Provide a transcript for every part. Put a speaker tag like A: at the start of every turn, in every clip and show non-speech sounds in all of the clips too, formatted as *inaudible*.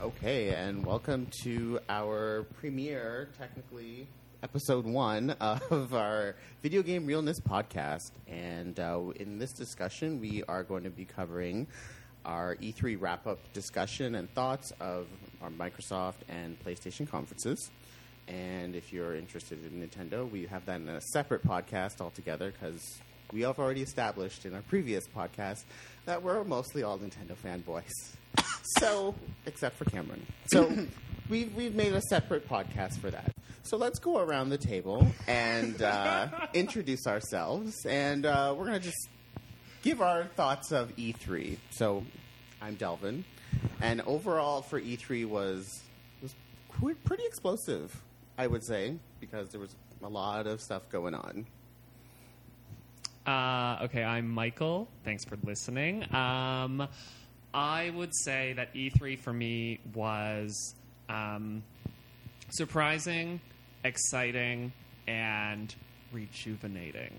A: Okay, and welcome to our premiere, technically, episode one *laughs* of our Video Game Realness podcast. And uh, in this discussion, we are going to be covering our E3 wrap up discussion and thoughts of our Microsoft and PlayStation conferences. And if you're interested in Nintendo, we have that in a separate podcast altogether because we have already established in our previous podcast that we're mostly all Nintendo fanboys. So, except for Cameron. So, *clears throat* we've, we've made a separate podcast for that. So, let's go around the table and uh, introduce ourselves. And uh, we're going to just give our thoughts of E3. So, I'm Delvin. And overall, for E3 was was qu- pretty explosive, I would say, because there was a lot of stuff going on.
B: Uh, okay, I'm Michael. Thanks for listening. Um, I would say that E3 for me was um, surprising, exciting, and rejuvenating.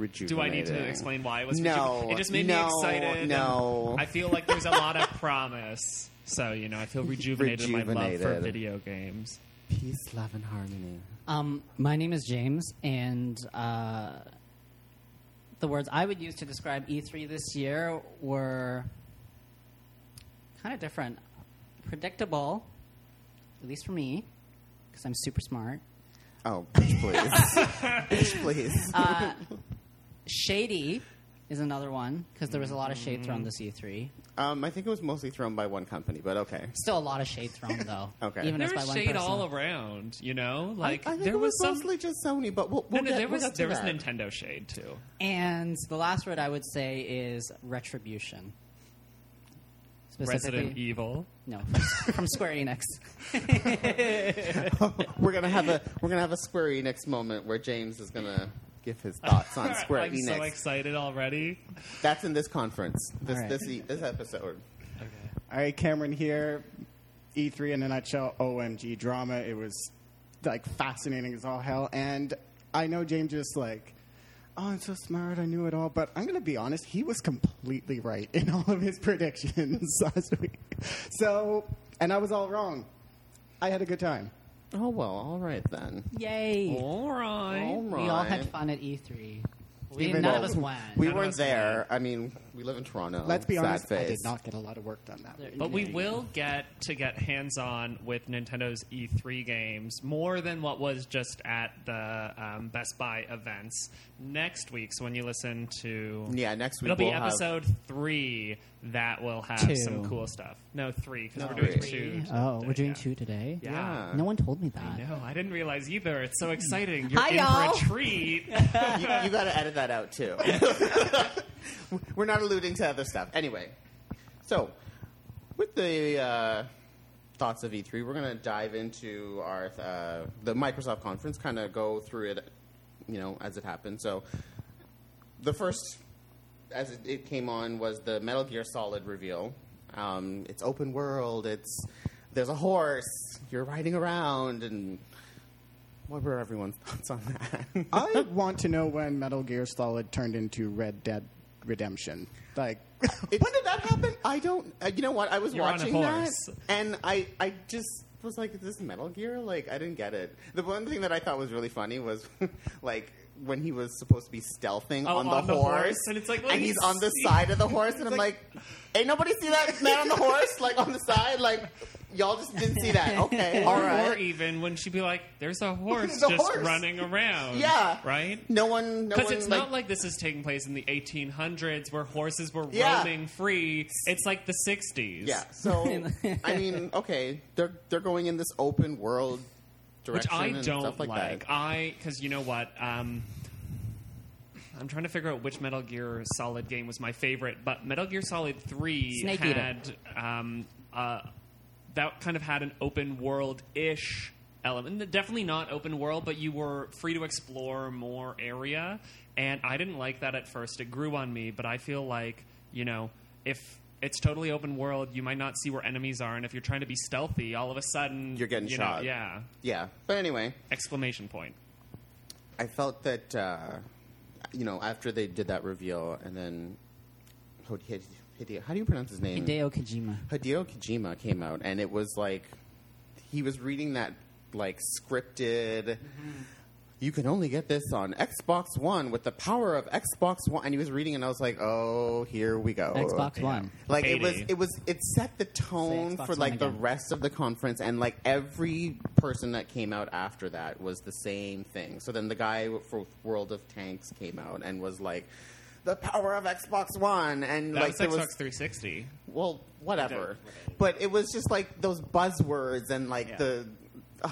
B: Do I need to explain why it was?
A: No,
B: reju- it just made
A: no,
B: me excited.
A: no.
B: and I feel like there's a lot of promise. So you know, I feel rejuvenated, in my love for
A: Rejuvenated.
B: video games.
A: Peace, love, and harmony.
C: Um, my name is James, and uh, the words I would use to describe E3 this year were kind of different. Predictable, at least for me, because I'm super smart.
A: Oh, bitch,
B: *laughs*
A: please. bitch, please.
B: Uh,
C: Shady is another one, because there was a lot of shade thrown this E E3.
A: um, I think it was mostly thrown by one company, but okay.
C: Still a lot of shade thrown, though.
A: Okay.
C: Even
B: There
C: if it's
B: was
C: by one
B: shade
C: person.
B: all around. You know,
A: I-
B: like
A: I, think
B: there
A: it was,
B: some.
A: mostly just Sony, but we'll, we'll
B: no, no,
A: get,
B: there
A: we'll
B: was
A: get to
B: there was
A: that.
B: Nintendo shade too.
C: And the last word I would say is retribution. Specifically,
B: Resident Evil.
C: no, from- *laughs* from Square Enix.
A: *laughs* we're gonna have a we're gonna have a Square Enix moment where James is gonna give his thoughts
B: *laughs*
A: on Square
B: I'm
A: Enix.
B: so excited already.
A: That's in this conference. This
C: All right.
A: this e- this episode.
D: All right, Cameron here. E3 in a nutshell, OMG drama. It was like fascinating as all hell. And I know James just like, oh, I'm so smart. I knew it all. But I'm going to be honest, he was completely right in *laughs* all of his predictions *laughs* last week. So, and I was all wrong. I had a good time.
A: Oh well, all right then.
C: *laughs* Yay!
B: All
A: All
B: right.
A: right.
C: We all had fun at E3. We,
A: Even
C: none
A: though
C: of us went.
A: We
B: None of
A: weren't
B: us went.
A: there. I mean, we live in Toronto.
D: Let's be
A: Oh, Sad
D: honest, I
A: face.
D: did not get a lot of work done that
C: There-
D: week.
B: But we will get to get hands on with Nintendo's E3 games more than what was just at the um, Best Buy events next week. So when you listen to.
A: Yeah, next week
B: It'll be
A: we'll have-
B: episode three that will have
C: Two.
B: some cool stuff. No, three, because
A: No,
B: we're doing
A: three.
B: two.
C: Oh, we're
B: today,
C: doing
B: yeah.
C: two today.
B: Yeah.
A: Yeah.
C: No one told me that.
B: No, I didn't realize either. It's so exciting. You're
C: Hi,
B: in
C: y'all.
B: for
A: *laughs*
B: a treat.
A: you, you got to edit that out too. *laughs* We're not alluding to other stuff. Anyway, so with the uh, thoughts of E3, we're going to dive into our uh, the Microsoft conference, kind of go through it, you know, as it happened. So the first, as it, it came on, was the Metal Gear Solid reveal. Um, it's open world. It's there's a horse. You're riding around, and what were everyone's thoughts on that? *laughs*
D: I want to know when Metal Gear Solid turned into Red Dead Redemption. Like, *laughs*
A: It- when did that happen? I don't. Uh, you know what? I was
B: You're on a
A: watching
B: horse.
A: that, and I, I just was like, "Is this Metal Gear?" Like, I didn't get it. The one thing that I thought was really funny was, *laughs* like, when he was supposed to be stealthing
B: Oh,
A: on, the,
B: on the
A: horse,
B: horse, and it's like, well,
A: and
B: he's-
A: he's on the side of
B: *laughs*
A: the horse, and I'm like, "Ain't nobody see that man on the horse? Like on the side? Like, y'all just didn't see
B: *laughs*
A: that? Okay, all
B: Or- e- Or
A: right."
B: even when she'd be like, there's a horse
A: *laughs* There's a
B: just
A: horse.
B: running around.
A: Yeah.
B: Right?
A: No one, no one.
B: Because it's
A: like,
B: not like this is taking place in the 1800s where horses were
A: Yeah.
B: roaming free. It's like the 60s.
A: yeah.
B: *laughs*
A: So I mean, okay, they're they're going in this open world.
B: Which
A: Direction
B: I
A: and
B: don't
A: stuff
B: like.
A: like, that.
B: I, because you know what? Um, I'm trying to figure out which Metal Gear Solid game was my favorite, but Metal Gear Solid 3
C: Snake Eater.
B: had. Um, uh, that kind of had an open world ish element. Definitely not open world, but you were free to explore more area. And I didn't like that at first. It grew on me, but I feel like, you know, if it's totally open world, you might not see where enemies are. And if you're trying to be stealthy, all of a sudden.
A: You're getting
B: you know,
A: shot.
B: yeah.
A: Yeah. But anyway,
B: Exclamation point.
A: I felt that, uh, you know, after they did that reveal and then Hideo Hideo. How do you pronounce his name?
C: Hideo Kojima.
A: Hideo Kojima came out, and it was like he was reading that like scripted.
C: Mm-hmm.
A: You can only get this on Xbox One with the power of Xbox One, and he was reading, and I was like, "Oh, here we go."
C: Xbox One.
A: Like it was,
B: Katie.
A: it was, it set the tone
C: Xbox
A: for
C: One
A: like the
C: again.
A: rest of the conference, and like every person that came out after that was the same thing. So then the guy for World of Tanks came out and was like, "The power of Xbox One," and
B: That
A: like
B: was
A: there
B: Xbox
A: was
B: 360.
A: well, whatever.
B: Whatever.
A: But it was just like those buzzwords and like
B: Yeah.
A: the ugh,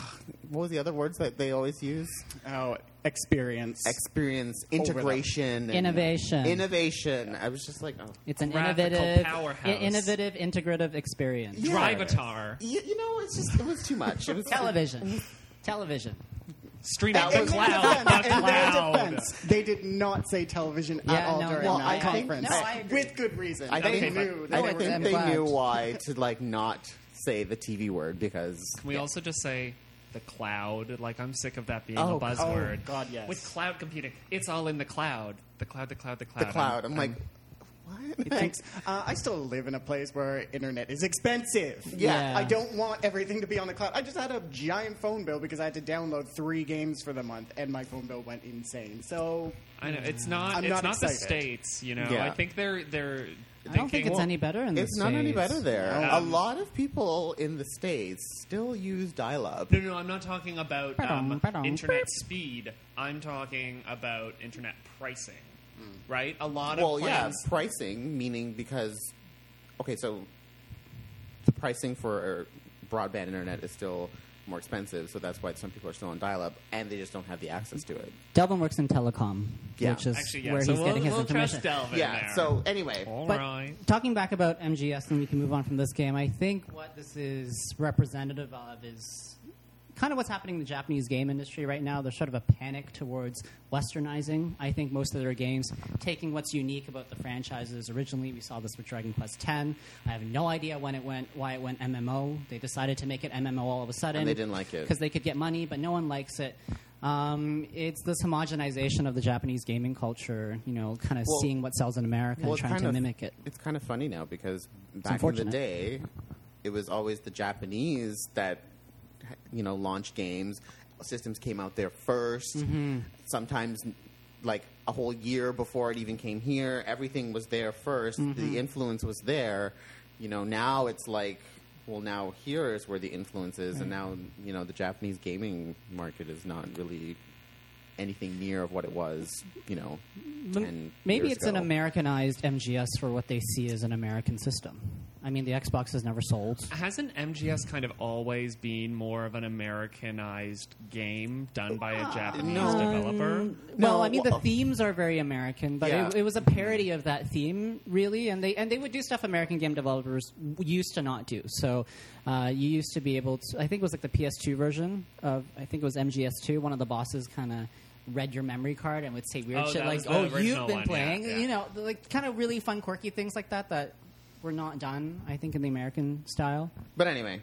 A: what was the other words that they always use?
D: Oh, experience.
A: Experience, integration, and-
C: Innovation.
A: innovation. I was just like, oh,
C: It's an
B: Graphical
C: innovative,
B: powerhouse.
C: i- innovative, integrative experience.
A: Yeah.
B: Drivatar.
A: you, you know, it's just it was too much. It was
C: *laughs* Television. Television.
B: Stream out
A: And- and-
B: the cloud. The
D: In their
B: cloud.
D: defense, they did not say television at
C: Yeah,
D: all
C: no,
D: during
C: no,
D: that
A: I- I-
D: conference.
A: no,
C: I agree.
D: With good reason.
A: I
D: they
B: think-
D: knew.
A: I
D: They were
A: don't think
C: I'm
A: they
C: glad.
A: knew why to like not say the TV word because
B: Can we also just say the cloud? Like, I'm sick of that being
A: Oh,
B: a buzzword.
D: oh, God, yes.
B: With cloud computing, it's all in the cloud. The cloud, the cloud, the
A: the
B: cloud.
A: cloud. I'm, like, what?
D: Thanks. Uh, I still live in a place where internet is expensive.
C: Yeah.
D: I don't want everything to be on the cloud. I just had a giant phone bill because I had to download three games for the month, and my phone bill went insane. So
B: I know
A: Mm.
B: it's not.
D: I'm
B: it's
D: not
B: not, the
D: excited.
B: states. You know,
A: Yeah.
B: I think they're they're.
C: I don't think
B: thinking-
C: it's any better in the
A: It's not any
C: States.
A: better there. a
B: Um,
A: lot of people in the states still use dial-up.
B: No, no, I'm not talking about um,
C: Ba-dum, ba-dum,
B: internet
C: beep.
B: speed. I'm talking about internet pricing. Right, a lot of
A: Mm. well, yeah,
B: plans.
A: pricing meaning because okay, so the pricing for broadband internet is still more expensive, so that's why some people are still on dial-up and they just don't have the access to it.
C: Delvin works in telecom,
A: Yeah.
C: which is
B: Actually, yeah.
C: where
B: so
C: he's
B: we'll,
C: getting his
B: we'll
C: information.
B: trust Delvin
A: yeah.
B: there.
A: So anyway,
B: all
C: But
B: right.
C: talking back about MGS, and we can move on from this game. I think what this is representative of is kind of what's happening in the Japanese game industry right now. There's sort of a panic towards westernizing. I think most of their games taking what's unique about the franchises. Originally, we saw this with Dragon Quest X. I have no idea when it went, why it went MMO. They decided to make it MMO all of a sudden.
A: And they didn't like it.
C: because they could get money, but no one likes it. Um, it's this homogenization of the Japanese gaming culture, you know, kind of
A: Well-
C: seeing what sells in America
A: well, it's
C: and trying
A: kind
C: to
A: of
C: mimic it.
A: It's kind of funny now because back in the
C: unfortunate.
A: day, it was always the Japanese that you know launched games. Systems came out there 1st
C: Mm-hmm.
A: Sometimes, like a whole year before it even came here, everything was there 1st
C: Mm-hmm.
A: The influence was there. You know, now it's like. Well, now here is where the influence is, and now you know the Japanese gaming market is not really anything near of what it was. You know,
C: Lem-
A: 10
C: Maybe
A: years
C: it's an
A: ago.
C: Americanized MGS for what they see as an American system. I mean, the Xbox has never sold.
B: Hasn't MGS kind of always been more of an Americanized game done by a Japanese
A: no.
B: developer?
C: Well,
A: No,
C: I mean, the
A: well-
C: themes are very American, but it,
A: Yeah.
C: it was a parody of that theme, really. And they and they would do stuff American game developers w- used to not do. So uh, you used to be able to. I think it was like the PS2 version of. I think it was MGS2. One of the bosses kind of read your memory card and would say weird
B: Oh,
C: shit
B: that
C: like,
B: was the
C: "Oh,
B: original
C: you've been
B: one, yeah,
C: playing,"
B: yeah.
C: you know, like kind of really fun, quirky things like that that were not done. I think in the American style.
A: But anyway,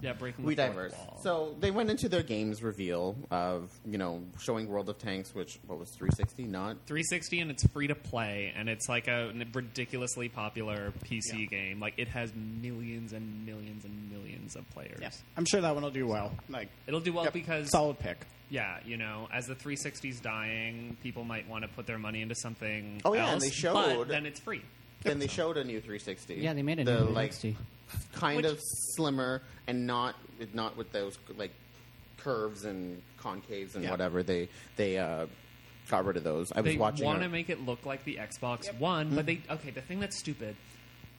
B: Yeah, breaking
A: we
B: the fourth
A: diverse.
B: wall.
A: So they went into their games reveal of you know showing World of Tanks, which what was 360, not
B: 360 and it's free to play and it's like a ridiculously popular PC game. Like it has millions and millions and millions of players.
D: I'm sure that one will do well. Like
B: It'll do well
D: yep,
B: because
D: solid pick.
B: yeah, you know, as the 360's dying, people might want to put their money into something
A: Oh, yeah, and
B: else,
A: they showed-
B: but then it's free.
A: then they showed a new 360.
C: Yeah, they made a new
A: The,
C: 360.
A: Like, kind
B: Which-
A: of slimmer and not not with those like curves and concaves and
D: Yeah.
A: whatever. They they uh, got rid of those. I was
B: they
A: watching.
B: want to
A: a-
B: make it look like the Xbox One,
D: Hmm.
B: but they okay. The thing that's stupid.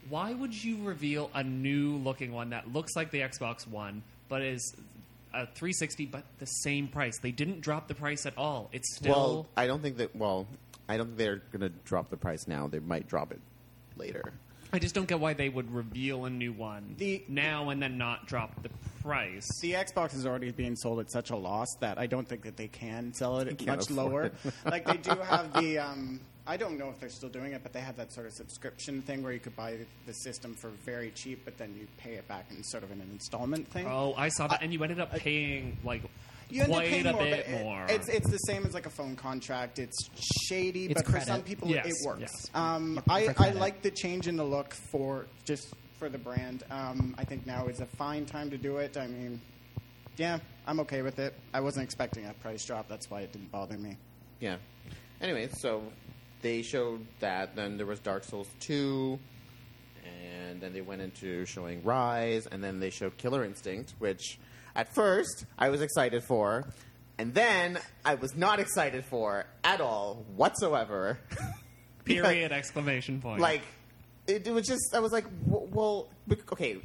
B: Why would you reveal a new looking one that looks like the Xbox One but is a 360 but the same price? They didn't drop the price at all. It's still
A: well, I don't think that. Well, I don't think they're going to drop the price now. They might drop it later.
B: I just don't get why they would reveal a new one
D: The-
B: now and then not drop the price.
D: The Xbox is already being sold at such a loss that I don't think that they can sell it
A: *laughs*
D: at
A: can't
D: much
A: afford
D: lower.
A: it.
D: *laughs* like they do have the. Um, I don't know if they're still doing it, but they have that sort of subscription thing where you could buy the system for very cheap, but then you pay it back in sort of an installment thing.
B: oh, I saw that, and you ended up paying like
D: you end up
B: quite
D: paying
B: a
D: more,
B: bit
D: but it-
B: more.
D: it's it's the same as like a phone contract. It's shady,
C: It's
D: but
C: credit.
D: for some people
B: Yes,
D: it works.
B: yes.
D: Um,
C: pay
D: I,
C: for
D: I
C: credit.
D: like the change in the look for just for the brand. Um, I think now is a fine time to do it. I mean, yeah, I'm okay with it. I wasn't expecting a price drop. That's why it didn't bother me.
A: Yeah. Anyway, so they showed that. Then there was Dark Souls 2. And then they went into showing Rise. And then they showed Killer Instinct, which at first I was excited for. And then I was not excited for at all whatsoever. *laughs* Because-
B: Period! Exclamation point.
A: like it, it was just i was like w- well bec- okay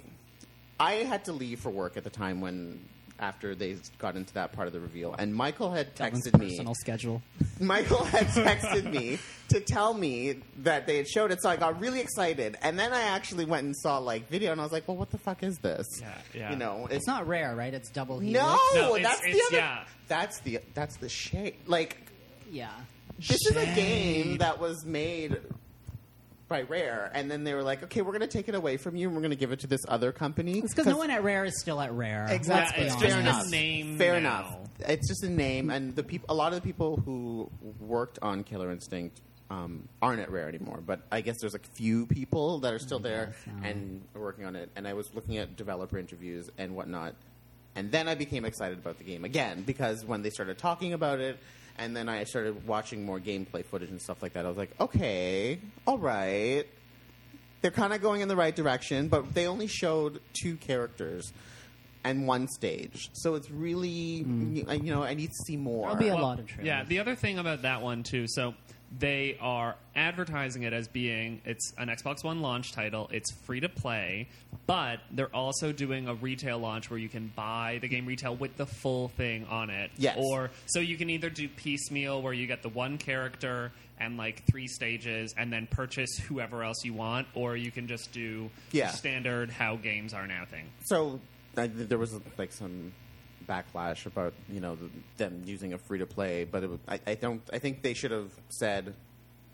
A: i had to leave for work at the time when after they got into that part of the reveal and michael had
C: Someone's
A: texted me
C: personal schedule.
A: michael
B: *laughs*
A: had texted me to tell me that they had showed it so i got really excited and then i actually went and saw like video and i was like well what the fuck is this
B: Yeah, yeah.
A: you know
C: It's not rare, right? It's double helix.
A: no,
B: No, it's-
A: that's
B: it's-
A: the other
B: yeah.
A: that's the that's the shade like
C: Yeah.
A: this is a game that was made by Rare, and then they were like, "Okay, we're going to take it away from you, and we're going to give it to this other company."
C: It's because no one at Rare is still at Rare.
B: yeah,
A: Exactly.
B: it's
C: Let's be
B: just
A: fair
B: a
A: enough.
B: name.
A: Fair
B: now.
A: enough. It's just a name, and the people. A lot of the people who worked on Killer Instinct um, aren't at Rare anymore. But I guess there's a few people that are still there and are working on it. And I was looking at developer interviews and whatnot, and then I became excited about the game again because when they started talking about it. And then I started watching more gameplay footage and stuff like that. I was like, okay, all right they're kind of going in the right direction, but they only showed two characters and one stage. So it's really, y- you know, I need to see more.
C: There'll be a
B: Well,
C: lot of trailers.
B: Yeah, the other thing about that one too, so they are advertising it as being it's an Xbox One launch title, it's free to play, but they're also doing a retail launch where you can buy the game retail with the full thing on it.
A: Yes.
B: Or so you can either do piecemeal where you get the one character and like three stages and then purchase whoever else you want, or you can just do
A: Yeah.
B: standard how games are now thing.
A: so I, th- there was like some backlash about you know th them using a free to play, but it, was- I, I don't. I think they should have said,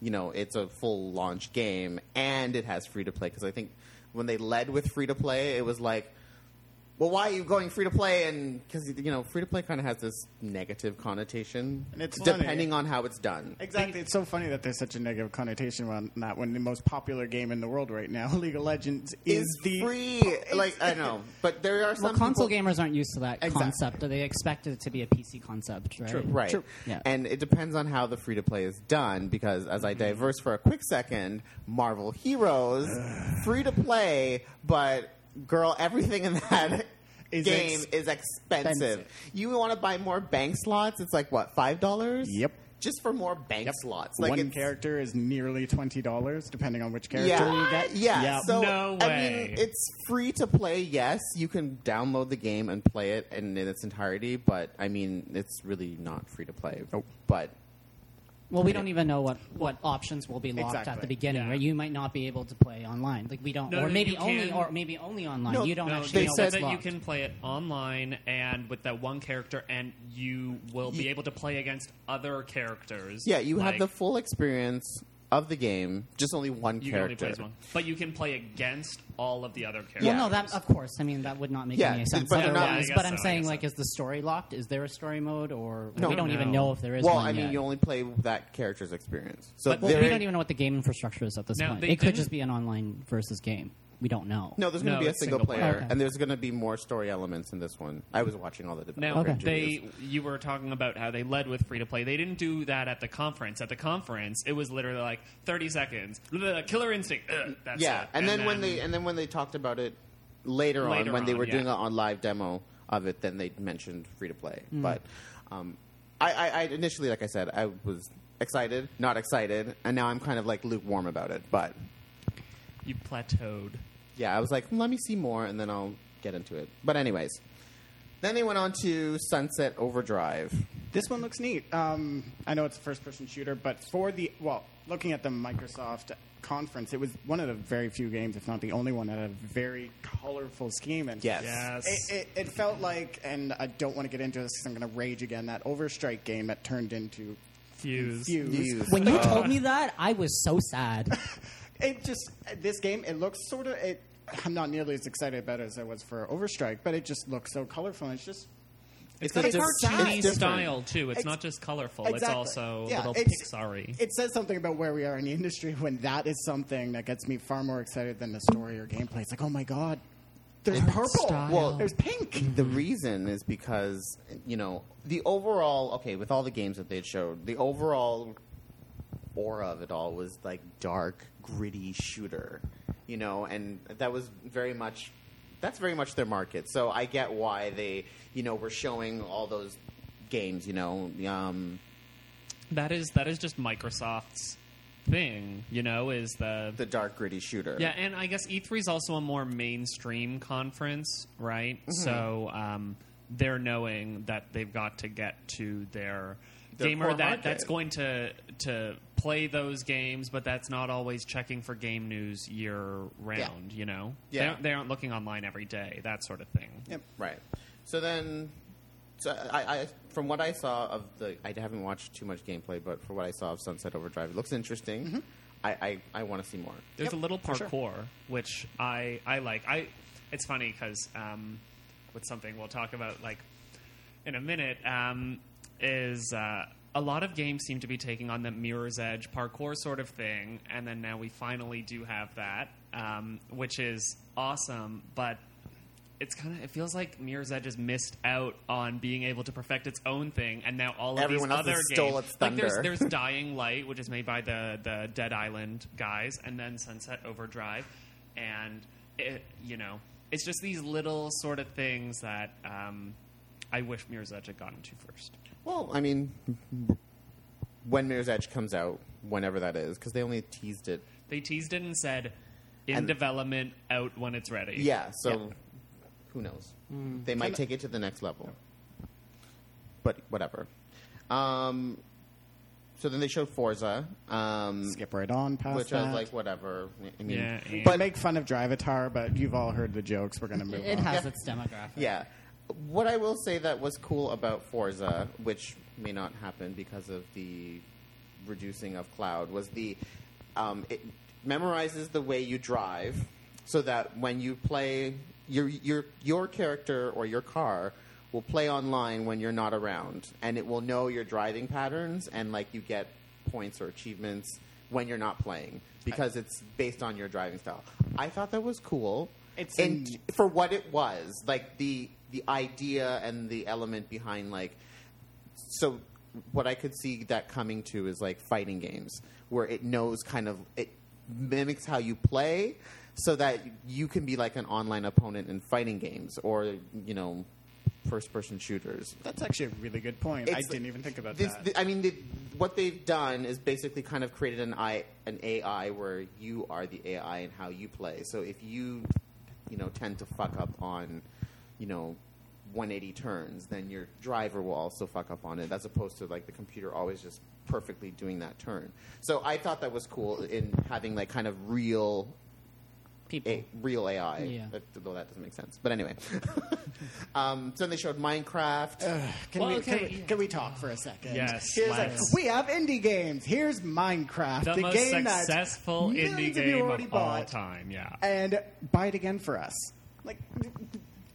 A: you know, it's a full launch game and it has free to play because I think when they led with free to play, it was like. Well, why are you going free to play? And because you know, free to play kind of has this negative connotation,
D: And it's funny.
A: depending on how it's done.
D: Exactly. It's so funny that there's such a negative connotation on that when the most popular game in the world right now, *laughs* League of Legends, is,
A: is
D: the
A: free. Like I know, but there are some
C: Well, console
A: people-
C: gamers aren't used to that
D: Exactly.
C: concept, or they expect it to be a PC concept, right?
D: True.
A: Right.
C: Yeah.
A: And it depends on how the free to play is done because, as
D: Mm-hmm.
A: I diverse for a quick second, Marvel Heroes,
D: *sighs*
A: free to play, but girl, everything in that
D: *laughs* Is
A: game
D: ex-
A: is expensive.
C: Expensive.
A: You want to buy more bank slots? It's like, what, $5?
D: Yep.
A: Just for more bank slots. Like
D: one
A: it's-
D: character is nearly twenty dollars, depending on which character
A: Yeah.
D: you get.
A: Yeah.
D: Yeah.
A: So
B: No
A: I
B: way.
A: mean, it's free to play. Yes, you can download the game and play it in, in its entirety. But I mean, it's really not free to play. But
C: Well, we don't even know what, what options will be locked at
D: Exactly.
C: the beginning,
B: Yeah.
C: right? You might not be able to play online. Like we don't,
B: No,
C: or
B: no,
C: maybe
B: you
C: only,
B: can-
C: or maybe only online.
A: No,
C: you don't
B: No,
C: actually
B: they
C: know
B: said
C: what's
B: that
C: locked.
B: you can play it online and with that one character, and you will be
A: Ye-
B: able to play against other characters.
A: yeah, you
B: Like,
A: have the full experience of the game. Just only one
B: you can only
A: character.
B: play as one, but you can play against all of the other characters.
C: Well, no, that of course. I mean, that would not make
A: Yeah,
C: any
A: but
C: sense
A: they're not-
C: otherwise.
B: Yeah, I
C: but
B: guess
C: I'm
B: so, I
C: saying,
B: guess
C: like,
B: so.
C: is the story locked? Is there a story mode, or
A: No.
C: we don't even
B: No.
C: know if there is
A: Well,
C: one
A: I mean,
C: yet.
A: you only play that character's experience. So
B: But-
C: Well,
A: there
C: we
A: is-
C: don't even know what the game infrastructure is at this
B: Now,
C: point.
B: they
C: It could
B: didn't-
C: just be an online versus game. We don't know.
A: No, there's going to
B: No,
A: be a
B: it's
A: single,
B: single
A: player,
B: player.
C: Okay.
A: and there's going to be more story elements in this one. I was watching all the
B: Now
A: developer interviews.
B: they, you were talking about how they led with free to play. They didn't do that at the conference. At the conference, it was literally like thirty seconds. Blah, Killer Instinct. Ugh, that's
A: yeah,
B: it.
A: and, then, when they and then when they talked about it later,
B: Later
A: on, when they
B: on,
A: were
B: yeah.
A: doing an on live demo of it, then they mentioned free to play.
C: Mm.
A: But um, I, I, I initially, like I said, I was excited, not excited, and now I'm kind of like lukewarm about it. But
B: you plateaued.
A: yeah, I was like, "Hmm, let me see more, and then I'll get into it. But anyways, then they went on to Sunset Overdrive.
D: This one looks neat. Um, I know it's a first-person shooter, but for the well, looking at the Microsoft conference, it was one of the very few games, if not the only one, that had a very colorful scheme. And
A: Yes.
B: Yes.
D: It, it, it felt like, and I don't want to get into this because I'm going to rage again. That Overstrike game that turned into
B: Fuse.
D: Fuse.
A: Fuse.
C: When you
B: Uh,
C: told me that, I was so sad.
D: It just this game. It looks sort of. It, I'm not nearly as excited about it as I was for Overstrike, but it just looks so colorful. And it's just
A: It's
B: It's, got a
A: a different- it's
B: cartoony
A: different.
B: style too. It's,
D: Ex-
B: not just colorful. It's
D: Exactly.
B: also a
D: Yeah,
B: little
D: it's-
B: Pixar-y.
D: It says something about where we are in the industry when that is something that gets me far more excited than the story or gameplay. It's like, oh my god, there's purple,
B: style.
A: Well-
D: there's pink.
A: The reason is because you know the overall okay with all the games that they showed, the overall aura of it all was like dark, gritty shooter, you know, and that was very much that's very much their market. So I get why they you know were showing all those games, you know, um,
B: That is that is just Microsoft's thing, you know, is the,
A: the dark, gritty shooter.
B: yeah, and I guess E3 is also a more mainstream conference, right?
A: Mm-hmm.
B: So um, they're knowing that they've got to get to their,
A: Their
B: gamer
A: core
B: that
A: market.
B: that's going to to play those games, but that's not always checking for game news year round. You know,
A: Yeah.
B: they, aren't, they aren't looking online every day, that sort of thing.
D: Yep.
A: Right. So then, so I, I, from what I saw of the, I haven't watched too much gameplay, but for what I saw of Sunset Overdrive, it looks interesting. I, I, I want to see more.
B: There's a little
D: sure.
B: parkour, which I I like. I it's funny because um, with something we'll talk about like in a minute um, is uh, a lot of games seem to be taking on the Mirror's Edge parkour sort of thing, and then now we finally do have that, um, which is awesome. But it's kind of it feels like Mirror's Edge has missed out on being able to perfect its own thing, and now all of
A: Everyone
B: these
A: else
B: other
A: has stole
B: games,
A: its
B: like there's
A: thunder.
B: there's there's Dying Light, which is made by the the Dead Island guys, and then Sunset Overdrive, and it, you know, it's just these little sort of things that um, I wish Mirror's Edge had gotten to first.
A: Well, I mean, when Mirror's Edge comes out, whenever that is, because they only teased it.
B: They teased it and said, in
A: And-
B: development, out when it's ready.
A: Yeah. So, who knows? They might take it to the next level. But whatever. Um, so then they showed Forza. Um,
D: Skip right on past
A: which I
D: that.
A: was like, whatever. I mean,
B: Yeah, and-
D: but make fun of Drivatar, but you've all heard the jokes. We're gonna move
C: It
D: on.
C: has
A: Yeah.
C: its demographic.
A: Yeah. What I will say that was cool about Forza, which may not happen because of the reducing of cloud, was the um, it memorizes the way you drive, so that when you play your your your character or your car will play online when you're not around, and it will know your driving patterns and like you get points or achievements when you're not playing because it's based on your driving style. I thought that was cool.
D: It's
A: and
D: in-
A: for what it was, like the the idea and the element behind like so what I could see that coming to is like fighting games where it knows kind of it mimics how you play so that you can be like an online opponent in fighting games or you know first person shooters
D: That's actually a really good point. I
A: it's-
D: didn't even think about
A: this,
D: that.
A: th- I mean, the, what they've done is basically kind of created an I, an AI where you are the AI and how you play. So if you, you know, tend to fuck up on, you know, 180 turns, then your driver will also fuck up on it, as opposed to like the computer always just perfectly doing that turn. So I thought that was cool in having like kind of real
C: People.
A: a real AI.
C: Yeah.
A: That- Though that doesn't make sense. But anyway. *laughs* um, so then they showed Minecraft.
D: Can,
B: Well,
D: we,
B: okay,
D: can, we,
B: yeah.
D: can we talk for a second?
B: Yes,
D: Here's
B: let's.
D: like, we have indie games. Here's Minecraft,
B: The,
D: the,
B: most
D: game that's
B: successful indie
D: millions of you
B: game
D: already
B: of all
D: bought.
B: time. Yeah.
D: and buy it again for us. Like,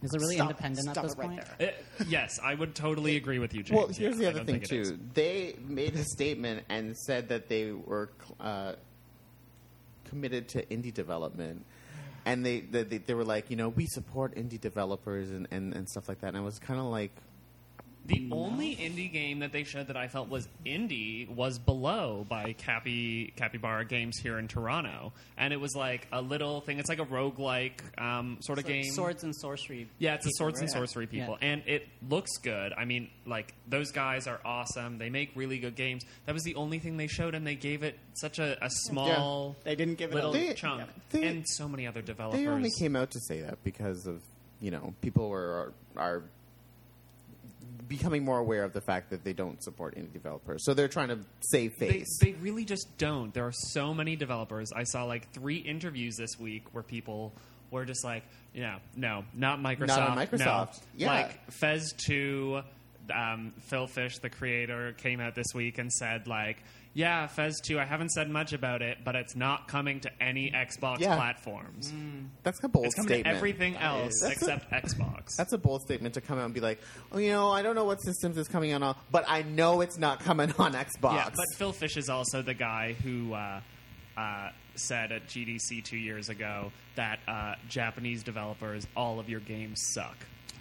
C: Is it really
D: stop-
C: independent
D: stop
C: at this
D: it right
C: point?
D: there.
B: Uh, yes, I would totally agree with you, James.
A: Well, here's
B: *laughs* Yeah,
A: the
B: I
A: other
B: don't
A: thing
B: think it is.
A: too. They made a statement and said that they were cl- uh, committed to indie development, and they, they they they were like, you know, we support indie developers and and, and stuff like that. And I was kind of like,
B: The only indie game that they showed that I felt was indie was Below by Cappy Capybara Games here in Toronto, and it was like a little thing. It's like a roguelike um, sort of
C: It's like
B: game.
C: Swords and sorcery.
B: yeah, it's a
C: people,
B: swords and
C: right?
B: sorcery
C: Yeah.
B: people, and it looks good. I mean, like those guys are awesome. They make really good games. That was the only thing they showed, and they gave it such a, a small.
D: They didn't give it a
B: little
A: They-
B: chunk,
A: they-
B: and so many other developers.
A: they only came out to say that because of you know people are are becoming more aware of the fact that they don't support indie developers, so they're trying to save
B: They,
A: face.
B: they really just don't. There are so many developers. I saw like three interviews this week where people were just like, yeah, no, not Microsoft.
A: on
B: no."
A: Microsoft. Yeah.
B: Like Fez 2, um, Phil Fish, the creator, came out this week and said, like, yeah, Fez 2, I haven't said much about it, but it's not coming to any Xbox
A: Yeah.
B: platforms.
A: That's a bold
B: It's coming
A: statement.
B: to everything else
A: That's a-
B: except Xbox.
A: That's a bold statement to come out and be like, oh, you know, I don't know what systems is coming out on, but I know it's not coming on Xbox.
B: Yeah, but Phil Fish is also the guy who uh, uh, said at GDC two years ago that uh, Japanese developers, all of your games suck.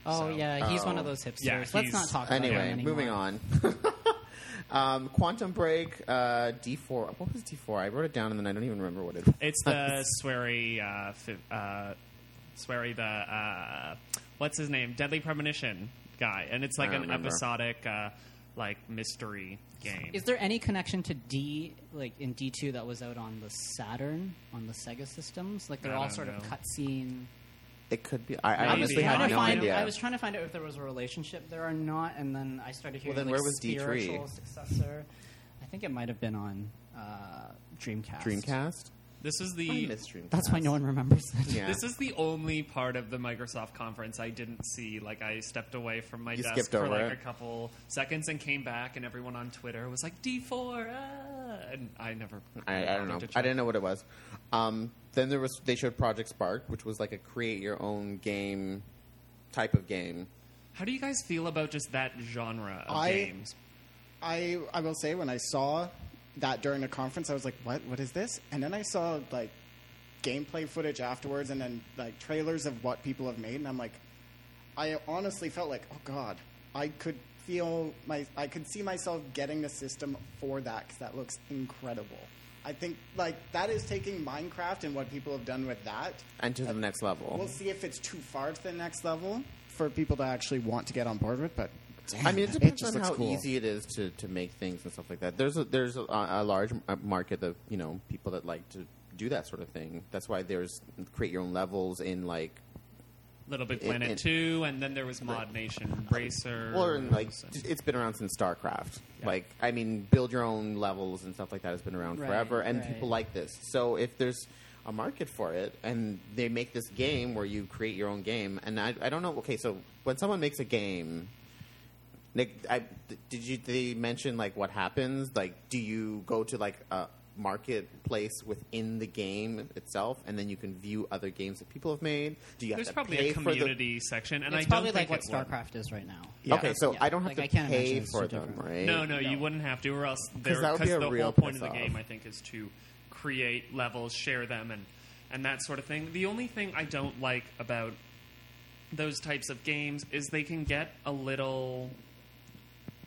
C: Oh
B: So-
C: yeah, he's one of
A: Oh.
C: those hipsters.
B: Yeah,
C: Let's not
B: he's-
C: talk about him
A: anyway,
C: anymore.
A: moving on. *laughs* um, Quantum Break, uh, D4. What was D4? I wrote it down and then I don't even remember what it was.
B: It's the Swery, uh, fi- uh, Swery the uh, what's his name? Deadly Premonition guy, and it's like
A: I don't
B: an
A: remember.
B: episodic, uh, like mystery game.
C: Is there any connection to D, like in D two, that was out on the Saturn, on the Sega systems? Like they're
B: I
C: all
B: don't
C: sort of
B: know.
C: cutscene.
A: It could be. I, I
B: Maybe.
A: honestly
B: I
A: have
C: trying to
A: no
C: find-
A: idea.
C: I was trying to find out if there was a relationship. There are not, and then I started hearing
A: then
C: like,
A: where was D3?
C: spiritual successor. I think it might have been on uh, Dreamcast.
A: Dreamcast?
B: this is
A: I
B: the
A: miss Dreamcast.
C: That's why no one remembers that.
A: Yeah.
B: This is the only part of the Microsoft conference I didn't see. Like I stepped away from my
A: You
B: desk
A: skipped
B: for
A: over
B: like
A: it.
B: a couple seconds and came back, and everyone on Twitter was like D four, ah! and I never.
A: I, I don't know. I didn't know what it was. Um, then there was they showed Project Spark, which was like a create your own game type of game.
B: How do you guys feel about just that genre of
D: I-
B: games?
D: I I will say when I saw that during the conference, I was like, "What? What is this?" And then I saw like gameplay footage afterwards, and then like trailers of what people have made, and I'm like, I honestly felt like, "Oh God, I could feel my I could see myself getting the system for that because that looks incredible." I think like that is taking Minecraft and what people have done with that.
A: And to the next level.
D: We'll see if it's too far to the next level for people to actually want to get on board with, but.
A: I mean,
D: damn,
A: it depends
D: just
A: on
D: looks
A: how
D: cool.
A: easy it is to, to make things and stuff like that. There's a, there's a, a large m- uh, market of you know people that like to do that sort of thing. That's why there's create your own levels in like
B: Little Big
A: it-
B: Planet
A: it-
B: two, and then there was Mod Nation Racer.
A: well, in like
B: and-
A: it's been around since StarCraft.
B: Yeah.
A: Like I mean, build your own levels and stuff like that has been around
C: Right,
A: forever, and
C: right.
A: people like this. So if there's a market for it, and they make this game where you create your own game, and I, I don't know. Okay, so when someone makes a game, Like, I, th- did you they mention like what happens? Like, do you go to like a marketplace within the game itself, and then you can view other games that people have made? Do you have
B: There's
A: to
B: probably
A: pay
B: a
A: for the?
B: community section, and
C: It's
B: I don't
C: probably like
B: think
C: what
B: it would.
C: StarCraft is right now.
D: Yeah.
A: Okay, so
C: Yeah.
A: I don't have
C: Like,
A: to
C: I can't
A: pay
C: imagine it's
A: for
C: too
A: them,
C: different.
A: right?
B: No, no, you
C: No.
B: wouldn't have to, or else because
A: that would be a
B: the
A: real
B: whole point of the
A: piss-off.
B: game, I think, is to create levels, share them, and and that sort of thing. The only thing I don't like about those types of games is they can get a little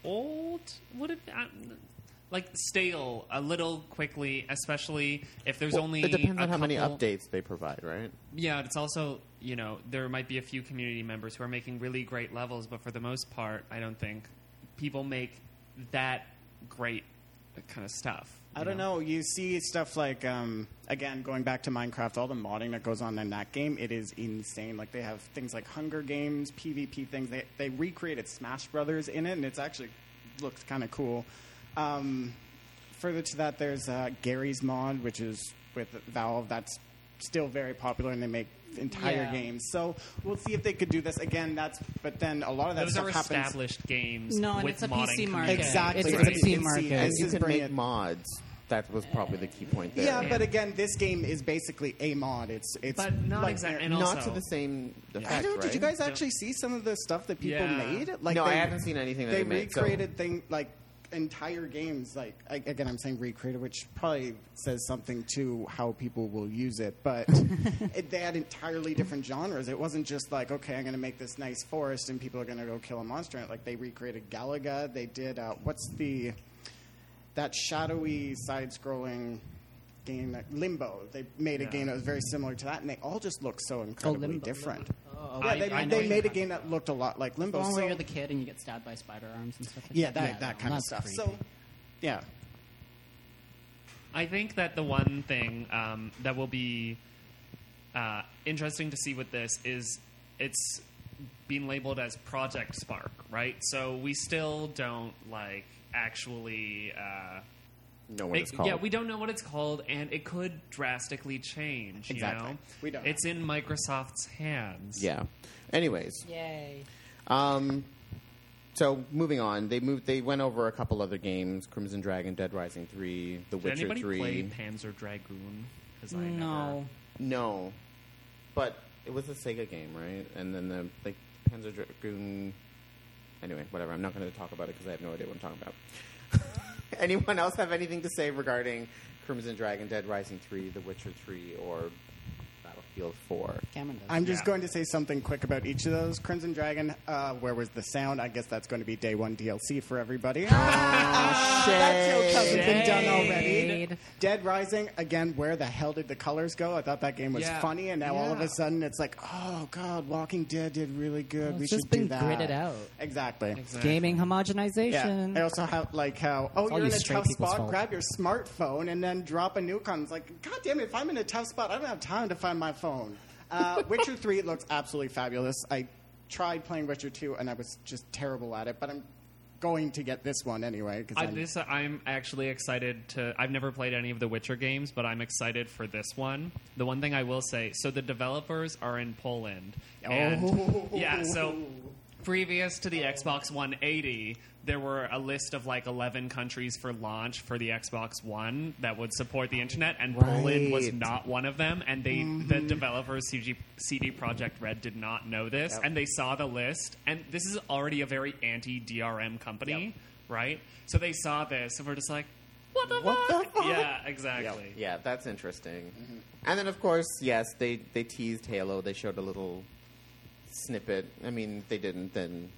B: old. Would it? I- like stale a little quickly, especially if there's
A: Well,
B: only.
A: it depends
B: a
A: on how many
B: couple-
A: updates they provide, right?
B: yeah, it's also you know there might be a few community members who are making really great levels, but for the most part, I don't think people make that great kind of stuff.
D: I don't know. You see stuff like um, again going back to Minecraft, all the modding that goes on in that game, it is insane. Like they have things like Hunger Games, PvP things. They they recreated Smash Brothers in it, and it's actually looks kind of cool. Um, further to that, there's uh, Gary's mod, which is with Valve. That's still very popular, and they make entire
C: Yeah.
D: games. So we'll see if they could do this again. That's but then a lot of that
B: Those
D: stuff
B: are
D: happens.
B: established games.
C: No, and
B: with
C: it's a
B: modding
C: PC market.
B: communities.
D: Exactly.
C: It's a
D: Right.
C: PC
D: It's-
C: market.
D: it's-
A: And
D: This
A: you
D: is
A: can
D: bringing
A: make
D: it-
A: mods. That was probably the key point there.
D: Yeah, but again, this game is basically a mod. It's it's
B: But not
D: like
B: exact-
D: they're-
B: and
A: not
B: also-
A: to the same effect,
D: I don't. Did you
A: right?
D: guys actually see some of the stuff that people
B: Yeah.
D: made?
A: No, I haven't seen anything that
D: they
A: they made, so-
D: recreated thing like entire games. Like I, again, I'm saying recreated, which probably says something to how people will use it. But it, they had entirely different genres. It wasn't just like okay, I'm going to make this nice forest and people are going to go kill a monster. in it. Like they recreated Galaga. They did uh, what's the that shadowy side-scrolling. Game that Limbo. They made a
B: Yeah.
D: game that was very similar to that, and they all just look so incredibly
C: Limbo.
D: different.
C: Oh,
D: Yeah,
B: I-
D: they,
B: I know
D: they
B: you-
D: made a game that looked a lot like
C: The
D: Limbo.
C: one where
D: so-
C: you're the kid and you get stabbed by spider arms and stuff. like
D: yeah, that,
C: Yeah,
D: that
C: no,
D: kind of
C: that's
D: stuff.
C: creepy.
D: So, yeah.
B: I think that the one thing um, that will be uh, interesting to see with this is it's being labeled as Project Spark, right? So we still don't like actually. Uh,
A: No one is
B: Make-
A: called.
B: Yeah, we don't know what it's called, and it could drastically change.
D: Exactly.
B: You know?
D: We don't
B: It's in Microsoft's hands.
A: Yeah. Anyways,
C: Yay.
A: Um, so moving on, they moved. They went over a couple other games: Crimson Dragon, Dead Rising Three, The
B: Did
A: Witcher
B: anybody
A: Three.
B: play Panzer Dragoon? 'Cause I
C: No.
A: No, but it was a Sega game, right? And then the like Panzer Dragoon. Anyway, whatever. I'm not going to talk about it because I have no idea what I'm talking about. *laughs* Anyone else have anything to say regarding Crimson Dragon, Dead Rising Three, The Witcher Three, or Battlefield Four?
C: Cameron does.
D: I'm just
B: Yeah.
D: going to say something quick about each of those. Crimson Dragon, uh, where was the sound? I guess that's going to be day one DLC for everybody.
C: Ah,
D: *laughs* that joke hasn't been done already.
C: Shade.
D: Dead Rising, again, where the hell did the colors go? I thought that game was
B: Yeah.
D: funny, and now all of
C: Yeah.
D: a sudden it's like, oh god, Walking Dead did really good.
C: Well,
D: we
C: it's
D: should
C: just
D: do
C: been
D: that.
C: gritted out.
D: Exactly.
B: Exactly.
C: Gaming
D: Yeah.
C: homogenization.
D: I also have like how oh
C: all
D: you're
C: you
D: in a
C: straight
D: tough
C: people's
D: spot,
C: fault.
D: grab your smartphone and then drop a nuke on. It's like God damn it! If I'm in a tough spot, I don't have time to find my phone. Uh, Witcher three looks absolutely fabulous. I tried playing Witcher two and I was just terrible at it, but I'm going to get this one anyway
B: I,
D: because
B: this I'm actually excited to. I've never played any of the Witcher games, but I'm excited for this one. The one thing I will say, so the developers are in Poland, and
D: Oh.
B: *laughs* yeah, so previous to the Xbox 180, there were a list of like 11 countries for launch for the Xbox One that would support the internet, and Poland was
A: Right.
B: not one of them. And they, the developers, CG, CD Project Red, did not know this, and they saw the list. And this is already a very anti-DRM company, right? So they saw this, and we're just like, what the
D: What the
B: fuck?
D: fuck?
B: Yeah, exactly.
A: Yeah, that's interesting. And then, of course, yes, they they teased Halo. They showed a little snippet. I mean, if they didn't. Then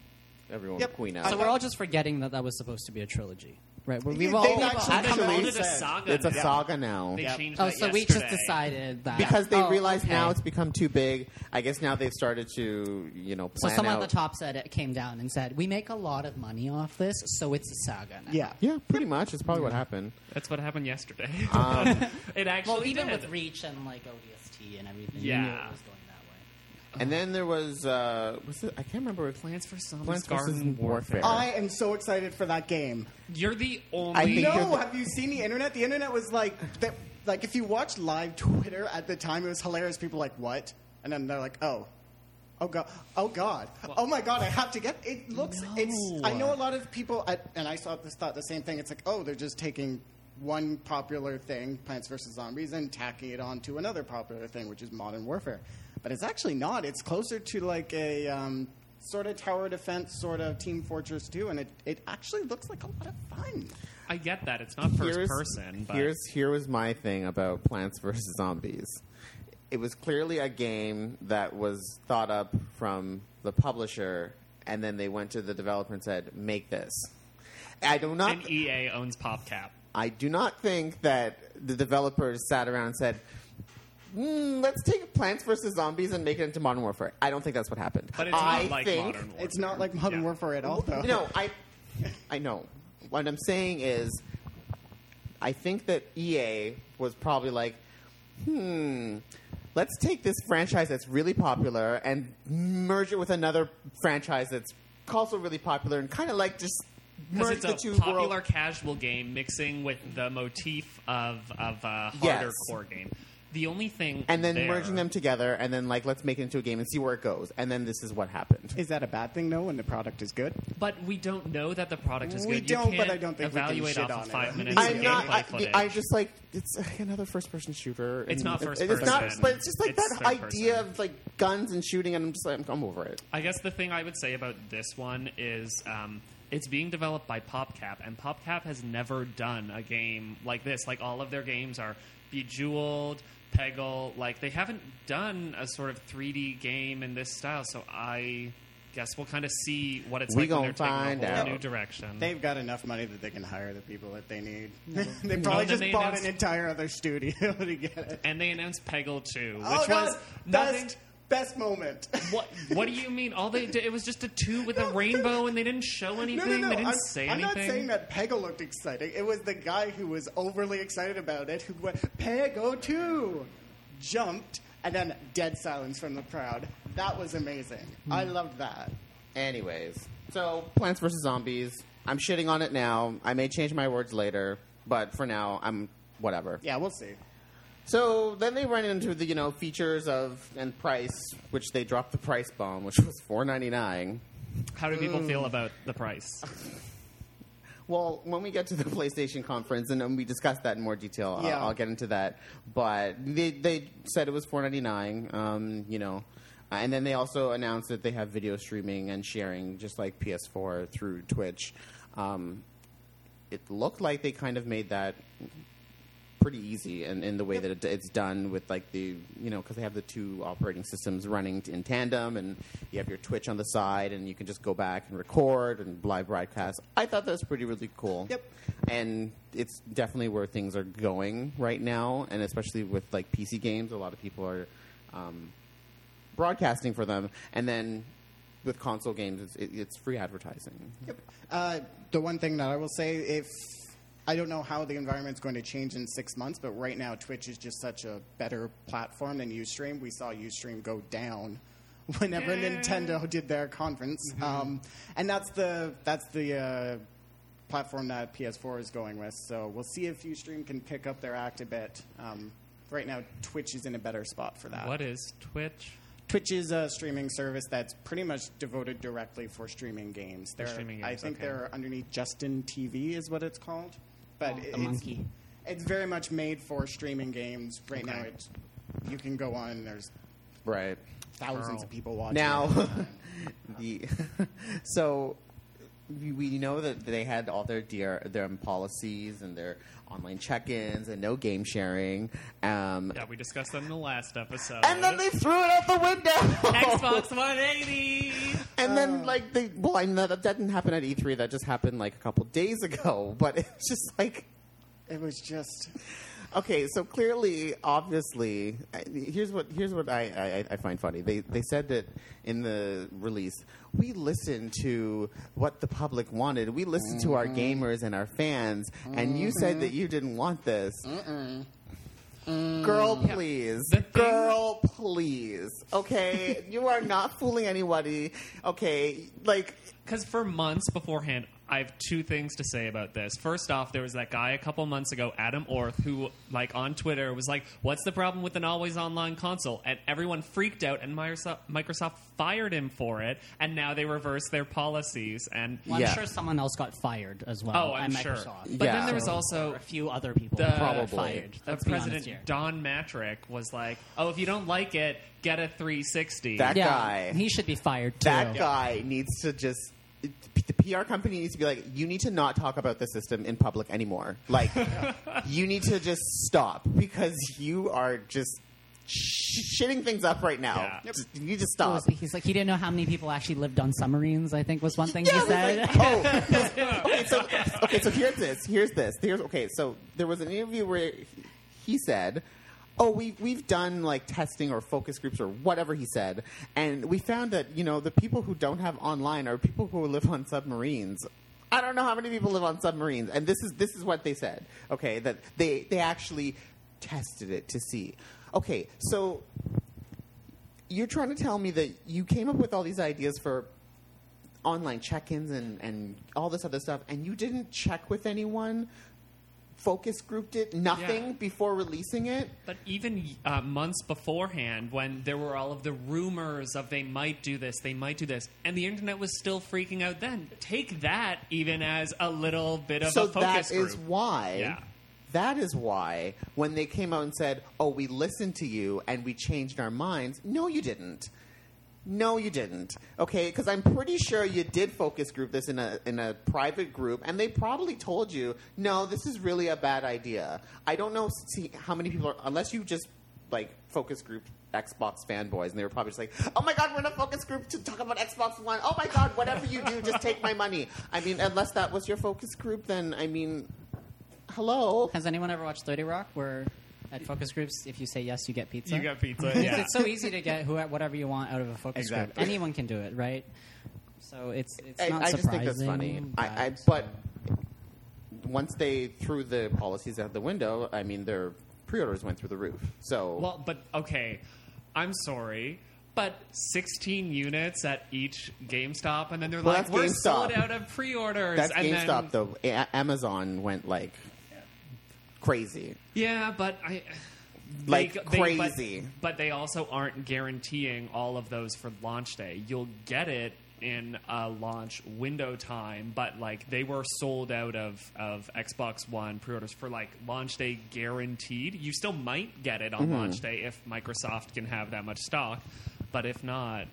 A: everyone
D: Yep.
A: queen out.
D: I
C: So we're all just forgetting that that was supposed to be a trilogy, right? Well, we've
D: They
C: all.
D: actually
B: They
D: Actually,
B: called it a
D: said-
B: saga.
A: it's a
B: now.
A: saga now.
B: They
D: Yep.
B: changed
C: Oh,
B: that
C: so we just
B: yesterday.
C: decided that
A: Because they
C: oh,
A: realize
C: okay.
A: now it's become too big. I guess now they've started to, you know,
C: So
A: plan
C: someone
A: out.
C: at the top said it came down and said, "We make a lot of money off this, so it's a saga." Now.
D: yeah.
A: Yeah, pretty much. It's probably what happened.
B: That's what happened yesterday.
A: Um,
B: *laughs* it actually
C: Well, even
B: did.
C: with Reach and like ODST and everything, you knew
B: Yeah.
C: it was going that way.
A: And then there was, uh, was it, I can't remember. if-
B: Plants for Some
A: Plants vs.
B: Garden
A: Warfare.
B: Warfare.
A: Oh,
D: I am so excited for that game.
B: You're the only.
A: I think you're
D: No,
A: the-
D: have you seen the internet? The internet was like, that, like if you watch live Twitter at the time, it was hilarious. People were like what, and then they're like, oh, oh god, oh god, oh my god, I have to get. It looks, it's. I know a lot of people, I, and I saw this thought the same thing. It's like, oh, they're just taking one popular thing, Plants vs Zombies, and tacking it on to another popular thing, which is Modern Warfare. But it's actually not. It's closer to like a. Um, Sort of tower defense, sort of Team Fortress 2, and it, it actually looks like a lot of fun.
B: I get that it's not first
A: Here's-
B: person, but
A: Here's here was my thing about Plants vs Zombies. It was clearly a game that was thought up from the publisher, and then they went to the developer and said, "Make this." I do not.
B: and EA E owns PopCap.
A: I do not think that the developers sat around and said. Mm, let's take Plants vs Zombies and make it into Modern Warfare. I don't think that's what happened.
B: But it's
A: I
B: not like
A: think
B: Modern Warfare.
D: It's not like Modern
B: Yeah.
D: Warfare at all, though.
A: No, I, I know. What I'm saying is, I think that EA was probably like, hmm, let's take this franchise that's really popular and merge it with another franchise that's also really popular and kind of like just
B: Because
A: merge
B: it's
A: the
B: a
A: two
B: popular
A: worlds.
B: casual game mixing with the motif of of a harder
A: Yes.
B: core game. The only thing
A: And then
B: there-
A: merging them together, and then like let's make it into a game and see where it goes. And then this is what happened.
D: Is that a bad thing, though, when the product is good?
B: but we don't know that the product is
D: We
B: good. You
D: don't, but
B: can't
D: I don't think we can
B: evaluate
D: shit
B: off
D: on
B: of
D: it.
B: five minutes of
A: I'm not.
B: gameplay
A: I,
B: footage.
A: I just like it's like another first-person shooter. and
B: It's not
A: It's
B: first-person.
A: not. But it's just like
B: It's
A: that idea
B: third-person.
A: of like guns and shooting, and I'm just like I'm, I'm over it.
B: I guess the thing I would say about this one is um, it's being developed by PopCap, and PopCap has never done a game like this. Like all of their games are Bejeweled, Peggle. Like they haven't done a sort of 3D game in this style. So I guess we'll kind of see what it's
A: We
B: like when
A: gonna
B: they're taking
A: find
B: a whole
A: out.
B: new direction.
D: They've got enough money that they can hire the people that they need. *laughs* they probably
B: then
D: just
B: they
D: bought
B: announced-
D: an entire other studio *laughs* to get it.
B: and they announced Peggle 2, which
D: oh, God,
B: was nothing.
D: best, best moment. *laughs*
B: What What do you mean? All they did it was just a two with a rainbow, and they didn't show anything.
D: no, no, no.
B: They didn't
D: I'm,
B: say
D: I'm
B: anything.
D: not saying that Peggle looked exciting. It was the guy who was overly excited about it who went, Peggle 2! Jumped, and then dead silence from the crowd. That was amazing. I loved that.
A: Anyways, so Plants vs Zombies. I'm shitting on it now. I may change my words later, but for now, I'm whatever.
D: Yeah, we'll see.
A: So then they run into the you know features of and price, which they dropped the price bomb, which was four ninety nine.
B: How do people
D: Mm.
B: feel about the price?
A: Well, when we get to the *laughs* PlayStation conference, and um, we discussed that in more detail, I'll-
D: Yeah.
A: I'll, get into that. But they, they said it was four ninety nine. Um, you know, and then they also announced that they have video streaming and sharing, just like PS4 through Twitch. Um, it looked like they kind of made that pretty easy in, in the way that it, it's done with like the you know because they have the two operating systems running in tandem and you have your twitch on the side and you can just go back and record and live broadcast i thought that was pretty really cool
D: Yep.
A: and it's definitely where things are going right now and especially with like pc games a lot of people are um, broadcasting for them and then with console games it's, it, it's free advertising
D: Yep. Uh, the one thing that I will say, if I don't know how the environment's going to change in six months, but right now Twitch is just such a better platform than UStream. We saw UStream go down *laughs* whenever Nintendo did their conference, um, and that's the that's the. Uh, platform that PS4 is going with, so we'll see if UStream can pick up their act a bit. Um, right now, Twitch is in a better spot for that.
B: What is Twitch?
D: Twitch is a streaming service that's pretty much devoted directly for streaming games. They're,
B: streaming
D: I
B: games,
D: think
B: okay.
D: they're underneath Justin TV is what it's called, but
A: Oh,
C: the
D: it's,
C: monkey.
D: It's very much made for streaming games. Right now,
B: Okay.
D: it's, you can go on. and There's
A: right
D: thousands
B: Girl.
D: of people watching.
A: Now, *laughs* the so we- we know that they had all their DR, their um, policies and their online check-ins and no game sharing. Um,
B: Yeah, we discussed that in the last episode.
A: And then they threw it out the window. *laughs*
B: Xbox 180.
A: And then, like, they well, I know that didn't happen at E3. That just happened like a couple days ago. But it's just like,
D: it was just
A: okay, so clearly, obviously, I- here's what here's what I, I, I- I find funny. They they said that in the release, we listened to what the public wanted. We listened to our
B: Mm-hmm.
A: gamers and our fans, and you said that you didn't want this. Girl, please.
B: The thing-
A: Girl, please. Okay, you are not fooling anybody. Okay, like
B: Because for months beforehand, I have two things to say about this. First off, there was that guy a couple months ago, Adam Orth, who, like, on Twitter was like, What's the problem with an always online console? And everyone freaked out, and Microsoft, Microsoft fired him for it, and now they reverse their policies. And.
C: Well, I'm
A: Yeah.
C: sure someone else got fired as well.
B: Oh, I'm
C: at
B: sure.
C: Microsoft.
B: But
A: Yeah.
B: then there was
A: So
B: also
C: a few other people
B: the-
C: got
A: Probably.
C: fired.
B: Uh,
C: Let's be honest
B: President
C: here.
B: Don Matrick was like, "Oh, if you don't like it, get a 360."
A: That-
C: yeah,
A: guy.
C: he should be fired too.
A: that guy needs to just it- the PR company needs to be like, you need to not talk about the system in public anymore. Like, you need to just stop because you are just sh- shitting things up right now.
B: Yeah. Yep.
A: Just- you need to
C: What
A: stop.
C: was- he's like he didn't know how many people actually lived on submarines. I think was one thing
A: Yeah,
C: he
A: I was
C: said. *laughs*
A: like, oh, yes. okay, so okay, so here's this. Here's this. Here's okay. So there was an interview where he- he said, "Oh, we we've done like testing or focus groups or whatever he said, and we found that you know the people who don't have online are people who live on submarines." I don't know how many people live on submarines, and this is this is what they said. Okay, that they they actually tested it to see. Okay, so you're trying to tell me that you came up with all these ideas for online check-ins and, and all this other stuff and you didn't check with anyone focus grouped it nothing
B: Yeah.
A: before releasing it
B: But even uh, months beforehand, when there were all of the rumors of they might do this, they might do this, and the internet was still freaking out. Then take that even as a little bit of
A: so
B: a focus
A: that is
B: group.
A: why
B: Yeah.
A: that is why when they came out and said oh we listened to you and we changed our minds no you didn't no you didn't okay because i'm pretty sure you did focus group this in a in a private group and they probably told you no this is really a bad idea i don't know see how many people are unless you just like focus group Xbox fanboys, and they were probably just like, "Oh my God, we're in a focus group to talk about Xbox One. Oh my God, whatever you do, just take my money." I mean, unless that was your focus group, then I mean, hello.
C: Has anyone ever watched Thirty Rock? Where at focus groups, if you say yes, you get pizza.
B: you got pizza.
C: It's-
B: Yeah.
C: It's so easy to get who, whatever you want out of a focus
D: Exactly.
C: group. Anyone can do it, right? So it's it's
A: I,
C: not
A: I just
C: surprising.
A: think that's funny. I, I
C: but-
A: but once they threw the policies out the window, I mean, their pre-orders went through the roof. So
B: Well, but okay, I'm sorry, but 16 units at each GameStop, and then they're
A: Well,
B: like,
A: that's
B: "We're
A: GameStop.
B: sold out of pre-orders."
A: that's
B: and
A: GameStop,
B: then,
A: though. A- Amazon went like crazy.
B: Yeah, but I
A: Like
B: they- but-
A: crazy.
B: but, they also aren't guaranteeing all of those for launch day. You'll get it in uh, launch window time, but like they were sold out of of Xbox One pre-orders for like launch day guaranteed. You still might get it on
A: Mm-hmm.
B: launch day if Microsoft can have that much stock, but if not,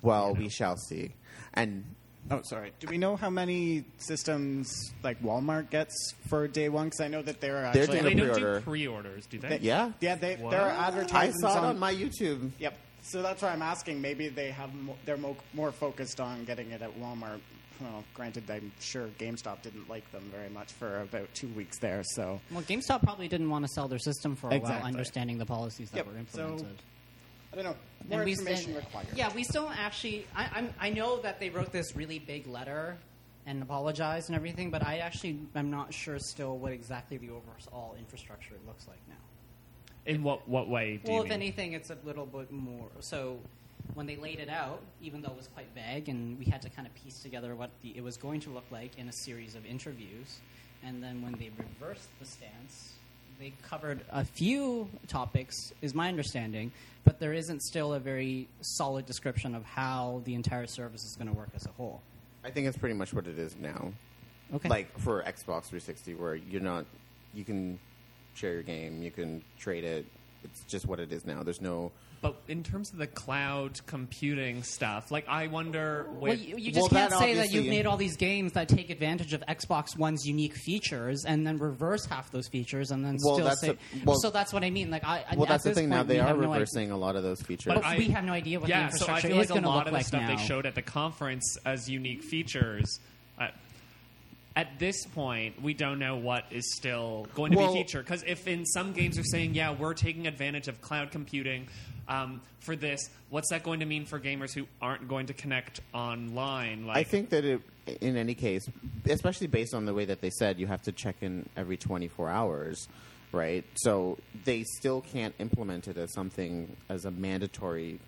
A: Well, we shall see. And
D: Oh, sorry. Do we know how many systems like Walmart gets for day one? Because I know that they're
A: They're
D: actually
A: doing
B: they don't
A: pre-order.
B: do pre-orders, do they?
D: They-
A: yeah,
D: yeah they
B: What?
D: there are
A: I
D: advertisements
A: saw it on my YouTube.
D: Yep. So that's why I'm asking. Maybe they have mo- they're mo- more focused on getting it at Walmart. Well, granted, I'm sure GameStop didn't like them very much for about two weeks there. So
C: Well, GameStop probably didn't want to sell their system for a while,
D: Exactly.
C: understanding the policies that
D: Yep,
C: were
D: so-
C: implemented.
D: I don't know. More
C: we
D: information
C: stand-
D: required.
C: Yeah, we still actually. I, I'm, I know that they wrote this really big letter and apologized and everything, but I actually am not sure still what exactly the overall infrastructure looks like now.
B: In what what way? Do
C: well,
B: you
C: if
B: mean?
C: anything, it's a little bit more. So when they laid it out, even though it was quite vague, and we had to kind of piece together what the, it was going to look like in a series of interviews, and then when they reversed the stance, they covered a few topics, is my understanding, but there isn't still a very solid description of how the entire service is going to work as a whole.
A: I think it's pretty much what it is now.
C: Okay.
A: Like for Xbox 360, where you're not, you can share your game, you can trade it. It's just what it is now. There's no.
B: But in terms of the cloud computing stuff, like I wonder
C: Well,
B: with
C: you, you
A: Well,
C: just can't
A: that
C: say that
A: obviously-
C: you've made all these games that take advantage of Xbox One's unique features and then reverse half those features and then
A: Well,
C: still
A: that's
C: say.
A: a- well-
C: so that's what I mean. Like, I, I-
A: Well,
C: at
A: that's the
C: this
A: thing now.
C: point,
A: They
C: we
A: are
C: have no idea-
A: reversing a lot of those features.
B: But
C: But
B: I-
C: we have no idea what the
B: yeah, so I
C: infrastructure
B: feel like
C: is
B: a
C: going to
B: lot
C: look
B: of the
C: like
B: stuff
C: now.
B: they showed at the conference as unique features. Uh, at this point, we don't know what is still going to
A: Well-
B: be featured. Because if in some games they're saying, yeah, we're taking advantage of cloud computing um, for this, what's that going to mean for gamers who aren't going to connect online? Like,
A: I think that it, in any case, especially based on the way that they said, you have to check in every 24 hours, right? So they still can't implement it as something as a mandatory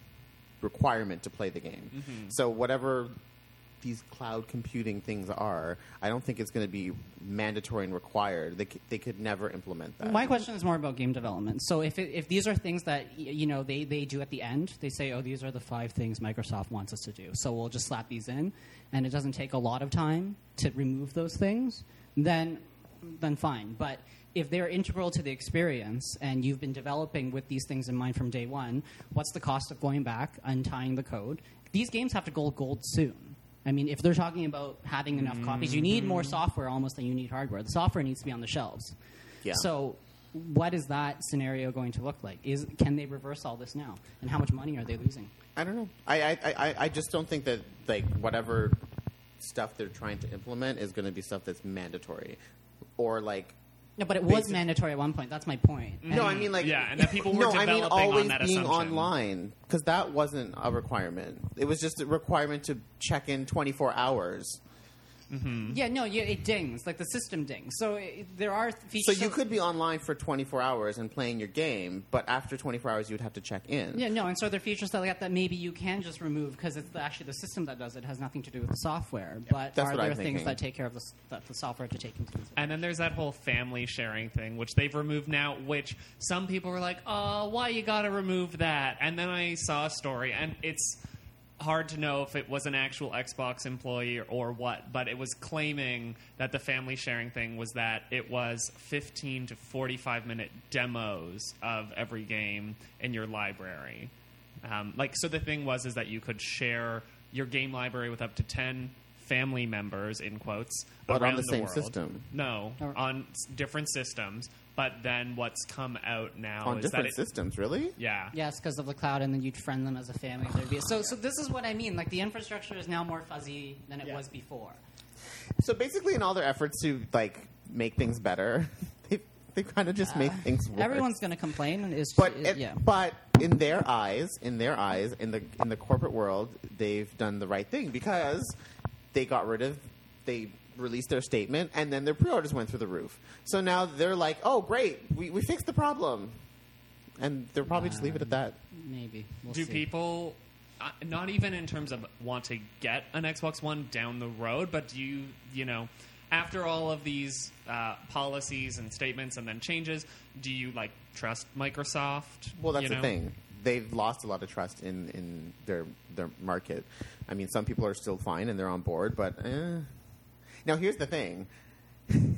A: requirement to play the game. So whatever these cloud computing things are, I don't think it's going to be mandatory and required. They c- they could never implement that.
C: My question is more about game development. So if it, if these are things that y- you know they, they do at the end, they say, oh, these are the five things Microsoft wants us to do. So we'll just slap these in, and it doesn't take a lot of time to remove those things. Then then fine. But if they're integral to the experience and you've been developing with these things in mind from day one, what's the cost of going back, untying the code? These games have to go gold soon. I mean, if they're talking about having enough copies, you need more software almost than you need hardware. The software needs to be on the shelves.
A: Yeah.
C: So, what is that scenario going to look like? Is can they reverse all this now? And how much money are they losing?
A: I don't know. I I, I- I, I just don't think that like whatever stuff they're trying to implement is going to be stuff that's mandatory, or like.
C: No, but it was
A: Basic-
C: mandatory at one point. That's my point.
A: No, I
C: And-
A: mean like
B: Yeah, and that people were
A: no, I mean
B: developing on
A: always
B: that
A: being
B: assumption.
A: online because that wasn't a requirement. It was just a requirement to check in twenty four hours.
C: yeah, no, yeah, it dings like the system dings. So it, there are th-
A: So
C: features.
A: you could be online for twenty four hours and playing your game, but after twenty four hours, you'd have to check in.
C: Yeah, no, and so there are features that, like, that maybe you can just remove because it's the, actually the system that does it. it has nothing to do with the software. but
A: that's
C: are
A: what
C: there
A: I'm
C: things
A: thinking.
C: that take care of the, s- that the software to take into consideration?
B: And then there's that whole family sharing thing, which they've removed now, which some people were like, oh, why you gotta remove that? And then I saw a story, and it's hard to know if it was an actual Xbox employee or what, but it was claiming that the family sharing thing was that it was 15 to 45 minute demos of every game in your library. Um, like, so the thing was is that you could share your game library with up to 10 family members in quotes
A: But on
B: around
A: the same
B: world.
A: system.
B: No,
C: Or-
B: on s- different systems. But then what's come out now
A: on
B: Oh, is
A: different
B: that it,
A: systems, really.
B: yeah,
C: Yes, because of the cloud, and then you'd friend them as a family. There'd be so. So this is what I mean. Like the infrastructure is now more fuzzy than it
D: Yeah.
C: was before.
A: So basically, in all their efforts to like make things better, *laughs* they they kind of just made things worse.
C: Uh, Everyone's going to complain. and Is
A: But
C: is-
A: it-
C: yeah.
A: but in their eyes, in their eyes, in the in the corporate world, they've done the right thing because they got rid of they released their statement and then their pre-orders went through the roof. So now they're like, "Oh, great. We we fixed the problem." And they'll probably just leave it at that.
C: Maybe we'll
B: do
C: see.
B: people uh, not even in terms of want to get an Xbox One down the road, but do you you know after all of these uh, policies and statements and then changes, do you like trust Microsoft?
A: Well, that's
B: you
A: the
B: know?
A: thing. they've lost a lot of trust in, in their their market. I mean, some people are still fine and they're on board, but eh. now here's the thing. *laughs*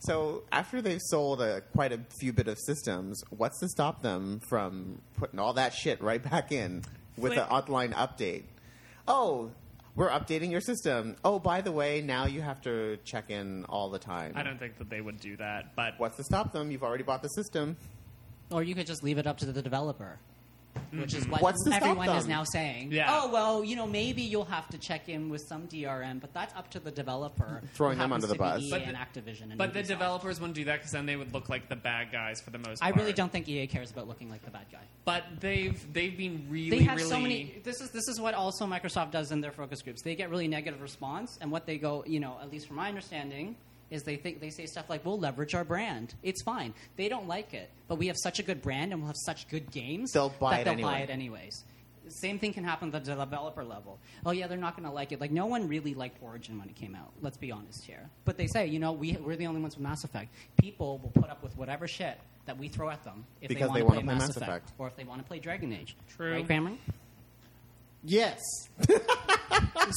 A: so after they've sold a, quite a few bit of systems, what's to stop them from putting all that shit right back in with
B: Flip.
A: an online update? Oh. We're updating your system. Oh, by the way, now you have to check in all the time.
B: I don't think that they would do that, but
A: What's to stop them? You've already bought the system.
C: Or you could just leave it up to the developer, which is what
A: What's to stop
C: everyone is
A: them?
C: now saying.
B: Yeah.
C: Oh well, you know maybe you'll have to check in with some DRM, but that's up to the developer.
A: Throwing
C: who
A: them
C: happens
A: under the bus.
C: to be EA
B: But
C: and
B: the-
C: Activision. And
B: but the
C: Ubisoft.
B: developers wouldn't do that because then they would look like the bad guys for the most
C: I
B: part.
C: really don't think EA cares about looking like the bad guy.
B: But they've they've been really
C: They have
B: really
C: so many. This is this is what also Microsoft does in their focus groups. They get really negative response, and what they go, you know, at least from my understanding, is they think they say stuff like, "We'll leverage our brand. It's fine. They don't like it, but we have such a good brand, and we'll have such good games
A: They'll buy
C: that
A: it
C: they'll buy
A: anyway."
C: it anyways." Same thing can happen at the developer level. Oh yeah, they're not going to like it. Like no one really liked Origin when it came out. Let's be honest here. But they say, you know, we we're the only ones with Mass Effect. People will put up with whatever shit that we throw at them if
A: Because
C: they
A: they
C: want
A: wanna
C: to
A: play Mass
C: Effect
A: Effect.
C: or if they want to play Dragon Age.
B: True.
A: *laughs*
C: Right, Cameron?
D: Yes.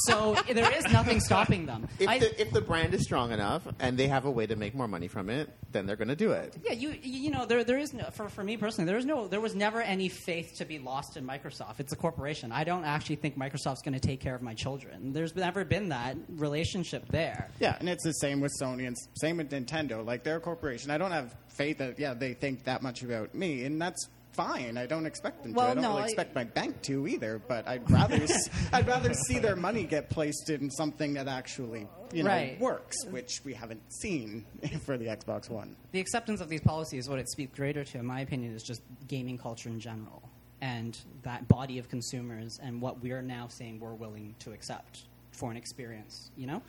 C: So there is nothing stopping them.
A: If,
C: I,
A: the, if the brand is strong enough and they have a way to make more money from it, then they're going to do it.
C: yeah, you you know there there is no, for for me personally there is no there was never any faith to be lost in Microsoft. It's a corporation. I don't actually think Microsoft's going to take care of my children. There's never been that relationship there.
D: Yeah, and it's the same with Sony and s- same with Nintendo. Like they're a corporation. I don't have faith that yeah they think that much about me, and that's fine. I don't expect them
C: Well,
D: to. I don't
C: no,
D: really
C: I-
D: expect my bank to either. But I'd rather s- *laughs* I'd rather see their money get placed in something that actually you know
C: Right.
D: works, which we haven't seen *laughs* for the Xbox One.
C: the acceptance of these policies, what it speaks greater to, in my opinion, is just gaming culture in general and that body of consumers and what we're now saying we're willing to accept for an experience, you know?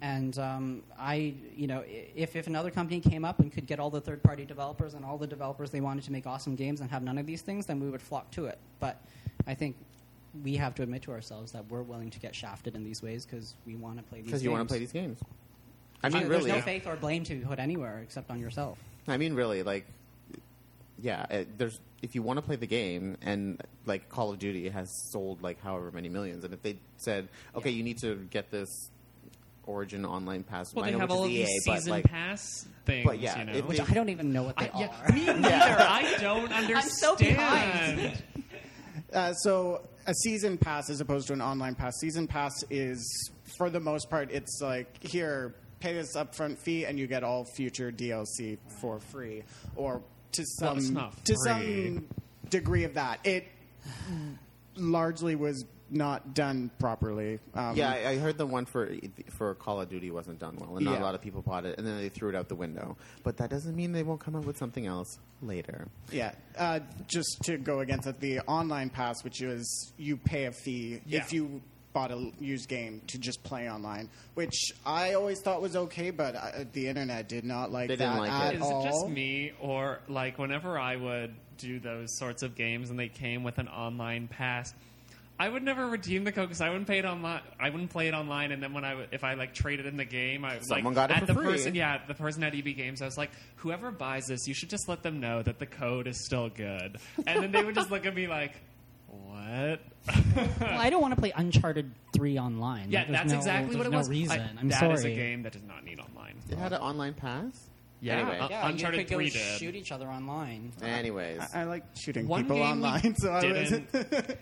C: And um, I, you know, i- if, if another company came up and could get all the third party developers and all the developers they wanted to make awesome games and have none of these things, then we would flock to it. But I think we have to admit to ourselves that we're willing to get shafted in these ways because we want to play these
A: Because you want
C: games.
A: to play these games. I
C: Uh,
A: mean,
C: There's
A: really.
C: no faith or blame to be put anywhere except on yourself.
A: I mean, really. Like, yeah. It, there's if you want to play the game, and like Call of Duty has sold like however many millions, and if they said, okay, you need to get this Origin Online Pass,
B: well
A: I
B: they
A: know
B: have
A: which
B: all
A: is
B: of
A: EA,
B: these
A: but
B: season
A: like,
B: pass things.
A: But yeah,
B: you know?
A: if
C: Which
A: they-
C: I don't even know what they
B: I, yeah,
A: *laughs*
C: are.
B: me neither. I don't understand.
C: so behind.
D: Uh, so a season pass as opposed to an online pass. Season pass is, for the most part, it's like here, pay this upfront fee and you get all future DLC for free, or to
B: Well,
D: some
B: it's not
D: to
B: free.
D: some degree of that. It largely was not done properly. Um,
A: Yeah, I, I heard the one for for Call of Duty wasn't done well, and not a
D: Yeah.
A: lot of people bought it, and then they threw it out the window. But that doesn't mean they won't come up with something else later.
D: Yeah, uh, just to go against it, the online pass, which is you pay a fee
B: Yeah.
D: if you bought a l- used game to just play online, which I always thought was okay, but I, the internet did not like
A: They
D: that
A: didn't like
D: at
A: it.
B: Is
D: all.
B: it just me, or like whenever I would do those sorts of games and they came with an online pass, I would never redeem the code because I wouldn't pay it online. I wouldn't play it online, and then when I w- if I like traded in the game, I was
A: Someone got
B: like
A: it
B: at
A: for
B: the
A: free.
B: person. Yeah, at the person at EB Games, I was like, whoever buys this, you should just let them know that the code is still good, and then they would just look at me like,
D: *laughs*
B: what? *laughs*
C: Well, I don't want to play Uncharted Three online.
B: Yeah,
C: Like, there's
B: that's
C: no-
B: exactly what
C: there's
B: it
C: no
B: was. I-
C: Reason.
B: That
C: am
B: is
C: sorry.
B: a game that does not need online.
A: It had an online pass.
B: Yeah.
A: Anyway.
B: Uh,
C: Yeah, you
B: Uncharted
C: could go
B: 3 did.
C: shoot each other online.
A: Anyways,
D: I, I like shooting
B: One
D: people
B: game we
D: online, so I was.
B: didn't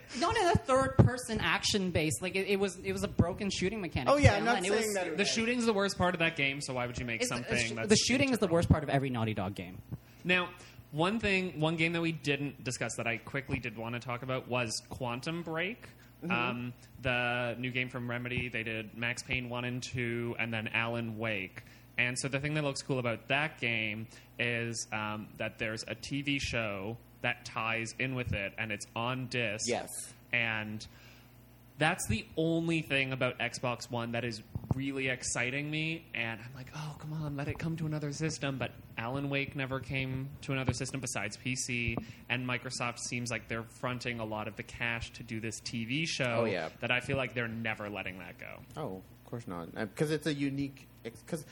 B: *laughs*
C: Not in a third-person action base. Like it, it was, it was a broken shooting mechanic.
D: *laughs* oh yeah,
C: It's
D: I'm not
C: online.
D: saying
C: it was,
D: that. It
B: The
D: was-
B: shooting's the worst part of that game, so why would you make
C: it's-
B: something?
C: it's-
B: that's
C: the shooting is the
B: integral?
C: worst part of every Naughty Dog game.
B: Now, one thing, one game that we didn't discuss that I quickly did want to talk about was Quantum Break.
C: Mm-hmm.
B: Um, the new game from Remedy, they did Max Payne 1 and 2, and then Alan Wake. And so the thing that looks cool about that game is um, that there's a TV show that ties in with it, and it's on disc.
A: Yes.
B: And that's the only thing about Xbox One that is really exciting me. And I'm like, oh, come on, let it come to another system. But Alan Wake never came to another system besides PC. And Microsoft seems like they're fronting a lot of the cash to do this TV show
A: Oh, yeah.
B: that I feel like they're never letting that go.
A: oh, of course not, because it's a unique. Because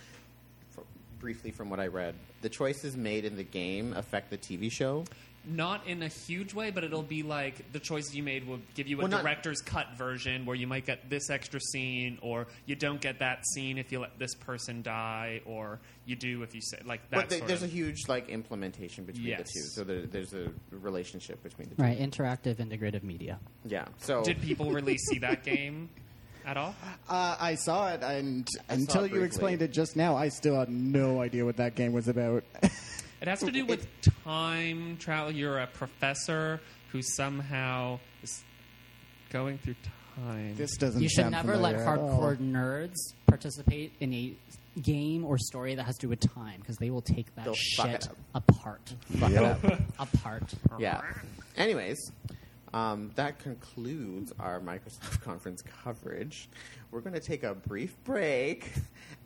A: briefly, from what I read, the choices made in the game affect the TV show.
B: not in a huge way, but it'll be like the choices you made will give you a
A: Well, not-
B: director's cut version where you might get this extra scene, or you don't get that scene if you let this person die, or you do if you say like that.
A: But th-
B: sort
A: there's
B: of-
A: a huge like implementation between
B: Yes.
A: the two, so there, there's a relationship between the two.
C: Right, interactive integrative media.
A: Yeah. So
B: Did people really see that game at all?
D: Uh, I saw it, and until you
A: briefly.
D: explained it just now, I still had no idea what that game was about. *laughs*
B: It has to do with time travel. You're a professor who somehow is going through time.
D: this doesn't.
C: You should
D: sound
C: never let
D: familiar at all.
C: hardcore nerds participate in a game or story that has to do with time because they will take that
A: They'll fuck it
C: shit
A: up.
C: apart.
A: fuck it up.
C: *laughs* apart.
A: Yeah. Anyways, um, that concludes our Microsoft *laughs* conference coverage. We're going to take a brief break,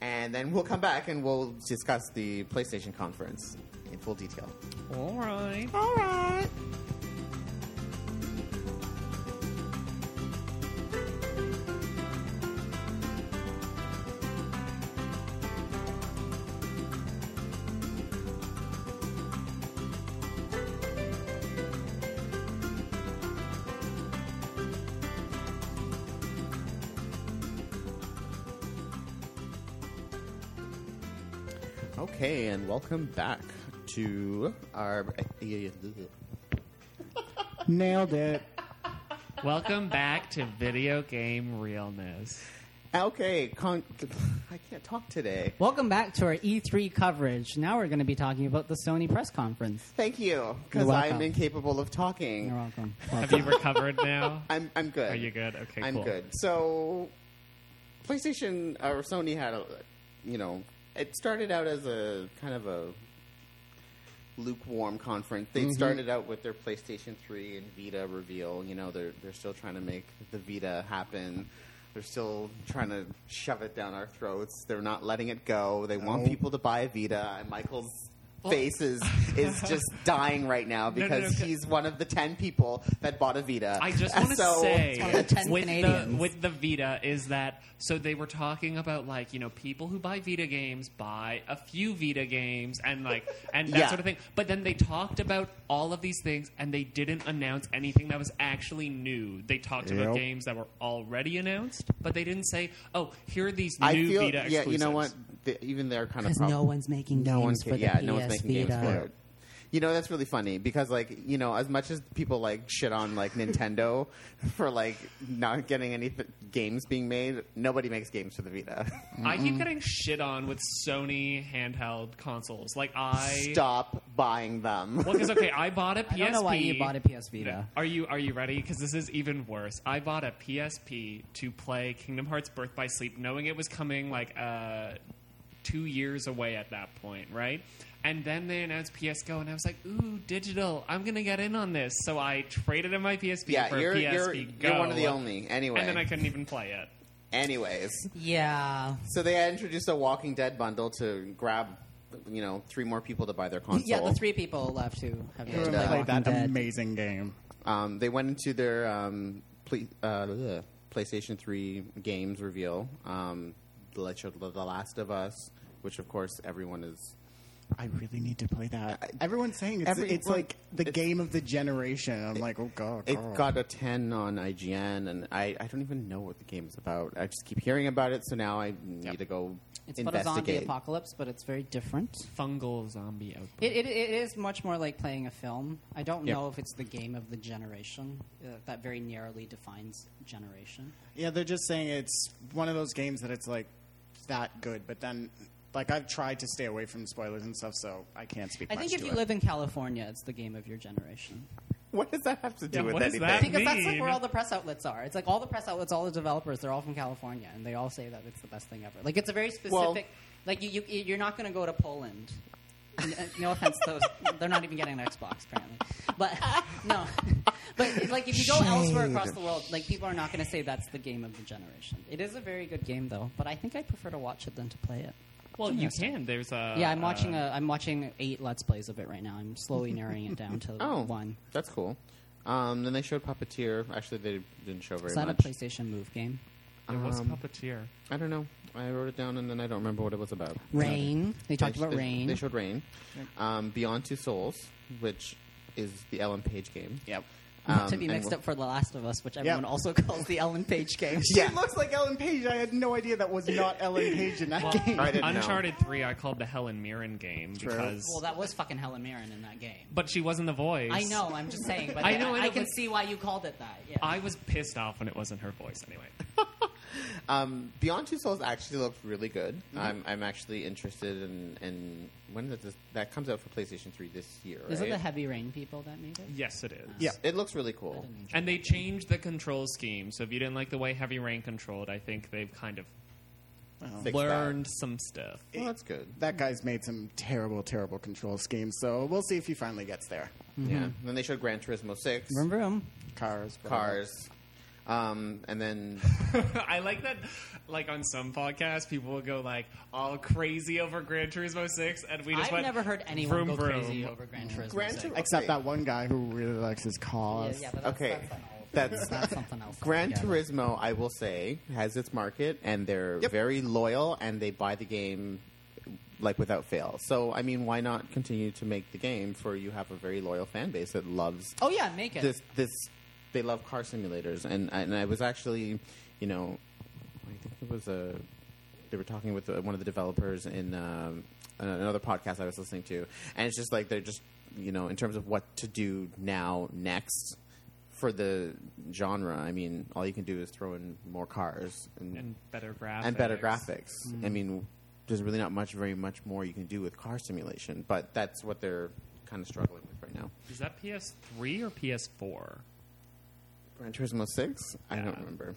A: and then we'll come back and we'll discuss the PlayStation conference in full detail.
B: all right.
A: All right. Okay, and welcome back to our.
D: Nailed it.
B: Welcome back to video game realness.
A: Okay, con- *laughs* I can't talk today.
C: Welcome back to our E3 coverage. Now we're going to be talking about the Sony press conference.
A: Thank you,
C: You're
A: because
C: welcome.
A: I'm incapable of
C: You're
A: talking.
C: welcome.
B: Have you recovered now?
A: I'm I'm good.
B: Are you good? Okay,
A: I'm
B: cool.
A: good. So, PlayStation or Sony had a, you know, it started out as a kind of a lukewarm conference.
B: Mm-hmm.
A: They started out with their PlayStation 3 and Vita reveal. You know, they're they're still trying to make the Vita happen. They're still trying to shove it down our throats. They're not letting it go. They want
D: No.
A: people to buy a Vita. And Michael's face is, is
B: *laughs*
A: just dying right now
B: no,
A: because
B: okay.
A: he's one of the 10 people that bought a Vita.
B: I just want
A: *laughs*
B: to
A: So-
B: say
C: one of the ten
B: with the,
C: Canadians.
B: with the Vita is that so they were talking about like you know people who buy Vita games buy a few Vita games and like and that
A: Yeah.
B: sort of thing. But then they talked about all of these things and they didn't announce anything that was actually new. They talked about
D: Yep.
B: games that were already announced, but they didn't say, "Oh, here are these new
A: I feel,
B: Vita
A: yeah,
B: exclusives."
A: you know what? The, even their kind of
C: Because
A: problem.
C: no one's making
A: no
C: games
A: one's
C: for the
A: yeah,
C: PS
A: no one's making
C: Vita.
A: games for it. You know that's really funny because like you know as much as people like shit on like Nintendo *laughs* for like not getting any th- games being made, nobody makes games for the Vita.
B: I keep getting shit on with Sony handheld consoles. Like I
A: *laughs* Stop buying them.
B: Well, because okay, I bought a PSP.
C: I don't know why you bought a PS Vita.
B: No. Are you are you ready? Because this is even worse. I bought a PSP to play Kingdom Hearts Birth by Sleep, knowing it was coming like uh, two years away at that point, right? And then they announced PS Go, and I was like, "Ooh, digital! I'm gonna get in on this." So I traded in my PSP
A: yeah,
B: for
A: you're
B: a PSP
A: you're,
B: Go.
A: you're one of the only. Anyway,
B: And then I couldn't even play it.
A: anyways,
C: Yeah.
A: so they introduced a Walking Dead bundle to grab you know three more people to buy their console.
C: Yeah, the three people left who
A: And,
C: have never
A: uh,
C: played
D: Played
C: Walking
D: that
C: Dead.
D: amazing game.
A: Um, they went into their um, ple- uh, bleh, PlayStation 3 games reveal, um, The Last of- The Last of Us, which of course everyone is.
D: I really need to play that. Everyone's saying it's,
A: Everyone-
D: it's like the
A: it's-
D: game of the generation. I'm like, oh god,
A: It
D: god.
A: got a 10 on IGN, and I, I don't even know what the game is about. I just keep hearing about it, so now I need to go
C: It's about a zombie
A: investigate.
C: apocalypse, but it's very different.
B: Fungal zombie outbreak.
C: It, it, it is much more like playing a film. I don't
A: Yeah.
C: know if it's the game of the generation uh, that very narrowly defines generation.
D: Yeah, they're just saying it's one of those games that it's like that good, but then like I've tried to stay away from spoilers and stuff, so I can't speak.
C: I
D: much
C: think if
D: to
C: you
D: it.
C: live in California, it's the game of your generation.
A: what does that have to do
B: Yeah,
A: with
B: what is
A: anything?
B: that?
C: Because that's like
B: mean-
C: where all the press outlets are. It's like all the press outlets, all the developers, they're all from California, and they all say that it's the best thing ever. Like it's a very specific.
A: Well-
C: like you, you, you're not going to go to Poland. N- uh, No offense, to those *laughs* they're not even getting an Xbox apparently. But no, *laughs* but like if you go elsewhere across the world, like people are not going to say that's the game of the generation. It is a very good game though, but I think I prefer to watch it than to play it.
B: well, you can. There's a
C: yeah, I'm watching
B: uh,
C: a I'm watching eight let's plays of it right now. I'm slowly narrowing it down to
A: *laughs* Oh,
C: one.
A: that's cool. Um, then they showed Puppeteer. Actually, they didn't show very
C: Is that
A: much.
C: a PlayStation Move game?
B: It was
A: um,
B: puppeteer.
A: I don't know. I wrote it down, and then I don't remember what it was about.
C: Rain. They talked about
A: they,
C: rain.
A: They showed rain. Um, Beyond Two Souls, which is the Ellen Page game.
D: Yep.
C: Not to
A: Um,
C: be
A: and
C: mixed
A: we'll-
C: up for The Last of Us, which everyone also *laughs* calls the Ellen Page game.
D: Yeah. She looks like Ellen Page. I had no idea that *laughs* was not Ellen Page in that
B: Well,
D: game.
A: I didn't know.
B: Uncharted Three, I called the Helen Mirren game because,
C: Well, that was fucking Helen Mirren in that game.
B: but she wasn't the voice.
C: I know. I'm just saying,
B: *laughs*
C: but
B: I
C: I,
B: know, I
C: I,
B: know,
C: can
B: but-
C: see why you called it that. Yeah.
B: I was pissed off when it wasn't her voice. Anyway, *laughs*
A: Um, Beyond Two Souls actually looked really good.
C: Mm-hmm.
A: I'm, I'm actually interested in, in when does this, that comes out for PlayStation 3 this year.
C: Is
A: right?
C: it the Heavy Rain people that made it?
B: yes, it is.
D: Yeah.
A: It looks really cool.
B: And they changed the control scheme, so if you didn't like the way Heavy Rain controlled, I think they've kind of
A: Fix that.
B: learned some stuff. *laughs*
A: Well, that's good.
D: That guy's made some terrible, terrible control schemes. So we'll see if he finally gets there.
C: Mm-hmm.
A: Yeah. Then they showed Gran Turismo 6,
C: Vroom vroom.
D: Cars, whatever.
A: Cars, um, and then
B: I like that. Like on some podcasts, people will go like all crazy over Gran Turismo Six, and we just
C: I've
B: went.
C: never heard anyone
B: vroom,
C: go
B: vroom.
C: crazy over *laughs* Gran Turismo.
A: Gran
C: six.
A: Turismo.
D: Except
A: Okay.
D: that one guy who really likes his cars.
C: Yeah, yeah, but that's,
A: Okay.
C: that's something else.
A: That's-
C: that's something else.
A: *laughs* Gran
C: altogether.
A: Turismo, I will say, has its market, and they're
D: Yep.
A: very loyal, and they buy the game like without fail. So, I mean, why not continue to make the game for you have a very loyal fan base that loves
C: Oh yeah, make it.
A: this this they love car simulators and and I was actually you know I think it was a they were talking with uh, one of the developers in um, an- another podcast I was listening to and it's just like they're just you know in terms of what to do now next for the genre I mean all you can do is throw in more cars and
B: And better graphics.
A: and better graphics. I mean, there's really not much, very much more you can do with car simulation, but that's what they're kind of struggling with right now.
B: Is that PS3 or PS4?
A: Gran Turismo Six? I don't
B: Yeah.
A: remember.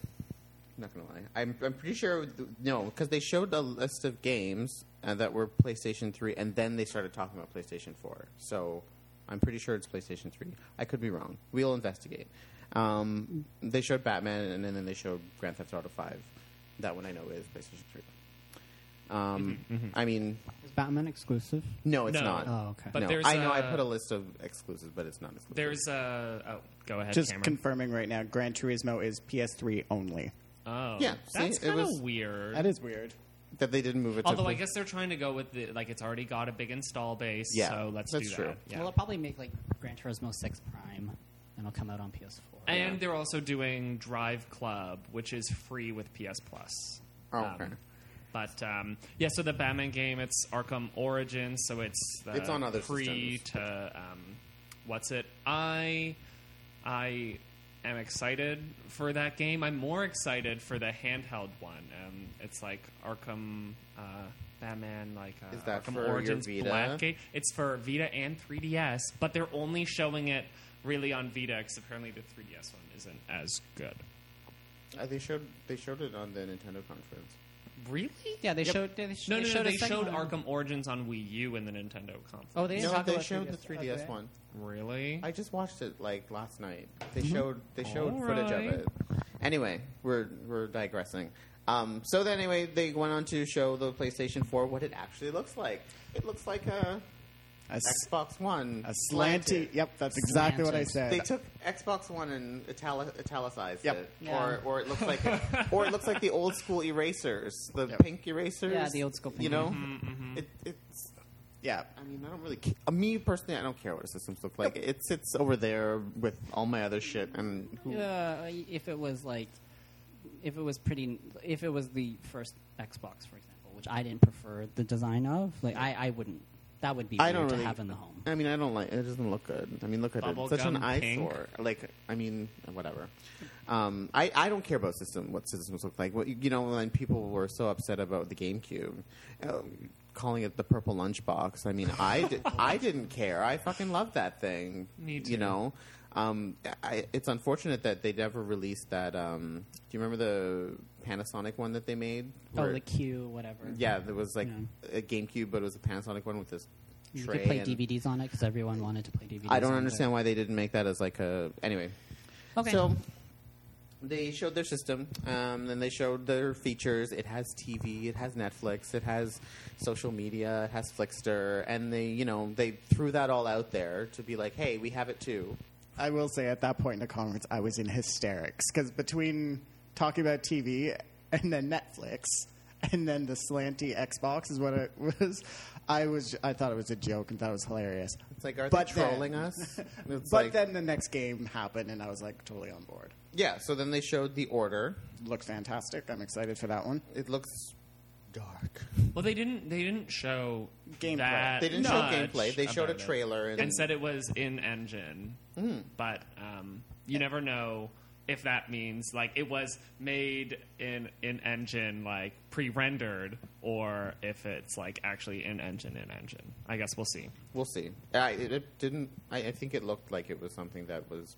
A: Not gonna lie, I'm, I'm pretty sure th- no, because they showed a list of games uh, that were PlayStation Three, and then they started talking about PlayStation Four. So I'm pretty sure it's PlayStation Three. I could be wrong. We'll investigate. Um, they showed Batman, and then they showed Grand Theft Auto Five. That one I know is PlayStation Three. Um, I mean,
C: Is Batman exclusive?
A: no, it's
B: Mm-hmm, No.
A: not.
C: Oh, okay.
B: But
A: no,
B: there's
A: I know I
B: a-
A: put a list of exclusives, but it's not exclusive.
B: There's a. Oh, go ahead,
D: Just
B: Cameron.
D: confirming right now, Gran Turismo is PS3 only.
B: oh,
A: Yeah,
B: that's
A: see, it
B: kind
A: was-
B: of weird.
D: That is weird.
A: that they didn't move it.
B: Although
A: to
B: I guess they're trying to go with the like it's already got a big install base.
A: Yeah,
B: so let's
A: that's
B: do
A: true.
B: that. Yeah.
C: Well, they'll probably make like Gran Turismo Six Prime, and it'll come out on PS4.
B: and they're also doing Drive Club, which is free with PS Plus.
A: Oh,
B: Um,
A: okay.
B: but um, yeah, so the Batman game, it's Arkham Origins, so it's the
A: It's on other
B: pre
A: systems.
B: to um, what's it? I I am excited for that game. I'm more excited for the handheld one. Um, it's like Arkham uh, Batman, like uh,
A: Is that
B: Arkham
A: for your
B: Origins
A: Vita?
B: Blackgate. It's for Vita and 3DS, but they're only showing it really on Vita because apparently the 3DS one isn't as good.
A: Uh, they showed they showed it on the Nintendo conference.
B: Really?
C: yeah, they showed. They, sh-
B: No,
C: they
B: no, no.
C: showed a
B: They
C: second
B: showed
C: one.
B: Arkham Origins on Wii U in the Nintendo conference.
C: Oh, they didn't
A: No,
C: talk
A: they
C: about
A: showed
C: 3DS.
A: the 3DS
C: Okay.
A: one.
B: really?
A: I just watched it like last night. They
C: Mm-hmm.
A: showed they showed
B: All
A: footage
B: right.
A: of it. Anyway, we're we're digressing. Um, so then anyway, they went on to show the PlayStation 4 what it actually looks like. It looks like a
D: A, s-
A: Xbox One.
D: a slanty. Yep, that's exactly what I said.
A: They took Xbox One and itali- italicized
D: Yep.
A: it,
C: Yeah.
A: or or it looks like, or it looks like the old school erasers, the
D: Yep.
A: pink erasers.
C: Yeah, the old school
A: You
C: pink.
A: know,
B: Mm-hmm.
A: it, it's
D: yeah.
A: I mean, I don't really. Ca- uh, me personally, I don't care what the systems look like. It sits over there with all my other shit, and who,
C: Yeah, Uh, if it was like, if it was pretty, if it was the first Xbox, for example, which I didn't prefer the design of, like I, I wouldn't. That would be
A: I
C: weird
A: don't
C: to
A: really
C: have in
A: *laughs*
C: the home.
A: I mean, I don't like. It doesn't look good. I mean, look at it. It's Such an
B: Bubblegum pink.
A: eyesore. Like, I mean, whatever. Um, I I don't care about system. What systems look like. What, you know, when people were so upset about the GameCube. Um, Calling it the purple lunchbox. I mean, I,
B: *laughs*
A: di- I didn't care. I fucking loved that thing.
B: Me
A: You
B: too.
A: know, um, I, it's unfortunate that they never released that. Um, do you remember the Panasonic one that they made?
C: Oh,
A: Where-
C: the Q, whatever.
A: yeah, there was like
C: Yeah.
A: a GameCube, but it was a Panasonic one with this
C: you
A: tray.
C: could play
A: and-
C: DVDs on it because everyone wanted to play DVDs.
A: I don't
C: on it.
A: understand why they didn't make that as like a anyway.
C: Okay.
A: So they showed their system, um, then they showed their features. It has TV, it has Netflix, it has social media, it has Flickster, and they you know they threw that all out there to be like, hey, we have it too.
D: I will say at that point in the conference, I was in hysterics because between talking about TV and then Netflix and then the slanty Xbox is what it was. I was I thought it was a joke and thought it was hilarious.
A: It's like, are
D: But
A: they
D: then-
A: trolling
D: *laughs*
A: us? It's
D: But
A: like-
D: then the next game happened and I was like totally on board.
A: yeah. So then they showed the order.
D: Looked fantastic. I'm excited for that one.
A: It looks dark.
B: Well, they didn't. They didn't show
D: Gameplay.
B: that
A: They didn't show
B: much
A: gameplay. They showed a
B: about it.
A: trailer and- Hmm.
B: and said it was in engine. But um, you never know if that means like it was made in in engine, like pre-rendered, or if it's like actually in engine in engine. I guess we'll see.
A: We'll see. I, it, it didn't. I, I think it looked like it was something that was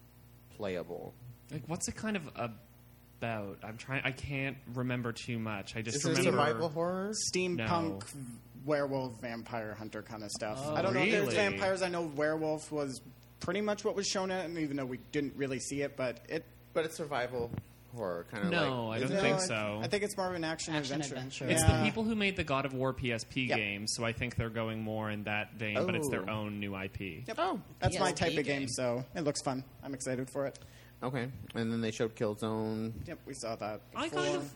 A: playable.
B: Like, what's it kind of about? I'm trying. I can't remember too much. I just
A: Is it
B: remember
A: survival horror?
D: Steampunk werewolf vampire hunter kind of stuff.
C: Oh.
D: I don't know if
B: Really?
D: there's vampires. I know werewolf was pretty much what was shown at, and even though we didn't really see it, but it
A: But it's survival horror, kind of.
B: No,
A: like,
B: I don't
A: isn't it
B: think
A: like-
B: so.
D: I think it's more of an action,
C: Action
D: adventure.
C: adventure.
B: It's
D: Yeah.
B: the people who made the God of War PSP game, so I think they're going more in that vein, but it's their
A: Oh.
B: own new IP.
D: Yep.
A: Oh,
D: That's my
C: PSP
D: type of game,
C: game.
D: so it looks fun. I'm excited for it.
A: Okay, and then they showed Killzone.
D: Yep, we saw that.
B: I
D: before.
B: kind of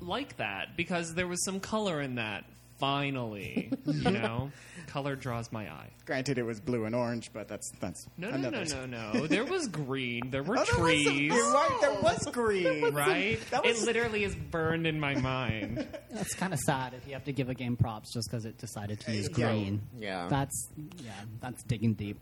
B: like that because there was some color in that. Finally, you know, color draws my eye.
D: Granted, it was blue and orange, but that's that's
B: No, no,
D: another.
B: no, no, no. *laughs* There was green. There were
D: Oh, there was some-
B: trees.
D: you're right. There
B: *laughs*
D: was green.
B: Right?
D: That was-
B: It literally is burned in my
A: *laughs*
B: mind.
C: That's kind of sad if you have to give a game props just because it decided to use
D: yeah.
C: green.
A: Yeah.
C: That's yeah, that's digging deep.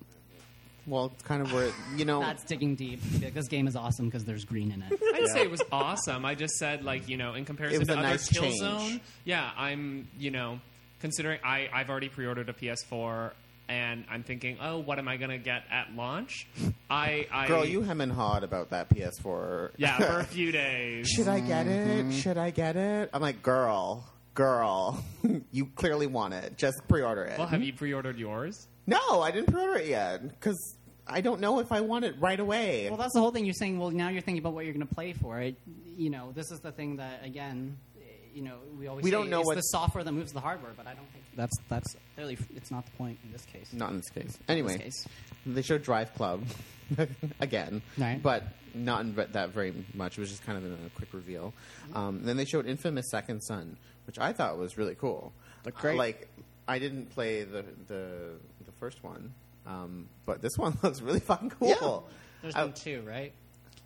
A: Well, it's kind of where you know.
C: That's digging deep. Yeah, This game is awesome because there's green in
A: *laughs*
C: it.
B: I didn't say it was awesome. I just said like you know in comparison
A: was
B: to
A: a
B: other
A: nice
B: Kill
A: change.
B: Zone, yeah, I'm you know considering I I've already pre-ordered a PS4 and I'm thinking oh what am I gonna get at launch? I I
A: Girl, you hem and hawed about that PS4. *laughs*
B: yeah for Mm-hmm. a few days.
A: Should I get it? Should I get it? I'm like, girl, girl, *laughs* you clearly want it. Just pre-order it.
B: Well,
C: Mm-hmm.
B: have you pre-ordered yours?
A: no, I didn't pre-order it yet because I don't know if I want it right away.
C: Well, that's the whole thing. You're saying, well, now you're thinking about what you're going to play for. It, you know, this is the thing that again, eh, you know, we always
A: We
C: say
A: don't know
C: it's
A: what-
C: the software that moves the hardware, but I don't think that's that's clearly it's not the point in this case.
A: not in this case. Anyway,
C: case.
A: they showed Drive Club *laughs* again,
C: Right.
A: but not in that very much. It was just kind of in a quick reveal. Um, then they showed Infamous Second Son, which I thought was really cool. Uh,
D: Looked great.
A: like I didn't play the the, the first one, um, but this *laughs* one looks really fucking cool.
C: There's
A: I-
C: been two, right?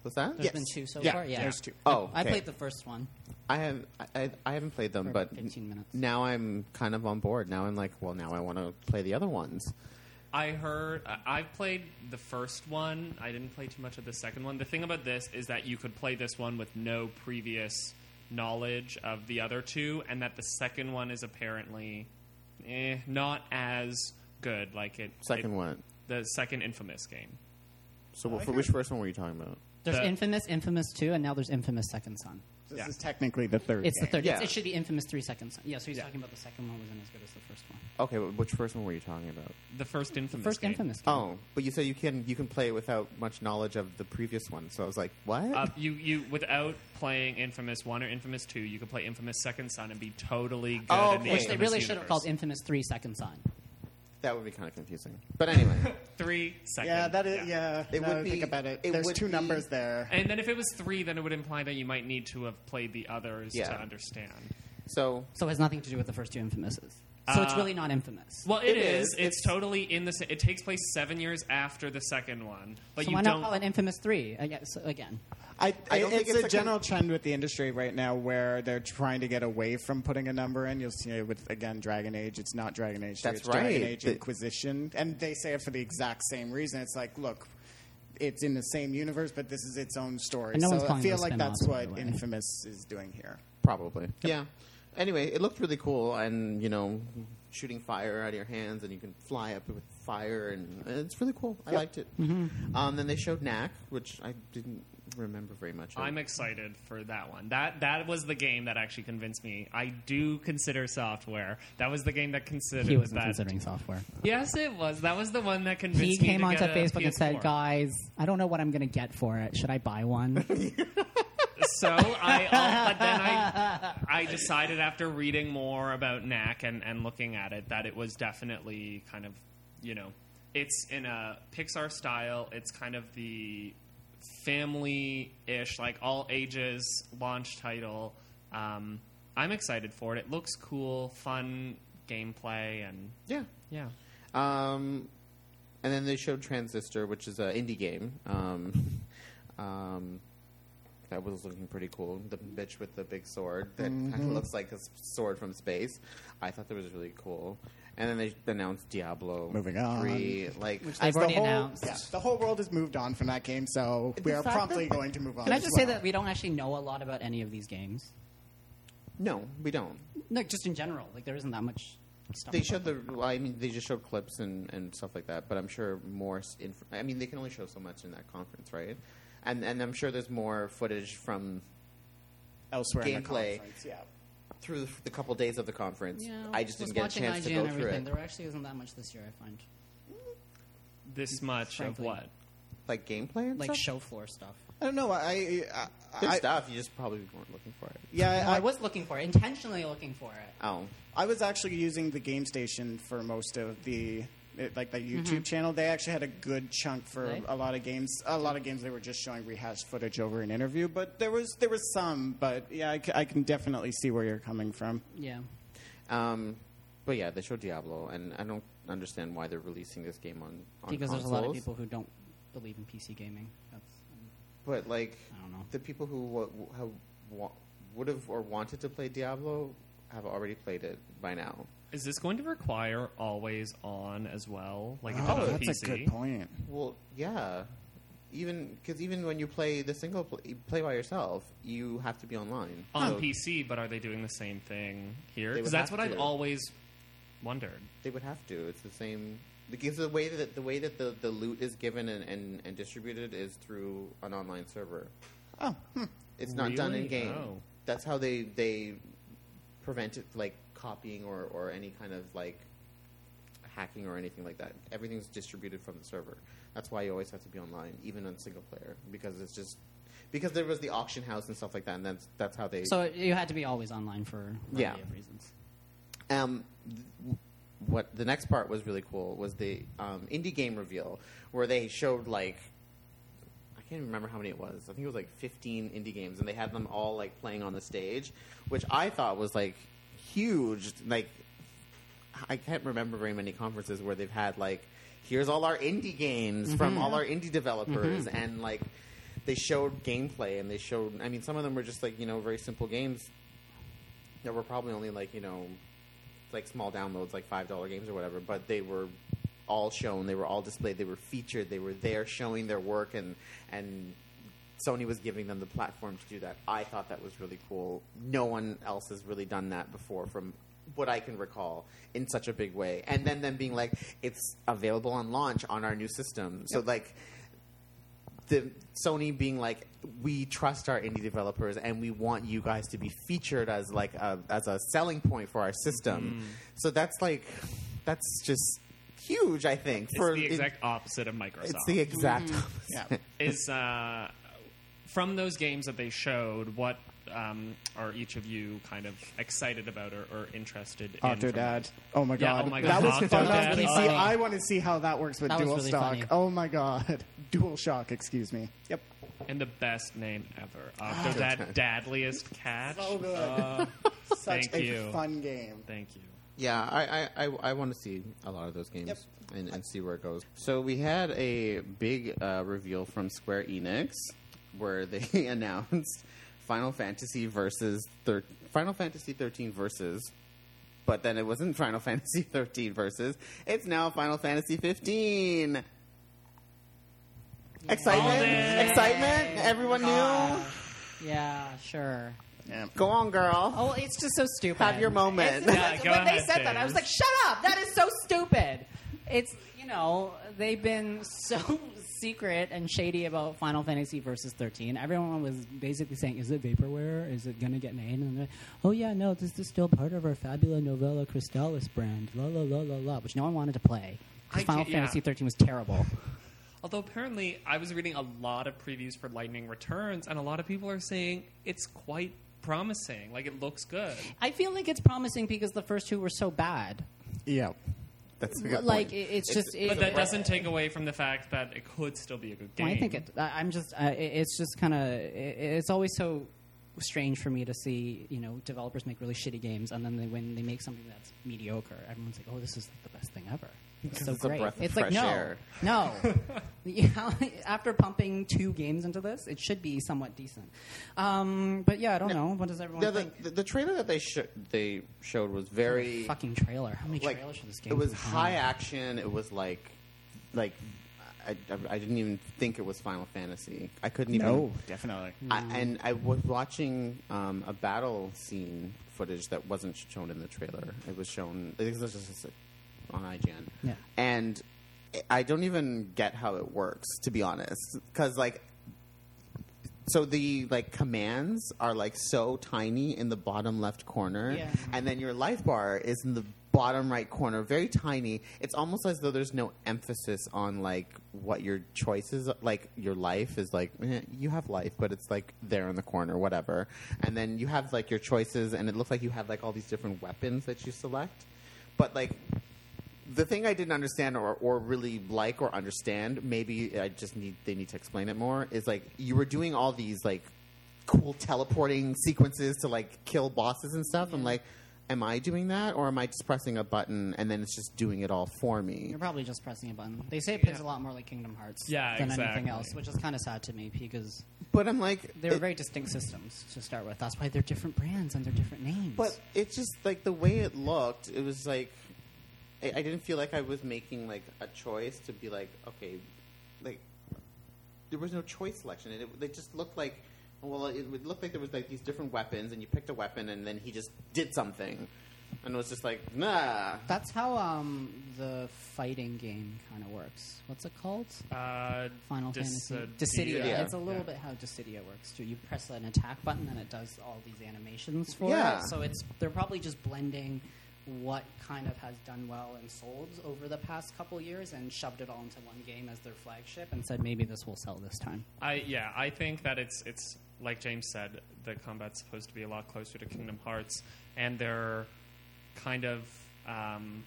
A: What's that?
C: There's
A: Yes.
C: been two so
D: Yeah,
C: far. Yeah,
D: there's two.
A: Oh,
C: I
A: okay.
C: played the first one.
A: I have I, I haven't played them,
C: For
A: but
C: about 15 minutes.
A: now I'm kind of on board. Now I'm like, well, now I want to play the other ones.
B: I heard I- I played the first one. I didn't play too much of the second one. The thing about this is that you could play this one with no previous knowledge of the other two, and that the second one is apparently eh, not as good. Like it,
A: Second
B: it-
A: one.
B: the second Infamous game.
A: So, for which first one were you talking about?
C: There's
B: The-
C: Infamous, Infamous Two, and now there's Infamous Second Son.
D: This
B: Yeah.
D: is technically the third.
C: It's the
D: game.
C: third. it's-
A: Yeah.
C: It should be Infamous Three Second Son. Yeah, so he's talking about the second one wasn't as good as the first one.
A: Okay, but which first one were you talking about?
B: The first Infamous.
C: First
B: game.
C: Infamous. Game.
A: Oh, but you said you can you can play without much knowledge of the previous one. So I was like, what?
B: Uh, you you without playing Infamous One or Infamous Two, you could play Infamous Second Son and be totally good.
A: Oh,
B: in the
A: okay.
C: which
B: Infamous
C: they really should have
B: universe.
C: called Infamous Three Second Son.
A: that would be kind of confusing. But anyway,
B: *laughs* three second.
D: Yeah, that is. Yeah,
A: It
D: now
A: would
D: that I
A: be-
D: think about it.
A: it
D: There's
A: would
D: two
A: be-
D: numbers there.
B: And then if it was three, then it would imply that you might need to have played the others
A: Yeah.
B: to understand.
A: so
C: So it has nothing to do with the first two Infamouses. So it's really not Infamous.
B: Well,
A: It
B: it is.
A: is.
B: It's,
A: It's-
B: totally in the. sa- It takes place seven years after the second one, but
C: so
B: you
C: why
B: don't.
C: not call it Oh, Infamous Three? I guess, again,
D: I,
A: I don't think
D: it's,
A: it's
D: a,
A: a
D: general trend with the industry right now where they're trying to get away from putting a number in. You'll see it with again Dragon Age. It's not Dragon Age. 3,
A: That's
D: it's Dragon
A: right.
D: Age
A: The-
D: Inquisition, and they say it for the exact same reason. It's like, look, it's in the same universe, but this is its own story.
C: And no
D: so
C: one's
D: I
C: calling it
D: feel
C: a
D: like that's
C: spin-off, by
D: what
C: the way.
D: Infamous is doing here.
A: probably yeah. Anyway, it looked really cool, and you know, shooting fire out of your hands, and you can fly up with fire, and uh, it's really cool. I liked it. Um, then they showed Knack, which I didn't remember very much. Of.
B: I'm excited for that one. That that was the game that actually convinced me. I do consider software. That was the game that considered
C: he wasn't
B: that.
C: considering software.
B: Yes, it was. That was the one that convinced
C: He
B: me.
C: came
B: to
C: onto
B: get a
C: Facebook and said,
B: PS4.
C: "Guys, I don't know what I'm going to get for it. Should I
A: *laughs*
C: buy one?"
B: So I, uh, but then I, I decided after reading more about Knack and, and looking at it that it was definitely kind of, you know, it's in a Pixar style. It's kind of the family ish, like all ages launch title. Um, I'm excited for it. It looks cool, fun gameplay, and
A: Yeah.
B: yeah.
A: Um, and then they showed Transistor, which is an indie game. Um, *laughs* um, that was looking pretty cool. The bitch with the big sword that
D: Mm-hmm.
A: kind of looks like a s- sword from space. I thought that was really cool. And then they announced Diablo.
D: Moving on.
A: Three. Like
C: I've
D: The
C: already
D: whole-
C: announced.
D: yeah, the whole world has moved on from that game, so we
A: The
D: are
A: fact
D: promptly
A: that-
D: going to move on.
C: Can I
D: as
C: just say
D: well.
C: that we don't actually know a lot about any of these games?
A: no, we don't.
C: No, just in general. Like there isn't that much stuff.
A: They
C: about
A: showed
C: them.
A: the. well, I mean, they just showed clips and, and stuff like that. But I'm sure more. s- Inf- I mean, they can only show so much in that conference, right? And and I'm sure there's more footage from
D: elsewhere in the
A: gameplay.
D: conference, yeah.
A: through the, the couple days of the conference.
C: Yeah,
A: I just didn't
C: was
A: get a
C: watching
A: chance
C: IGN
A: to go
C: and
A: through
C: everything.
A: it.
C: There actually isn't that much this year, I find.
B: This much
C: Frankly.
B: of what?
A: Like gameplay and
C: Like
A: stuff.
C: show floor stuff.
D: I don't know. I, I,
A: Good
D: I
A: stuff. You just probably weren't looking for it.
D: yeah.
C: No, I
D: I,
C: was looking for it, intentionally looking for it.
A: Oh,
D: I was actually using the game station for most of the it, like the YouTube
C: Mm-hmm.
D: channel. They actually had a good chunk for
C: Right.
D: a lot of games. A lot of games they were just showing rehashed footage over an interview, but there was there was some. But yeah, I, c- I can definitely see where you're coming from.
C: Yeah.
A: um, but yeah, they showed Diablo, and I don't understand why they're releasing this game on, on
C: Because there's
A: consoles.
C: a lot of people who don't believe in PC gaming. That's
A: But like,
C: I don't know.
A: the people who w- have wa- would have or wanted to play Diablo have already played it by now.
B: Is this going to require always on as well? Like if
D: Oh,
B: on PC?
D: that's a good point.
A: Well, yeah. Even because even when you play the single play, play by yourself, you have to be online
B: On
A: So
B: PC, but are they doing the same thing here?
A: Oh. They would
B: Because that's
A: have
B: what I've
A: to.
B: always wondered.
A: They would have to. It's the same because the way that the way that the, the loot is given and, and, and distributed is through an online server.
D: Oh, hmm.
A: It's not done
B: Really?
A: in game.
B: Oh.
A: That's how they they prevent it like copying or, or any kind of like hacking or anything like that. Everything's distributed from the server. That's why you always have to be online, even on single player, because it's just because there was the auction house and stuff like that, and that's that's how they
C: So you had to be always online for a variety
A: Yeah.
C: of reasons.
A: Um, th- what the next part was really cool was the um, indie game reveal where they showed like I can't even remember how many it was. I think it was like 15 indie games, and they had them all like playing on the stage, which I thought was like huge. Like I can't remember very many conferences where they've had like here's all our indie games from all our indie developers and like they showed gameplay and they showed I mean some of them were just like you know very simple games that were probably only like you know like small downloads like five dollar games or whatever but they were all shown they were all displayed they were featured they were there showing their work and and Sony was giving them the platform to do that. I thought that was really cool. No one else has really done that before, from what I can recall, in such a big way. And then them being like, it's available on launch on our new system. So, like, the Sony being like, we trust our indie developers and we want you guys to be featured as like a, as a selling point for our system.
B: Mm.
A: So that's like, that's just huge. I think
B: It's
A: for
B: the exact opposite of Microsoft.
A: it's the exact
D: yeah.
B: is uh, from those games that they showed, what um, are each of you kind of excited about or, or interested in? from
D: Octodad. Oh my
B: Yeah,
D: god.
B: oh my
D: That
B: God.
D: was fun
B: Octodad.
D: on PC.
C: Funny.
D: I want to see how that works with
C: That was
D: dual
C: really
D: stock.
C: funny.
D: Oh my god. *laughs* Dual shock, excuse me. Yep.
B: that? And the best name ever. Octodad Dadliest Catch.
D: Ah. So good.
B: Uh,
D: Such
B: thank
D: a
B: you.
D: fun game.
B: Thank you.
A: Yeah, I I, I, I want to see a lot of those games
D: Yep.
A: and, and see where it goes. So we had a big uh, reveal from Square Enix where they *laughs* announced Final Fantasy versus thir- Final Fantasy 13 versus but then it wasn't Final *laughs* Fantasy 13 versus. It's now Final Fantasy 15. Excitement!
B: Yay.
A: Excitement! Everyone knew.
C: God. Uh, Yeah, sure.
D: Yeah.
A: Go on, girl.
C: Oh, it's just so stupid.
A: Have your moment.
C: It's-
B: Yeah,
C: it's-
B: go
C: when they
B: ahead,
C: said that, I was
B: James.
C: like, "Shut up! That is so stupid." It's you know they've been so *laughs* secret and shady about Final Fantasy versus thirteen. Everyone was basically saying, "Is it vaporware? Is it gonna get made?" And they're, oh yeah, no, this is still part of our Fabula Novella Crystallis brand. La la la la la, which no one wanted to play. 'Cause
B: I
C: Final
B: can't- yeah.
C: Fantasy thirteen was terrible.
B: Although apparently, I was reading a lot of previews for Lightning Returns, and a lot of people are saying it's quite promising. Like it looks good.
C: I feel like it's promising because the first two were so bad.
D: Yeah.
A: *laughs* That's a good
C: like
A: point.
C: it- it's just it,
B: But that doesn't take away from the fact that it could still be a good game.
C: Well, I think it. I- I'm just. Uh, it, it's just kind of. It, it's always so strange for me to see you know developers make really shitty games and then they, when they make something that's mediocre, everyone's like, "Oh, this is like the best thing ever." It's
A: Because
C: so
A: it's a
C: great.
A: breath of
C: it's like
A: fresh
C: no,
A: air. *laughs*
C: no. You know, *laughs* after pumping two games into this, it should be somewhat decent. Um, but yeah, I don't know. What does everyone
A: Yeah, the,
C: think?
A: the, the trailer that they sho- they showed was very
C: Fucking trailer. How many
A: like
C: trailers for this game?
A: it was
C: have we
A: high
C: had?
A: action. It was like like I, I, I didn't even think it was Final Fantasy. I couldn't even.
D: No, definitely.
A: I, and I was watching um, a battle scene footage that wasn't shown in the trailer. It was shown. It was just on IGN.
C: Yeah.
A: And I don't even get how it works to be honest, because like. So the like commands are like so tiny in the bottom left corner,
C: Yeah.
A: and then your life bar is in the bottom right corner, very tiny. It's almost as though there's no emphasis on like what your choices, like your life is like eh, you have life, but it's like there in the corner, whatever. And then you have like your choices, and it looks like you have like all these different weapons that you select. But like the thing I didn't understand or, or really like or understand, maybe I just need they need to explain it more, is like you were doing all these like cool teleporting sequences to like kill bosses and stuff. I'm like, am I doing that or am I just pressing a button and then it's just doing it all for me?
C: You're probably just pressing a button. They say it plays a lot more like Kingdom Hearts
B: Yeah,
C: than anything
B: exactly.
C: else, which is kind of sad to me because
A: But I'm like
C: they were
A: it-
C: very distinct systems to start with. That's why they're different brands and they're different names.
A: But it's just like the way it looked. It was like I, I didn't feel like I was making like a choice to be like okay, like there was no choice selection. It, it, they just looked like well, it would look like there was like these different weapons, and you picked a weapon, and then he just did something, and it was just like nah.
C: that's how um, the fighting game kind of works. What's it called?
B: Uh,
C: Final
B: Dis-
C: Fantasy.
B: uh,
C: Dissidia.
A: Dissidia.
C: It's a little
B: Yeah.
C: bit how Dissidia works too. You press an attack button and it does all these animations for
A: Yeah.
C: it. So it's they're probably just blending what kind of has done well in Souls over the past couple years and shoved it all into one game as their flagship and said maybe this will sell this time.
B: I yeah, I think that it's it's like James said, the combat's supposed to be a lot closer to Kingdom Hearts, and they're kind of um,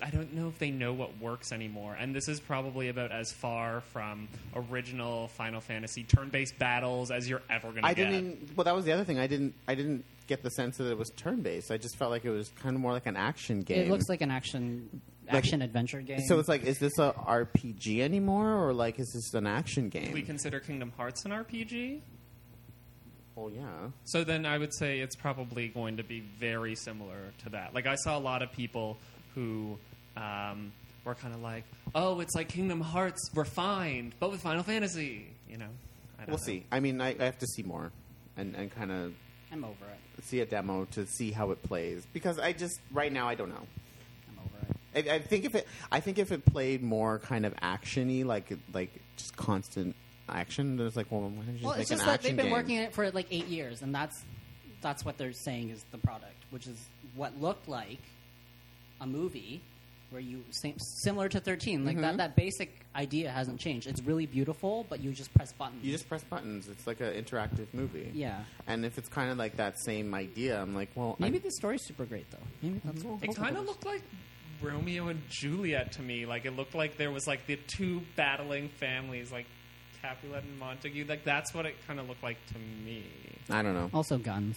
B: I don't know if they know what works anymore. And this is probably about as far from original Final Fantasy turn-based battles as you're ever going to
A: I
B: get.
A: didn't. Well, that was the other thing. I didn't. I didn't get the sense that it was turn based. I just felt like it was kind of more like an action game.
C: It looks like an action
A: Like-
C: action adventure game.
A: So it's like, is this a RPG anymore, or like is this an action game?
B: we consider Kingdom Hearts an RPG.
A: well, yeah.
B: So then I would say it's probably going to be very similar to that. Like I saw a lot of people who um, were kind of like, "Oh, it's like Kingdom Hearts refined, but with Final Fantasy." You know, I don't
A: We'll
B: know.
A: see. I mean, I, I have to see more and, and kind of
C: I'm over it.
A: see a demo to see how it plays because I just right now I don't know.
C: I'm over it.
A: I, I think if it, I think if it played more kind of actiony, like like just constant action, there's like, well, why don't you just
C: Well,
A: make
C: it's just
A: an
C: that
A: action
C: they've been
A: game?
C: working on it for like eight years, and that's that's what they're saying is the product, which is what looked like a movie where you same, similar to thirteen. Like that, that basic idea hasn't changed. It's really beautiful, but you just press buttons.
A: You just press buttons. It's like an interactive movie.
C: Yeah.
A: And if it's kind of like that same idea, I'm like, well,
C: maybe
A: I,
C: the story's super great though. Maybe that's what
B: It kind of looked like Romeo and Juliet to me. Like it looked like there was like the two battling families, like Capulet and Montague. Like that's what it kind of looked like to me.
A: I don't know.
C: Also, guns.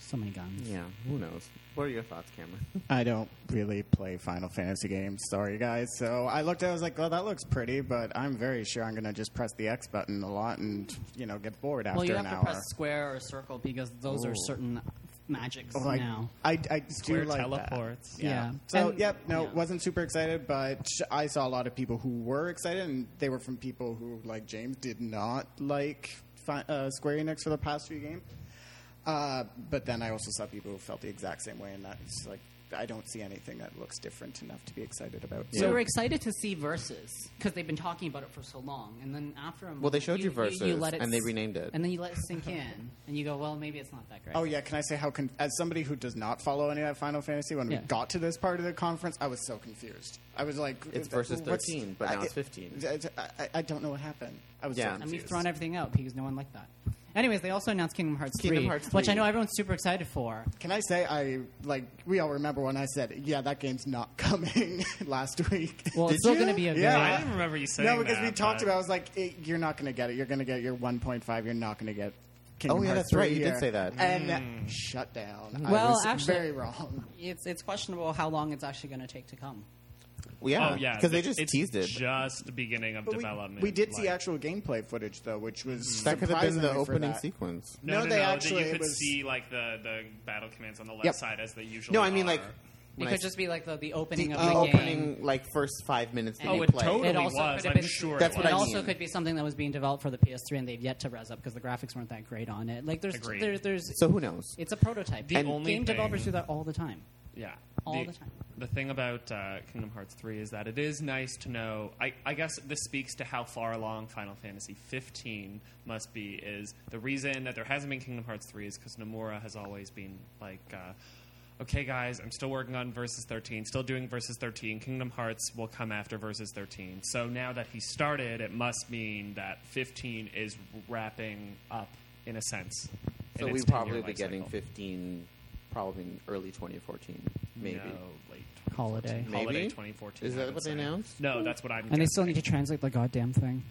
C: So many guns.
A: Yeah. Who knows? What are your thoughts, Cameron? *laughs*
D: I don't really play Final Fantasy games. Sorry, guys. So I looked at it, I was like, oh, that looks pretty, but I'm very sure I'm going to just press the X button a lot and, you know, get bored after
C: Well, you
D: an
C: have to
D: hour.
C: press square or circle because those are
A: Ooh.
C: certain magics
D: Oh, like,
C: now.
D: I, I
B: Square
D: do like that.
B: teleports.
C: Yeah.
D: So,
C: And-
D: yep, no,
C: yeah.
D: wasn't super excited, but I saw a lot of people who were excited, and they were from people who, like James, did not like fi- uh, Square Enix for the past few games. Uh, but then I also saw people who felt the exact same way, and that's like, I don't see anything that looks different enough to be excited about.
C: So we're excited to see Versus because they've been talking about it for so long, and then after a
A: Well, they
C: moment,
A: showed you Versus, and they
C: s-
A: renamed it.
C: and then you let it sink in, and you go, "Well, maybe it's not that great."
D: Oh yeah, can I say how? Con- as somebody who does not follow any of that Final Fantasy, when
C: Yeah.
D: we got to this part of the conference, I was so confused. I was like,
A: It's
D: uh,
A: versus
D: what's-
A: 13, but now
D: I-
A: it's 15.
D: I, I- I don't know what happened. I was
A: Yeah.
D: so
A: And
C: and
D: confused.
C: we've thrown everything out because no one liked that. Anyways, they also announced Kingdom Hearts,
A: Kingdom
C: 3,
A: Hearts
C: which I
A: 3.
C: know everyone's super excited for.
D: Can I say I like? We all remember when I said, "Yeah, that game's not *laughs* coming" last week.
C: Well,
A: Did
C: it's still
A: you?
C: going to be a
D: Yeah.
B: I
C: very
B: didn't remember you saying
D: no, because
B: that,
D: we talked
B: but-
D: about. it. I was like, it, "You're not going to get it. You're going to get your 1.5. You're not going to get Kingdom
A: oh yeah,
D: Hearts
A: that's right.
D: 3
A: You did
D: here.
A: say that.
D: And shut down. I
C: Well,
D: was
C: actually-
D: very wrong.
C: It's it's questionable how long it's actually going to take to come.
A: Well, yeah,
B: oh yeah,
A: because they
B: it's-
A: just
B: it's
A: teased it.
B: Just the beginning of
D: But we,
B: development.
D: we did see
B: like-
D: actual gameplay footage though, which was
A: that could have been the
D: surprisingly for
A: opening
D: that.
A: sequence.
B: No,
D: No,
B: no,
D: they
B: no,
D: actually-
B: that you
D: it
B: could
D: was-
B: see like the, the battle commands on the left
D: Yep.
B: side as they usually.
A: No, I mean
B: are.
A: like
C: It
A: when I
C: could
A: s-
C: just be like the, the opening
A: the uh,
C: of the game.
A: opening like first five minutes. that
B: Oh,
A: they
B: it
A: play.
B: totally
C: It also
B: was.
C: could have
B: I'm
C: been-
B: sure.
A: That's
B: it
A: what
C: It
B: was.
A: I
C: also
A: mean.
C: could be something that was being developed for the PS3 and they've yet to res up because the graphics weren't that great on it. Like there's
B: Agreed.
C: there, there's
A: So who knows?
C: it's a prototype.
B: The
C: And
B: only
C: game developers
B: thing-
C: do that all the time.
B: Yeah.
C: All the time.
B: The thing about uh, Kingdom Hearts 3 is that it is nice to know. I, I guess this speaks to how far along Final Fantasy 15 must be. Is the reason that there hasn't been Kingdom Hearts 3 is because Nomura has always been like, uh, okay, guys, I'm still working on Versus 13, still doing Versus 13. Kingdom Hearts will come after Versus 13. So now that he started, it must mean that 15 is wrapping up in a sense.
A: So
B: in its
A: we
B: 10-year
A: probably be
B: life
A: getting
B: cycle.
A: 15, probably in early 2014, maybe.
B: No, late
C: Holiday.
B: 2014. Holiday
A: Maybe?
B: 2014.
A: Is
B: I
A: that
B: would
A: what they
B: say.
A: announced?
B: No, that's what I'm.
C: And they still
B: guessing.
C: need to translate the goddamn thing.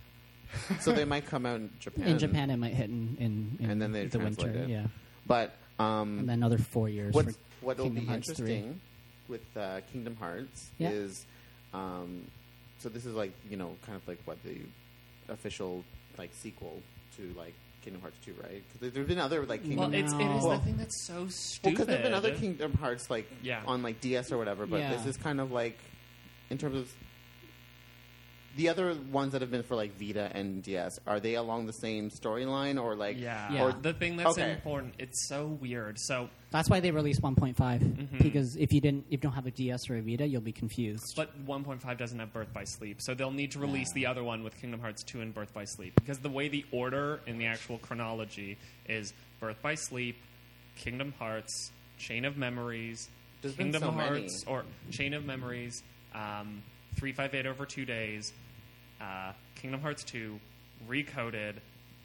A: So they might come out in Japan.
C: In Japan, it might hit in, in, in
A: and then they
C: the
A: translate
C: winter,
A: it.
C: yeah,
A: But
C: and
A: um,
C: then another four years.
A: what's,
C: for
A: what'll
C: Kingdom
A: be
C: Hearts 3.
A: interesting with uh, Kingdom Hearts
C: Yeah.
A: is, um, so this is like you know kind of like what the official like sequel to like Kingdom Hearts 2, right? Because there've been other like Kingdom
B: Well, it's, it is
A: Well-
B: the thing that's so
A: Well,
B: stupid.
A: because there've been other Kingdom Hearts like
B: Yeah.
A: on like DS or whatever, but
C: Yeah.
A: this is kind of like in terms of the other ones that have been for like Vita and DS. Are they along the same storyline or like
B: yeah.
C: Yeah.
B: Or the thing that's
A: Okay.
B: important. It's so weird. So,
C: That's why they released 1.5 because if you didn't, if you don't have a DS or a Vita, you'll be confused.
B: but 1.5 doesn't have Birth by Sleep, so they'll need to release the other one with Kingdom Hearts 2 and Birth by Sleep because the way the order in the actual chronology is Birth by Sleep, Kingdom Hearts, Chain of Memories,
A: There's been so
B: Kingdom
A: many.
B: Hearts or Chain of Memories, um, 358 over two days, uh, Kingdom Hearts 2, Recoded,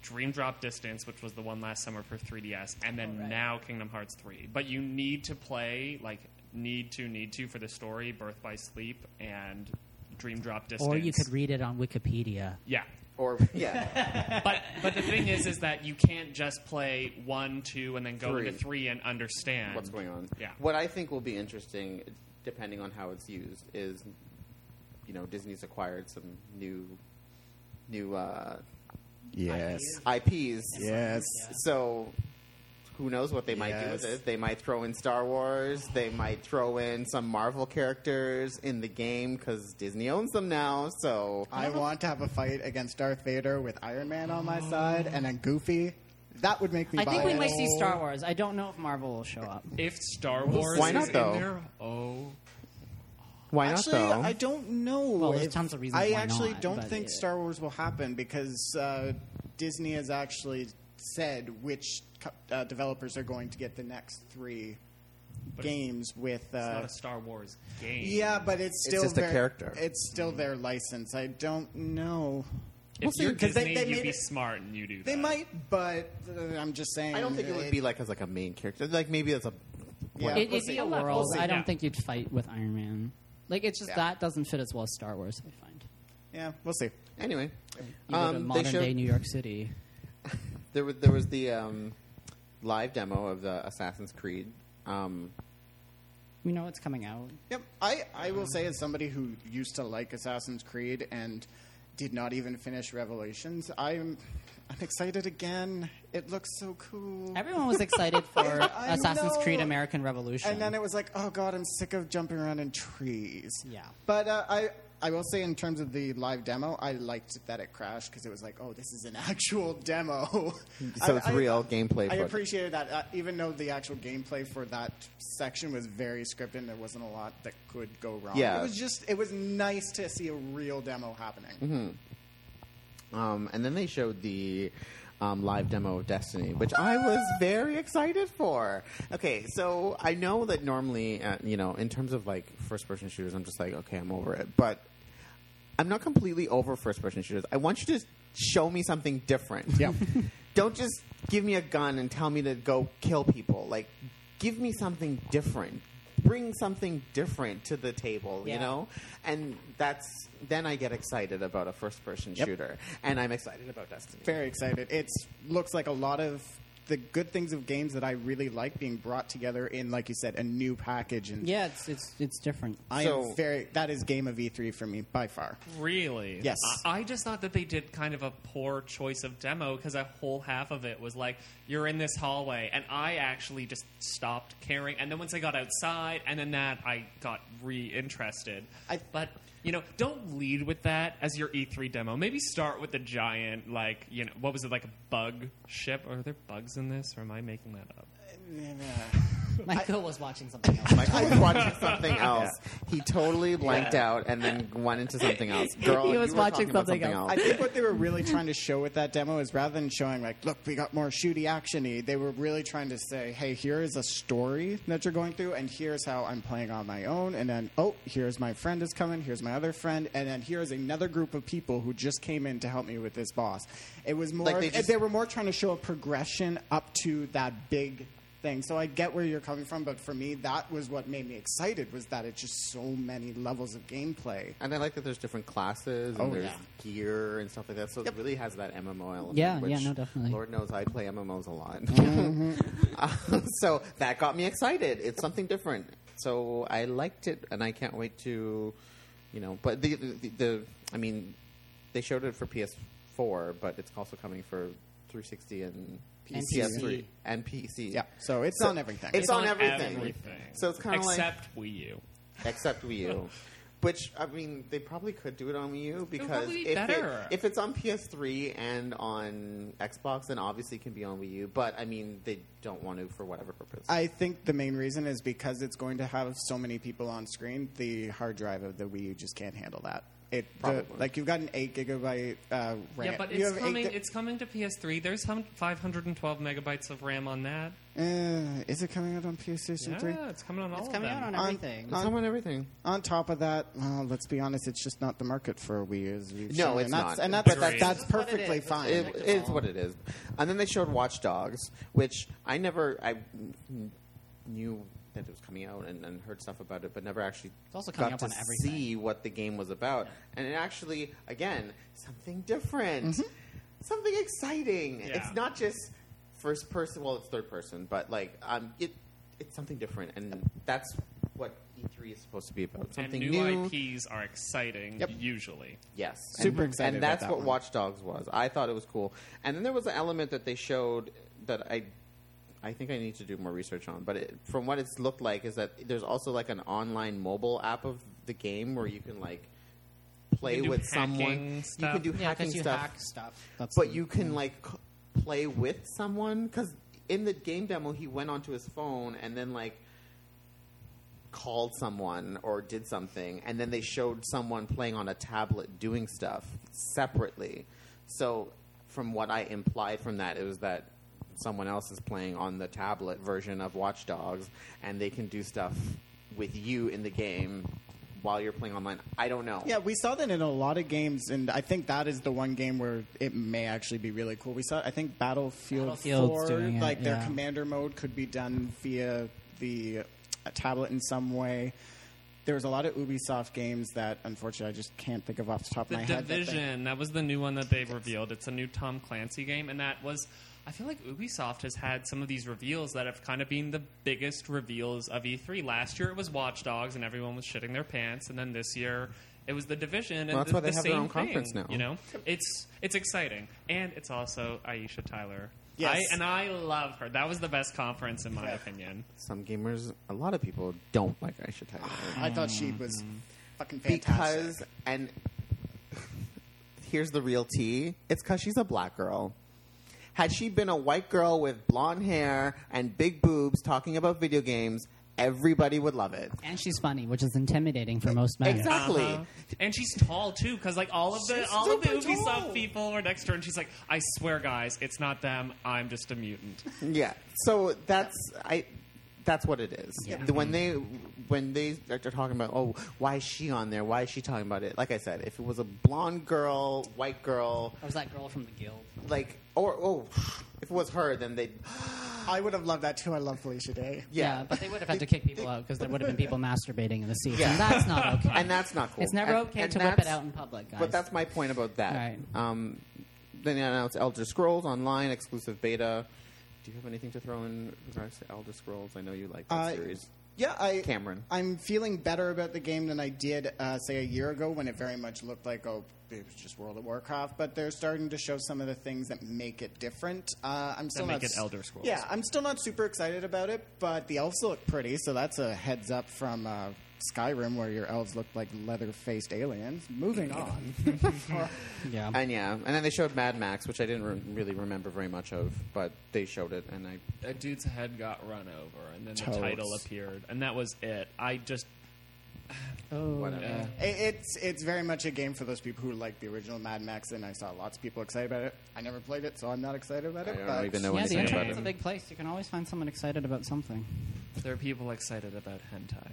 B: Dream Drop Distance, which was the one last summer for 3DS, and then now Kingdom Hearts 3. But you need to play, like, need to, need to for the story, Birth by Sleep, and Dream Drop Distance.
C: or you could read it on Wikipedia. *laughs*
B: Yeah. *laughs*
A: or yeah,
B: But but the thing is, is that you can't just play one, two, and then go
A: Three.
B: into three and understand
A: what's going on?
B: Yeah.
A: What I think will be interesting, depending on how it's used, is you know Disney's acquired some new new uh,
D: Yes.
A: IPs.
D: Yes.
A: So who knows what they might do with
D: Yes.
A: it? They might throw in Star Wars. They might throw in some Marvel characters in the game because Disney owns them now. So
D: I want to have a fight against Darth Vader with Iron Man on my side and then Goofy. That would make me
C: I think we
D: buy
C: might
D: it.
C: see Star Wars. I don't know if Marvel will show up.
B: If Star Wars
A: Why not,
B: is
A: though?
B: in there, oh
A: why
D: Actually,
A: not though?
D: I don't know.
C: Well, there's
D: if-
C: tons of reasons
D: I
C: why
D: actually
C: not,
D: don't
C: but
D: think
C: it-
D: Star Wars will happen because uh, Disney has actually said which co- uh, developers are going to get the next three
B: But
D: games with.
B: It's
D: Uh,
B: not a Star Wars game.
D: yeah, but it's still
A: just a
D: their-
A: character.
D: It's still their license. I don't know.
B: If
D: see,
B: you're
D: 'cause they-
B: Disney,
D: they
B: you'd
D: made
B: be
D: it-
B: smart and you do that.
D: They might, but uh, I'm just saying.
A: I don't think it would be like as like a main character. Like maybe as a
D: Yeah.
C: it,
D: we'll
C: would be
D: see.
C: a
D: We'll
C: world.
D: see.
C: I don't
B: Yeah.
C: think you'd fight with Iron Man. Like it's just
A: Yeah.
C: that doesn't fit as well as Star Wars. I find.
D: Yeah, we'll see.
A: anyway.
C: You
A: Um,
C: go to modern day New York City.
A: There was there was the um, live demo of the Assassin's Creed. Um,
C: We know it's coming out.
D: Yep. I, I will say, as somebody who used to like Assassin's Creed and did not even finish Revelations, I'm I'm excited again. It looks so cool.
C: Everyone was excited
A: *laughs*
C: for
D: I
C: Assassin's
D: know.
C: Creed American Revolution.
D: and then it was like, oh god, I'm sick of jumping around in trees.
C: Yeah.
D: But uh, I I will say, in terms of the live demo, I liked that it crashed because it was like, oh, this is an *laughs* actual demo.
A: so
D: I-
A: it's
D: I-
A: real gameplay.
D: I
A: footage.
D: appreciated that, uh, even though the actual gameplay for that section was very scripted, and there wasn't a lot that could go wrong.
A: Yeah.
D: it was just it was nice to see a real demo happening.
A: Mm-hmm. Um, and then they showed the um, live demo of Destiny, which I was very excited for. Okay, so I know that normally, uh, you know, in terms of like first person shooters, I'm just like, okay, I'm over it. But I'm not completely over first person shooters. I want you to show me something different.
D: Yeah.
A: *laughs* Don't just give me a gun and tell me to go kill people. Like, give me something different. Bring something different to the table, you
C: Yeah.
A: know? And that's then I get excited about a first person
D: Yep.
A: shooter. And I'm excited about Destiny.
D: Very excited. It looks like a lot of the good things of games that I really like being brought together in, like you said, a new package. And
C: Yeah, it's it's it's different.
D: I
A: So-
D: am very that is game of E3 for me by far.
B: Really?
D: Yes.
B: I, I just thought that they did kind of a poor choice of demo because a whole half of it was like, you're in this hallway. And I actually just stopped caring. And then once I got outside, and then that, I got reinterested.
D: I-
B: but, you know, don't lead with that as your E3 demo. Maybe start with the giant, like, you know, what was it, like a bug ship? Are there bugs in this, or am I making that up?
C: Michael was watching something
A: *laughs*
C: else.
A: Michael was watching something else. He totally blanked out and then went into something else. Girl,
C: He was
A: you were
C: watching
A: talking about
C: something else.
D: I think what they were really trying to show with that demo is rather than showing like, look, we got more shooty actiony, they were really trying to say, hey, here is a story that you're going through, and here's how I'm playing on my own, and then oh, here's my friend is coming, here's my other friend, and then here's another group of people who just came in to help me with this boss. It was more
A: Like, they
D: they,
A: just-
D: were more trying to show a progression up to that big thing. So I get where you're coming from, but for me that was what made me excited was that it's just so many levels of gameplay.
A: And I like that there's different classes and
D: Oh,
A: there's
D: yeah.
A: gear and stuff like that. So it really has that MMO element.
C: Yeah,
A: which,
C: yeah, no, definitely.
A: Lord knows I play MMOs a lot.
D: Mm-hmm.
A: *laughs* Um, so that got me excited. It's something different. So I liked it, and I can't wait to, you know. But the the, the I mean, they showed it for PS4, but it's also coming for 360 and.
C: And
A: PS3
C: PC.
A: and PC.
D: Yeah, so it's
A: So
D: on everything.
A: It's on everything. So it's kinda like-
B: Except Wii U.
A: except Wii
B: *laughs*
A: U. Which I mean, they probably could do it on Wii U because
B: probably be
A: if, it-
B: better.
A: if it's on PS3 and on Xbox, then obviously it can be on Wii U. But I mean, they don't want to for whatever purpose.
D: I think the main reason is because it's going to have so many people on screen. The hard drive of the Wii U just can't handle that. It the-
A: Probably.
D: like you've got an eight gigabyte uh, RAM.
B: Yeah, but
D: You
B: it's
D: have eight
B: coming.
D: gi-
B: it's coming to PS3. There's hum- 512 megabytes of RAM on that.
D: Uh, is it coming out on PlayStation
B: Yeah,
D: Three?
B: it's coming on all
C: It's
B: of
C: coming
B: them.
C: out on
D: On-
C: everything.
A: it's on everything.
D: On top of that, well, let's be honest, it's just not the market for Wii U's. We've
A: No,
D: shown,
A: it's
D: and that's,
A: not.
D: and
A: But
D: that's
B: that's-
D: that's,
C: That's what it
D: perfectly
C: is.
D: fine.
A: It is what it is. And then they showed Watch Dogs, which I never I mm, knew that it was coming out and, and heard stuff about it, but never actually
C: also coming
A: got
C: up
A: to
C: on everything.
A: see what the game was about. And it actually, again, something different,
C: Mm-hmm.
A: something exciting.
B: Yeah.
A: It's not just first person. Well, it's third person, but like um, it, it's something different, and that's what E3 is supposed to be about.
B: And
A: Something
B: new,
A: new
B: IPs are exciting
A: Yep.
B: usually.
A: Yes,
D: Super
A: and,
D: excited
A: And that's
D: about that
A: what
D: one.
A: Watch Dogs was. I thought it was cool. And then there was an element that they showed that I, I think I need to do more research on. But it, from what it's looked like, is that there's also like an online mobile app of the game where you can like play
B: can do
A: with
B: hacking
A: someone. You
B: stuff.
A: can do
C: yeah,
A: hacking
C: because you
A: stuff,
C: hack stuff. That's
A: but you can like c- play with someone because in the game demo he went onto his phone and then like called someone or did something, and then they showed someone playing on a tablet doing stuff separately. So, from what I implied from that, it was that someone else is playing on the tablet version of Watch Dogs, and they can do stuff with you in the game while you're playing online. I don't know.
D: Yeah, we saw that in a lot of games, and I think that is the one game where it may actually be really cool. We saw, I think, Battlefield,
C: Battlefield's
D: 4,
C: doing it,
D: like their
C: yeah.
D: commander mode could be done via the uh, tablet in some way. There was a lot of Ubisoft games that, unfortunately, I just can't think of off the top
B: The
D: of my head. that they-
B: Division, that was the new one that they revealed. It's a new Tom Clancy game, and that was. I feel like Ubisoft has had some of these reveals that have kind of been the biggest reveals of E3. Last year it was Watch Dogs, and everyone was shitting their pants, and then this year it was The Division, and
A: Well, that's
B: the,
A: why they
B: the
A: have
B: same
A: their own
B: thing,
A: conference now.
B: You know, it's it's exciting, and it's also Aisha Tyler.
D: Yes.
B: I, and I love her. That was the best conference in my opinion.
A: Some gamers, a lot of people don't like Aisha Tyler.
D: I thought she was
C: Mm.
D: fucking fantastic.
A: because and *laughs* here's the real tea it's because she's a black girl had she been a white girl with blonde hair and big boobs talking about video games everybody would love it
C: and she's funny, which is intimidating for most men.
A: exactly
B: Uh-huh. And she's tall too, because like all of the
D: She's
B: all of the
D: super
B: Ubisoft
D: tall.
B: people were next to her, and she's like, "I swear, guys, it's not them. I'm just a mutant."
A: yeah so that's i that's what it is when they when they are talking about oh why is she on there why is she talking about it like i said if it was a blonde girl white girl
C: Or was that girl from the guild?
A: like or oh if it was her then they'd
D: I would have loved that too. I love Felicia Day.
A: yeah,
C: but they would have had to kick people out because there would have been people masturbating in the seats, and that's not okay.
A: and that's not *laughs* cool
C: it's never
A: And-
C: okay
A: and
C: to whip it
A: that's-
C: out in public, guys.
A: But that's my point about that.
C: Right.
A: Um, then they announced Elder Scrolls Online exclusive beta, Do you have anything to throw in regards to Elder Scrolls? I know you like that
D: Uh,
A: series.
D: Yeah, I
A: Cameron.
D: I'm feeling better about the game than I did uh, say a year ago when it very much looked like oh it was just World of Warcraft. But they're starting to show some of the things that make it different. Uh, I'm still
B: make
D: not
B: it
D: s-
B: Elder Scrolls.
D: Yeah, I'm still not super excited about it, but the elves look pretty, so that's a heads up from. Uh, Skyrim, where your elves look like leather-faced aliens. Moving on. *laughs*
C: Yeah.
A: And yeah, and then they showed Mad Max, which I didn't re- really remember very much of, but they showed it, and I
B: a dude's head got run over, and then
D: Totes.
B: the title appeared, and that was it. I just
C: Oh,
A: whatever.
B: yeah.
D: I- It's it's very much a game for those people who like the original Mad Max, and I saw lots of people excited about it. I never played it, so I'm not excited about it.
A: I don't
D: but
A: even know
C: yeah,
A: anything
C: the
A: about
C: internet's
A: it.
C: a big place. You can always find someone excited
A: *laughs*
C: about something.
B: there are people excited about hentai.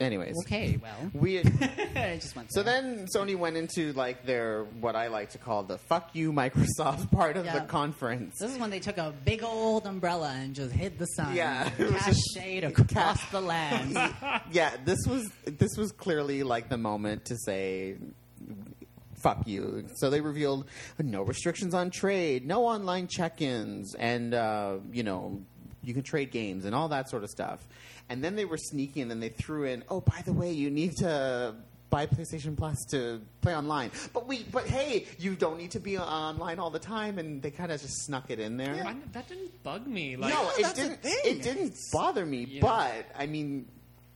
A: Anyways,
C: Okay, well. *laughs*
A: we.
C: I just went
A: So
C: there.
A: then Sony went into like their what I like to call the "fuck you" Microsoft *laughs* part of the
C: Yeah.
A: conference.
C: This is when they took a big old umbrella and just hid the sun.
D: *laughs*
A: Yeah, it was
C: Cast
A: just-
C: shade across
B: *laughs*
C: the land. Uh,
A: yeah, this was this was clearly like the moment to say fuck you. So they revealed no restrictions on trade, no online check-ins, and uh, you know you can trade games and all that sort of stuff. And then they were sneaky, and then they threw in, oh by the way, you need to buy PlayStation Plus to play online. But we, but hey, you don't need to be online all the time, and they kind of just snuck it in there
B: I- that didn't bug me. Like,
A: no, it
D: that's the
A: didn't.
D: thing.
A: It didn't bother me,
B: Yeah.
A: but I mean,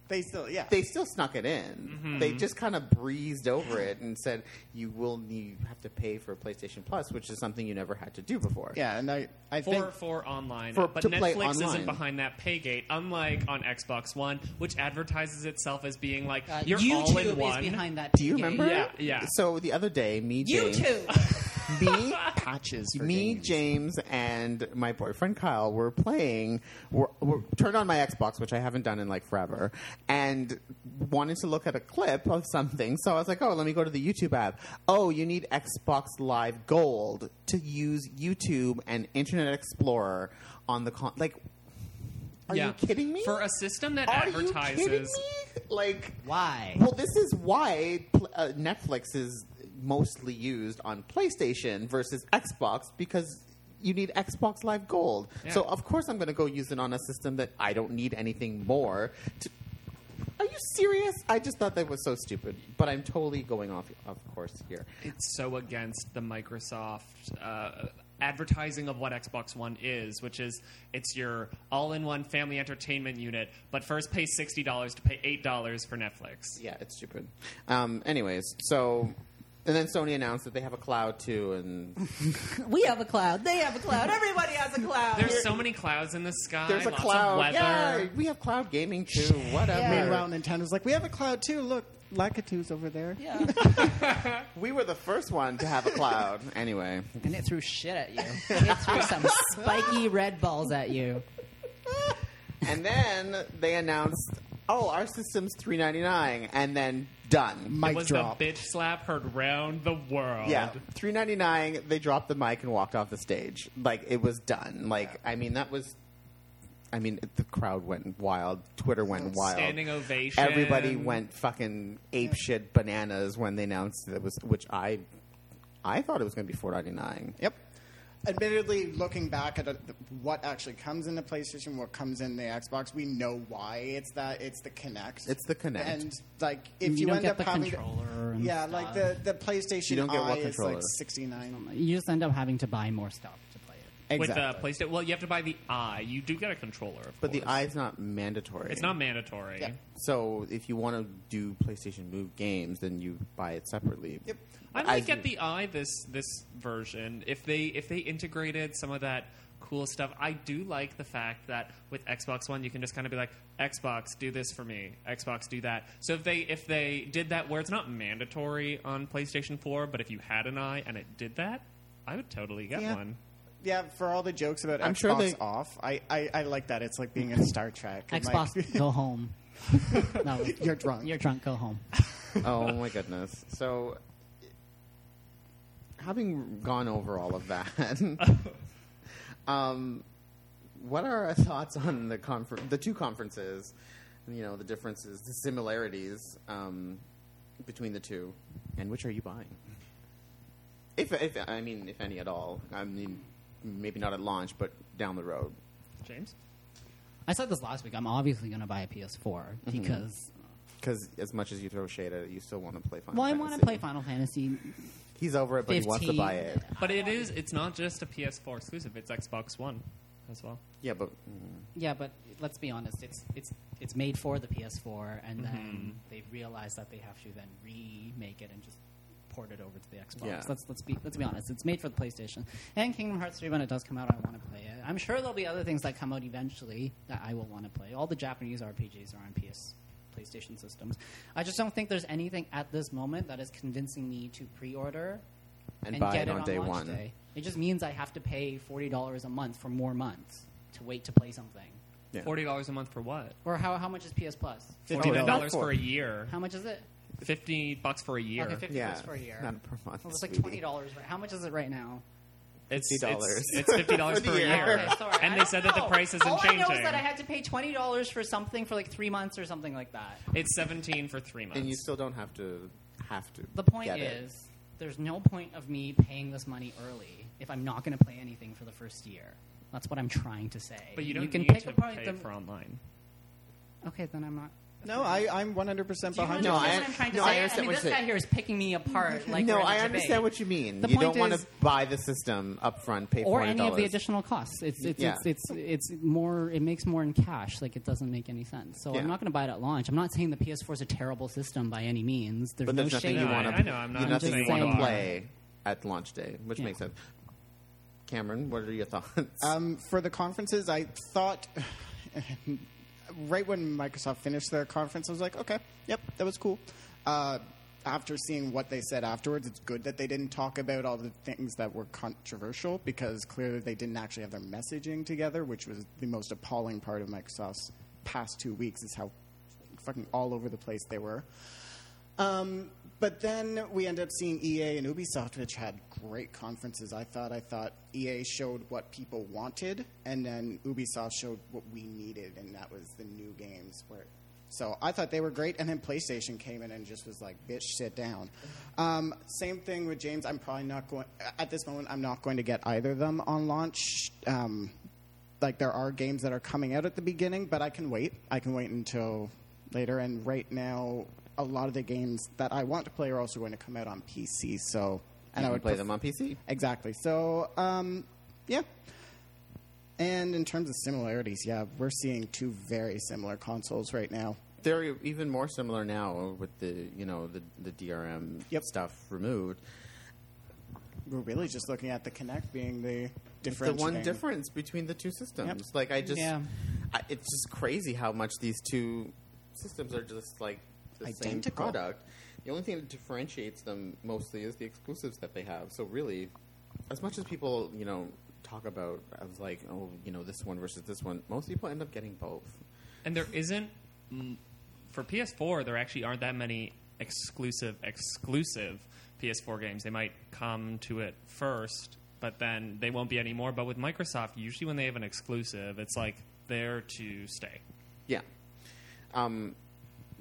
D: they still, yeah,
A: they still snuck it in.
B: Mm-hmm.
A: They just kind of breezed over it and said, "You will need, you have to pay for PlayStation Plus, which is something you never had to do before."
D: yeah. And I, I think
B: for for online,
A: For-
B: but
A: to play
B: Netflix
A: online.
B: isn't behind that pay gate, unlike on Xbox One, which advertises itself as being like
C: Uh,
B: you're
C: YouTube
B: all in one.
C: is behind that.
A: Do you
C: game.
A: remember?
B: Yeah, yeah.
A: So the other day, me, James,
C: YouTube.
D: *laughs*
B: *laughs*
A: me,
D: patches. For
A: me,
D: games.
A: James, and my boyfriend Kyle were playing. Were, were, turned on my Xbox, which I haven't done in like forever, and wanted to look at a clip of something. So I was like, "Oh, let me go to the YouTube app." Oh, you need Xbox Live Gold to use YouTube and Internet Explorer on the con. Like, are
B: yeah.
A: you kidding me?
B: For a system that
A: are you kidding me?
B: advertises,
A: Like,
C: Why?
A: well, this is why pl- uh, Netflix is mostly used on PlayStation versus Xbox because you need Xbox Live Gold.
B: Yeah.
A: So of course I'm going to go use it on a system that I don't need anything more. To- Are you serious? I just thought that was so stupid, but I'm totally going off of course here.
B: it's so against the Microsoft uh, advertising of what Xbox One is, which is it's your all-in-one family entertainment unit. But first, pay sixty dollars to pay eight dollars for Netflix.
A: Yeah, it's stupid. Um, anyways, so and then Sony announced that they have a cloud too,
B: *laughs*
A: and
C: we have a cloud. They have a cloud. Everybody has a cloud.
B: There's so many clouds in the sky.
A: there's a
B: lots
A: cloud.
B: Of weather.
A: Yeah, we have cloud gaming too. Whatever.
D: Meanwhile, Nintendo's like, we have a cloud too. Look, Lakitu's over there.
C: yeah. *laughs*
A: We were the first one to have a *laughs* cloud. anyway,
C: and it threw shit at you. It threw some spiky red balls at you.
A: and then they announced, "Oh, our system's three ninety nine, and then done.
D: Mic
B: It was
D: drop.
B: the bitch slap heard round the world.
A: yeah, three ninety nine. They dropped the mic and walked off the stage. Like it was done. Like I mean, that was. I mean, the crowd went wild. Twitter went wild.
B: Standing ovation.
A: Everybody went fucking ape shit bananas when they announced that it was, which I, I thought it was going to be four ninety nine.
D: Yep. Admittedly, looking back at uh, what actually comes in the PlayStation, what comes in the Xbox, we know why it's that. It's the Connect.
A: It's the Kinect.
D: And like, if you,
C: You don't
D: end
C: get
D: up
C: the
D: having,
C: controller and
D: yeah, like the the PlayStation
A: You don't get
D: Eye
A: what
D: is
A: controller?
D: like sixty nine.
C: You just end up having to buy more stuff to play it.
B: with uh, the PlayStation. Well, you have to buy the eye. You do get a controller, of
A: But the
B: course.
A: eye's not mandatory.
B: It's not mandatory.
D: Yeah.
A: So if you want to do PlayStation Move games, then you buy it separately.
D: Yep.
B: I might
A: As-
B: get the eye this this version if they if they integrated some of that cool stuff. I do like the fact that with Xbox One you can just kind of be like Xbox do this for me, Xbox do that. So if they if they did that where it's not mandatory on PlayStation 4, but if you had an eye and it did that, I would totally get
D: Yeah.
B: one.
D: Yeah, for all the jokes about
A: I'm
D: Xbox
A: sure they-
D: off, I, I, I like that. It's like being in Star *laughs* Trek. I'm like,
C: Xbox, go home.
D: *laughs*
C: No,
D: you're drunk.
C: you're drunk. Go home.
A: *laughs* oh my goodness. So having gone over all of that, *laughs* um, what are our thoughts on the confer- the two conferences? You know, the differences, the similarities um, between the two, and which are you buying? If, if I mean, if any at all. I mean, maybe not at launch, but down the road.
B: James?
C: I said this last week. I'm obviously going to buy a PS4
D: Mm-hmm.
C: because
A: Because as much as you throw shade at it, you still want to play Final
C: well, I
A: Fantasy.
C: want to play Final Fantasy.
A: He's over it, but he wants to
C: 15.
A: buy it.
B: But it is, it's not just a PS4 exclusive, it's Xbox One as well.
A: Yeah, but mm,
C: Yeah, but let's be honest. It's it's it's made for the PS4, and then they realize that they have to then remake it and just port it over to the Xbox.
A: Yeah.
C: Let's let's be let's be honest. It's made for the PlayStation and Kingdom Hearts three. When it does come out, I want to play it. I'm sure there'll be other things that come out eventually that I will want to play. All the Japanese RPGs are on PS. PlayStation systems. I just don't think there's anything at this moment that is convincing me to pre-order
A: and, buy
C: get
A: it on, day
C: launch
A: one.
C: day. It just means I have to pay forty dollars a month for more months to wait to play something.
A: Yeah.
B: $40 a month for what?
C: Or how, how much is PS Plus?
D: Fifty
B: $40
D: dollars.
B: for a year.
C: How much is it?
B: 50 bucks for a year.
C: Okay, fifty
A: Yeah,
C: bucks for a year.
A: not per month.
C: Well, it's like
A: sweetie.
C: twenty dollars. Right? How much is it right now?
B: It's
A: $50.
B: It's, it's fifty
A: *laughs*
B: dollars
A: For
B: for
A: the
B: a
A: year.
B: year,
C: Okay, sorry. I
B: and they
C: don't
B: said that the
C: know.
B: price isn't
C: All
B: changing.
C: I know is that I had to pay twenty dollars for something for like three months or something like that.
B: it's seventeen for three months.
A: And you still don't have to have to.
C: The point
A: get it.
C: is, there's no point of me paying this money early if I'm not going to play anything for the first year. That's what I'm trying to say.
B: but you don't
C: you can
B: need
C: pick
B: to
C: apart
B: pay
C: the-
B: for online.
C: Okay, then I'm not.
D: No, I, I'm 100%
C: Do you
D: behind
A: No,
D: you.
A: I-
C: understand what I'm trying to
A: no, I
C: say?
A: understand
C: mean,
A: what
C: this
A: you're
C: guy
A: saying.
C: here is picking me apart. Like
A: no,
C: we're in a
A: I
C: debate.
A: understand what you mean.
C: The
A: you don't
C: point
A: want
C: is-
A: to buy the system up front, pay
C: or
A: $40.
C: any of the additional costs. It's it's,
A: Yeah.
C: it's it's it's more. It makes more in cash. Like it doesn't make any sense. So
A: Yeah.
C: I'm not going to buy it at launch. I'm not saying the PS4 is a terrible system by any means. There's
A: but
C: no
A: there's nothing
C: shade.
A: you
B: No,
A: want
B: I-
A: to
B: I know, I'm not
A: nothing
C: saying
A: you want
C: you
A: to
C: are.
A: play at launch day, which
C: Yeah.
A: makes sense. Cameron, what are your thoughts?
D: Um, for the conferences, I thought *sighs* right when Microsoft finished their conference, I was like, okay, yep, that was cool. Uh, after seeing what they said afterwards, it's good that they didn't talk about all the things that were controversial because clearly they didn't actually have their messaging together, which was the most appalling part of Microsoft's past two weeks is how fucking all over the place they were. Um, but then we ended up seeing EA and Ubisoft, which had great conferences. I thought. I thought EA showed what people wanted, and then Ubisoft showed what we needed, and that was the new games. Where, so I thought they were great, and then PlayStation came in and just was like, "Bitch, sit down." Um, same thing with James. I'm probably not going at this moment. I'm not going to get either of them on launch. Um, like there are games that are coming out at the beginning, but I can wait. I can wait until later. And right now, a lot of the games that I want to play are also going to come out on PC. So, and
A: and
D: I
A: I
D: would
A: play
D: pref-
A: them on PC.
D: exactly. So, um, yeah. And in terms of similarities, yeah, we're seeing two very similar consoles right now.
A: They're even more similar now with the you know the the DRM
D: Yep.
A: stuff removed.
D: We're really just looking at the Kinect being the
A: the
D: different.
A: one
D: thing.
A: difference between the two systems. Like I just,
C: Yeah.
A: I, it's just crazy how much these two systems are just like the same
D: Identical.
A: product. The only thing that differentiates them mostly is the exclusives that they have. So really, as much as people you know talk about of like oh you know this one versus this one, most people end up getting both.
B: And there isn't mm, for PS4. There actually aren't that many exclusive exclusive PS4 games. They might come to it first, but then they won't be anymore. But with Microsoft, usually when they have an exclusive, it's like there to stay.
A: Yeah. Um,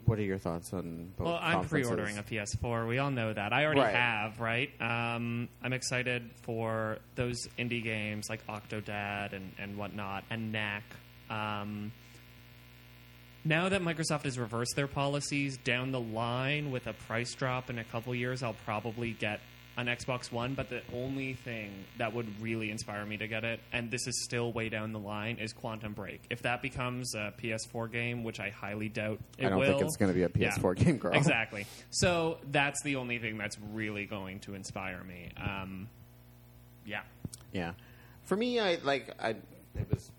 A: what are your thoughts on both?
B: Well, I'm
A: conferences?
B: pre-ordering a PS4. We all know that. I already
A: Right.
B: have, right? Um, I'm excited for those indie games like Octodad and, and whatnot, and Knack. Um, now that Microsoft has reversed their policies down the line with a price drop in a couple years, I'll probably get an Xbox One. But the only thing that would really inspire me to get it, and this is still way down the line, is Quantum Break. If that becomes a PS4 game, which I highly doubt it
A: I don't
B: will,
A: think it's gonna be a PS4 game, girl.
B: Exactly. So that's the only thing that's really going to inspire me. Um, yeah.
A: Yeah, for me, I like I it was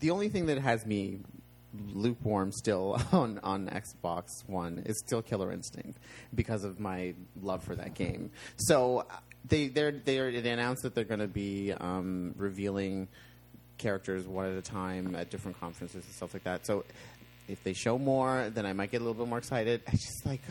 A: the only thing that has me lukewarm still *laughs* on on Xbox One is still Killer Instinct because of my love for that game. So uh, they they're, they're they announced that they're going to be um, revealing characters one at a time at different conferences and stuff like that. So if they show more, then I might get a little bit more excited. I just like.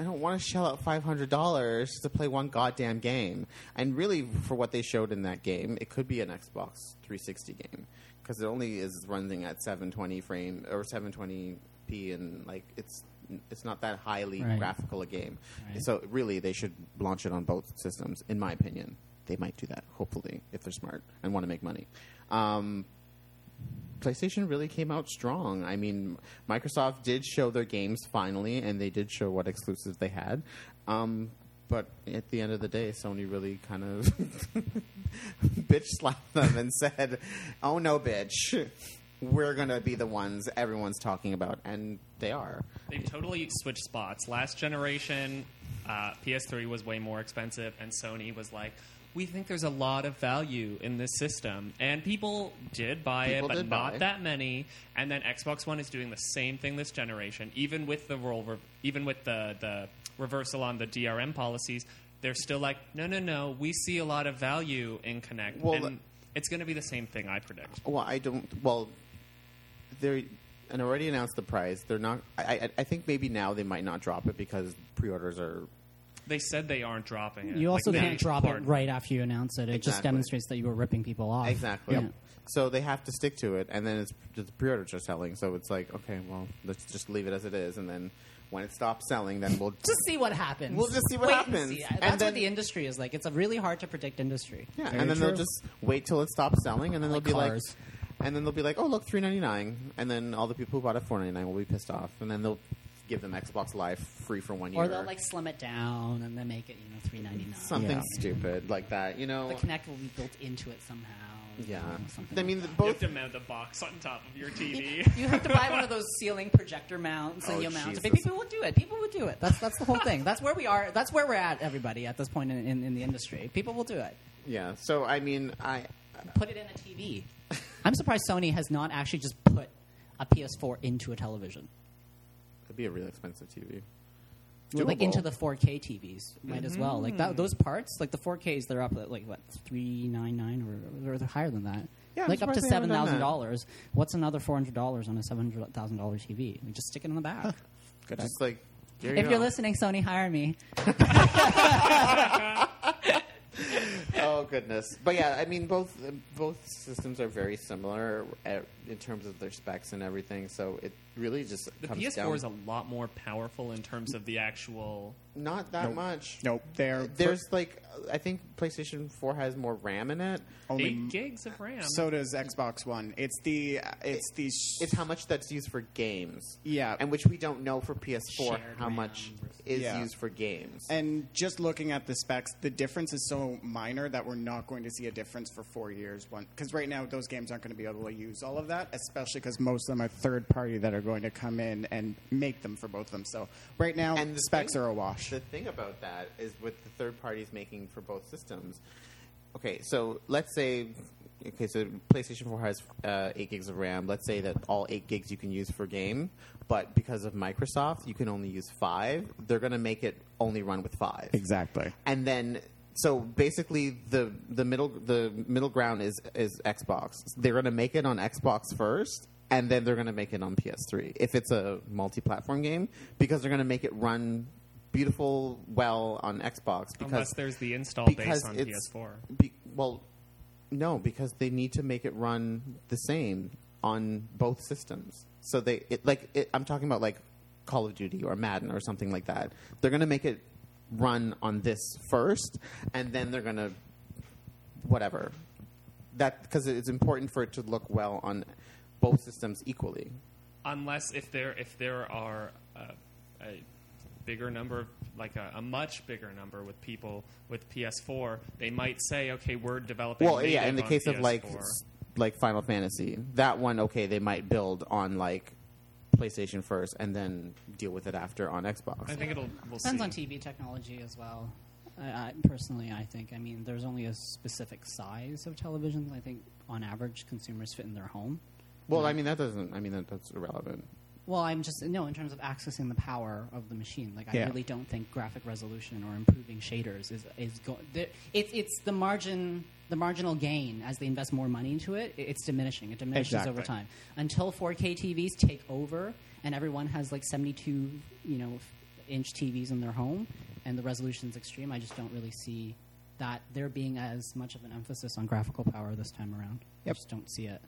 A: I don't want to shell out five hundred dollars to play one goddamn game. And really, for what they showed in that game, it could be an Xbox 360 game because it only is running at 720 frame or 720p, and like it's it's not that highly
C: Right.
A: graphical a game.
C: Right.
A: So really, they should launch it on both systems, in my opinion. they might do that. Hopefully, if they're smart and want to make money. Um, PlayStation really came out strong. I mean, Microsoft did show their games finally, and they did show what exclusives they had. Um, but at the end of the day, Sony really kind of *laughs* bitch slapped them and said, "Oh no, bitch, we're gonna be the ones everyone's talking about," and they are.
B: They've totally switched spots. Last generation, uh, PS3 was way more expensive, and Sony was like, we think there's a lot of value in this system. And people did buy
A: People
B: it, but
A: did
B: not
A: buy.
B: that many. And then Xbox One is doing the same thing this generation, even with the role, even with the, the reversal on the DRM policies. They're still like, no, no, no. We see a lot of value in Connect,
A: Well,
B: and
A: the-
B: it's going to be the same thing. I predict.
A: Well, I don't. Well, they and already announced the price. They're not. I, I, I think maybe now they might not drop it because pre-orders are.
B: They said they aren't dropping it.
C: You also
B: Like,
C: can't
B: managed
C: drop
B: part.
C: it right after you announce it. It just
A: Exactly.
C: demonstrates that you were ripping people off.
A: Exactly.
C: Yeah.
A: So they have to stick to it, and then it's the pre-orders are selling. So it's like, okay, well, let's just leave it as it is, and then when it stops selling, then we'll
C: Just see what happens.
A: We'll just see what
C: Wait
A: happens.
C: And see.
A: And
C: That's
A: then-
C: what the industry is like. It's a really hard to predict industry.
A: yeah,
D: Very
A: and then they'll
D: true.
A: just wait till it stops selling, and then
C: Like
A: they'll be
C: cars.
A: like, and then they'll be like, oh look, three ninety nine, and then all the people who bought it four ninety nine will be pissed off, and then they'll give them Xbox Live free for one year,
C: Or they'll like slim it down and then make it you know three ninety nine.
A: something
D: Yeah.
A: stupid like that, you know.
C: The Kinect will be built into it somehow.
A: yeah,
C: you know, something
A: I mean, the,
C: like that.
B: You have
A: both
B: to mount a box on top
A: *laughs*
B: of your TV. *laughs*
C: You have to buy one of those ceiling projector mounts and
A: Oh,
C: you mount it. But
A: Jesus.
C: people will do it. People will do it. That's that's the whole thing. That's where we are. That's where we're at. Everybody at this point in, in, in the industry, people will do it.
A: Yeah. So I mean, I
C: Put it in a TV. I'm surprised Sony has not actually just put a PS4 into a television,
A: it'd be a real expensive TV.
C: like
A: Doable.
C: into the 4K TVs. Might as well. Like that,
A: Mm-hmm.
C: those parts, like the 4Ks, they're up at like what three nine nine or, or they're higher than that.
A: Yeah, I'm
C: like up to
A: surprised they haven't
C: seven
A: done
C: thousand
A: that.
C: dollars. What's another four hundred dollars on a seven hundred thousand dollar TV? We just stick it in the back.
A: *laughs* Just like there you
C: If
A: go.
C: you're listening, Sony, hire me.
A: Oh goodness. But yeah, I mean both both systems are very similar uh, in terms of their specs and everything. So it really just
B: The
A: comes
B: PS4
A: down
B: is a lot more powerful in terms of the actual.
A: not that much.
D: Nope, they're
A: There's like uh, I think PlayStation 4 has more RAM in it.
D: only
B: Eight gigs of RAM.
D: So does Xbox One. It's the it's the sh-
A: It's how much that's used for games.
D: Yeah.
A: And which we don't know for PS4
C: Shared
A: how
C: RAM
A: much
C: versus-
A: is
D: Yeah.
A: used for games.
D: and just looking at the specs, the difference is so minor that we're not going to see a difference for four years. One because right now those games aren't going to be able to use all of that, especially because most of them are third party that are going to come in and make them for both of them. So right now,
A: And
D: the
A: the
D: specs
A: thing-
D: are a wash.
A: The thing about that is with the third parties making for both systems. Okay, so let's say okay, so PlayStation Four has uh, eight gigs of RAM. Let's say that all eight gigs you can use for game, but because of Microsoft, you can only use five. They're going to make it only run with five
D: Exactly.
A: and then so basically the the middle the middle ground is is Xbox. They're going to make it on Xbox first and then they're going to make it on PS3 if it's a multi-platform game because they're going to make it run beautiful well on Xbox because
B: unless there's the install
A: because
B: base on
A: it's
B: PS4.
A: Be, well no because they need to make it run the same on both systems. So they it, like it, I'm talking about like Call of Duty or Madden or something like that. They're going to make it run on this first and then they're going to whatever. That because it's important for it to look well on both systems equally.
B: Unless if there if there are a, a bigger number, of, like a, a much bigger number with people with PS4, they might say, okay, we're developing.
A: Well, yeah,
B: native
A: in the
B: on
A: case of like
B: PS4.
A: s- like Final Fantasy, that one okay, they might build on like PlayStation first and then deal with it after on Xbox.
B: I think it'll we'll
C: Depends
B: see.
C: on TV technology as well. I, I, personally, I think. I mean, there's only a specific size of televisions. I think, on average, consumers fit in their home.
A: well, I mean that doesn't. I mean that, that's irrelevant.
C: Well, I'm just no in terms of accessing the power of the machine. Like, I
D: Yeah.
C: really don't think graphic resolution or improving shaders is is go- the, it's it's the margin the marginal gain as they invest more money into it. i- It's diminishing. It diminishes over
D: Exactly.
C: time until 4K TVs take over and everyone has like 72 you know f- inch TVs in their home and the resolution's extreme. I just don't really see that there being as much of an emphasis on graphical power this time around. I
D: Yep.
C: just don't see it.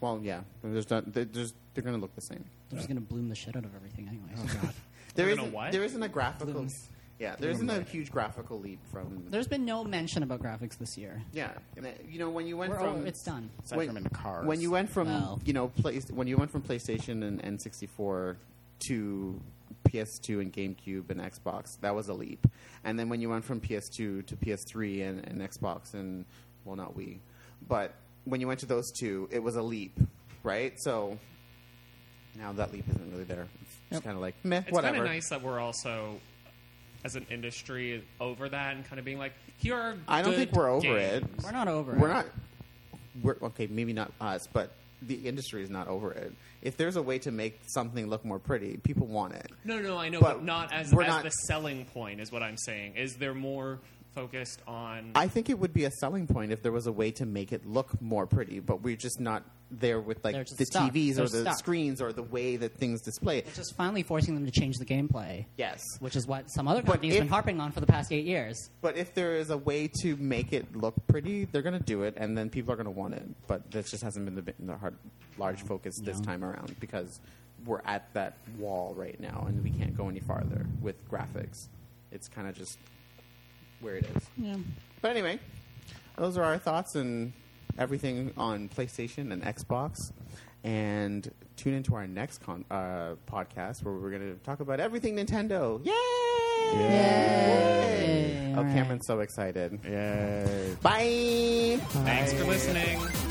A: Well, yeah, there's not. They're, just, they're going to look the same.
D: Oh,
C: They're just going to bloom the shit out of everything anyway.
B: They're
A: There
B: gonna
A: isn't.
B: what?
A: There isn't a graphical.
C: Blooms.
A: Yeah, there isn't a huge graphical leap from.
C: There's been no mention about graphics this year.
A: yeah, and I- you know when you went
C: We're
A: from
C: all- it's done.
D: Aside from in cars.
A: When you went from
C: Well.
A: you know place when you went from PlayStation and N sixty four to PS2 and GameCube and Xbox, that was a leap. And then when you went from PS2 to PS3 and, and Xbox and well, not Wii, but when you went to those two, it was a leap, right? So now that leap isn't really there. It's just kind of like meh,
B: It's kind
A: whatever.
B: of nice that we're also, as an industry, over that and kind of being like, here are.
A: I don't
B: good
A: think we're over
B: games.
A: it.
C: We're not over
A: We're
C: it.
A: not. We're okay. Maybe not us, but the industry is not over it. If there's a way to make something look more pretty, people want it.
B: No, no, I know,
A: But
B: but, not as,
A: we're
B: as
A: not-
B: the selling point is what I'm saying. Is they're more focused on
A: I think it would be a selling point if there was a way to make it look more pretty, but we're just not there with
C: They're
A: like
C: just
A: the
C: stuck.
A: TVs or
C: They're
A: the
C: stuck.
A: screens or the way that things display.
C: It's just finally forcing them to change the gameplay,
A: Yes,
C: which is what some other
A: But
C: companies
A: if-
C: have been harping on for the past eight years.
A: but if there is a way to make it look pretty, they're going to do it, and then people are going to want it. But that just hasn't been the, the hard, large focus this
C: No.
A: time around because we're at that wall right now, and we can't go any farther with graphics. It's kind of just where it is.
C: Yeah.
A: But anyway, those are our thoughts and everything on PlayStation and Xbox. And tune into our next con- uh, podcast where we're going to talk about everything Nintendo. Yay! Yay! Oh, Cameron's so excited.
D: Yay.
A: Bye!
B: thanks for listening.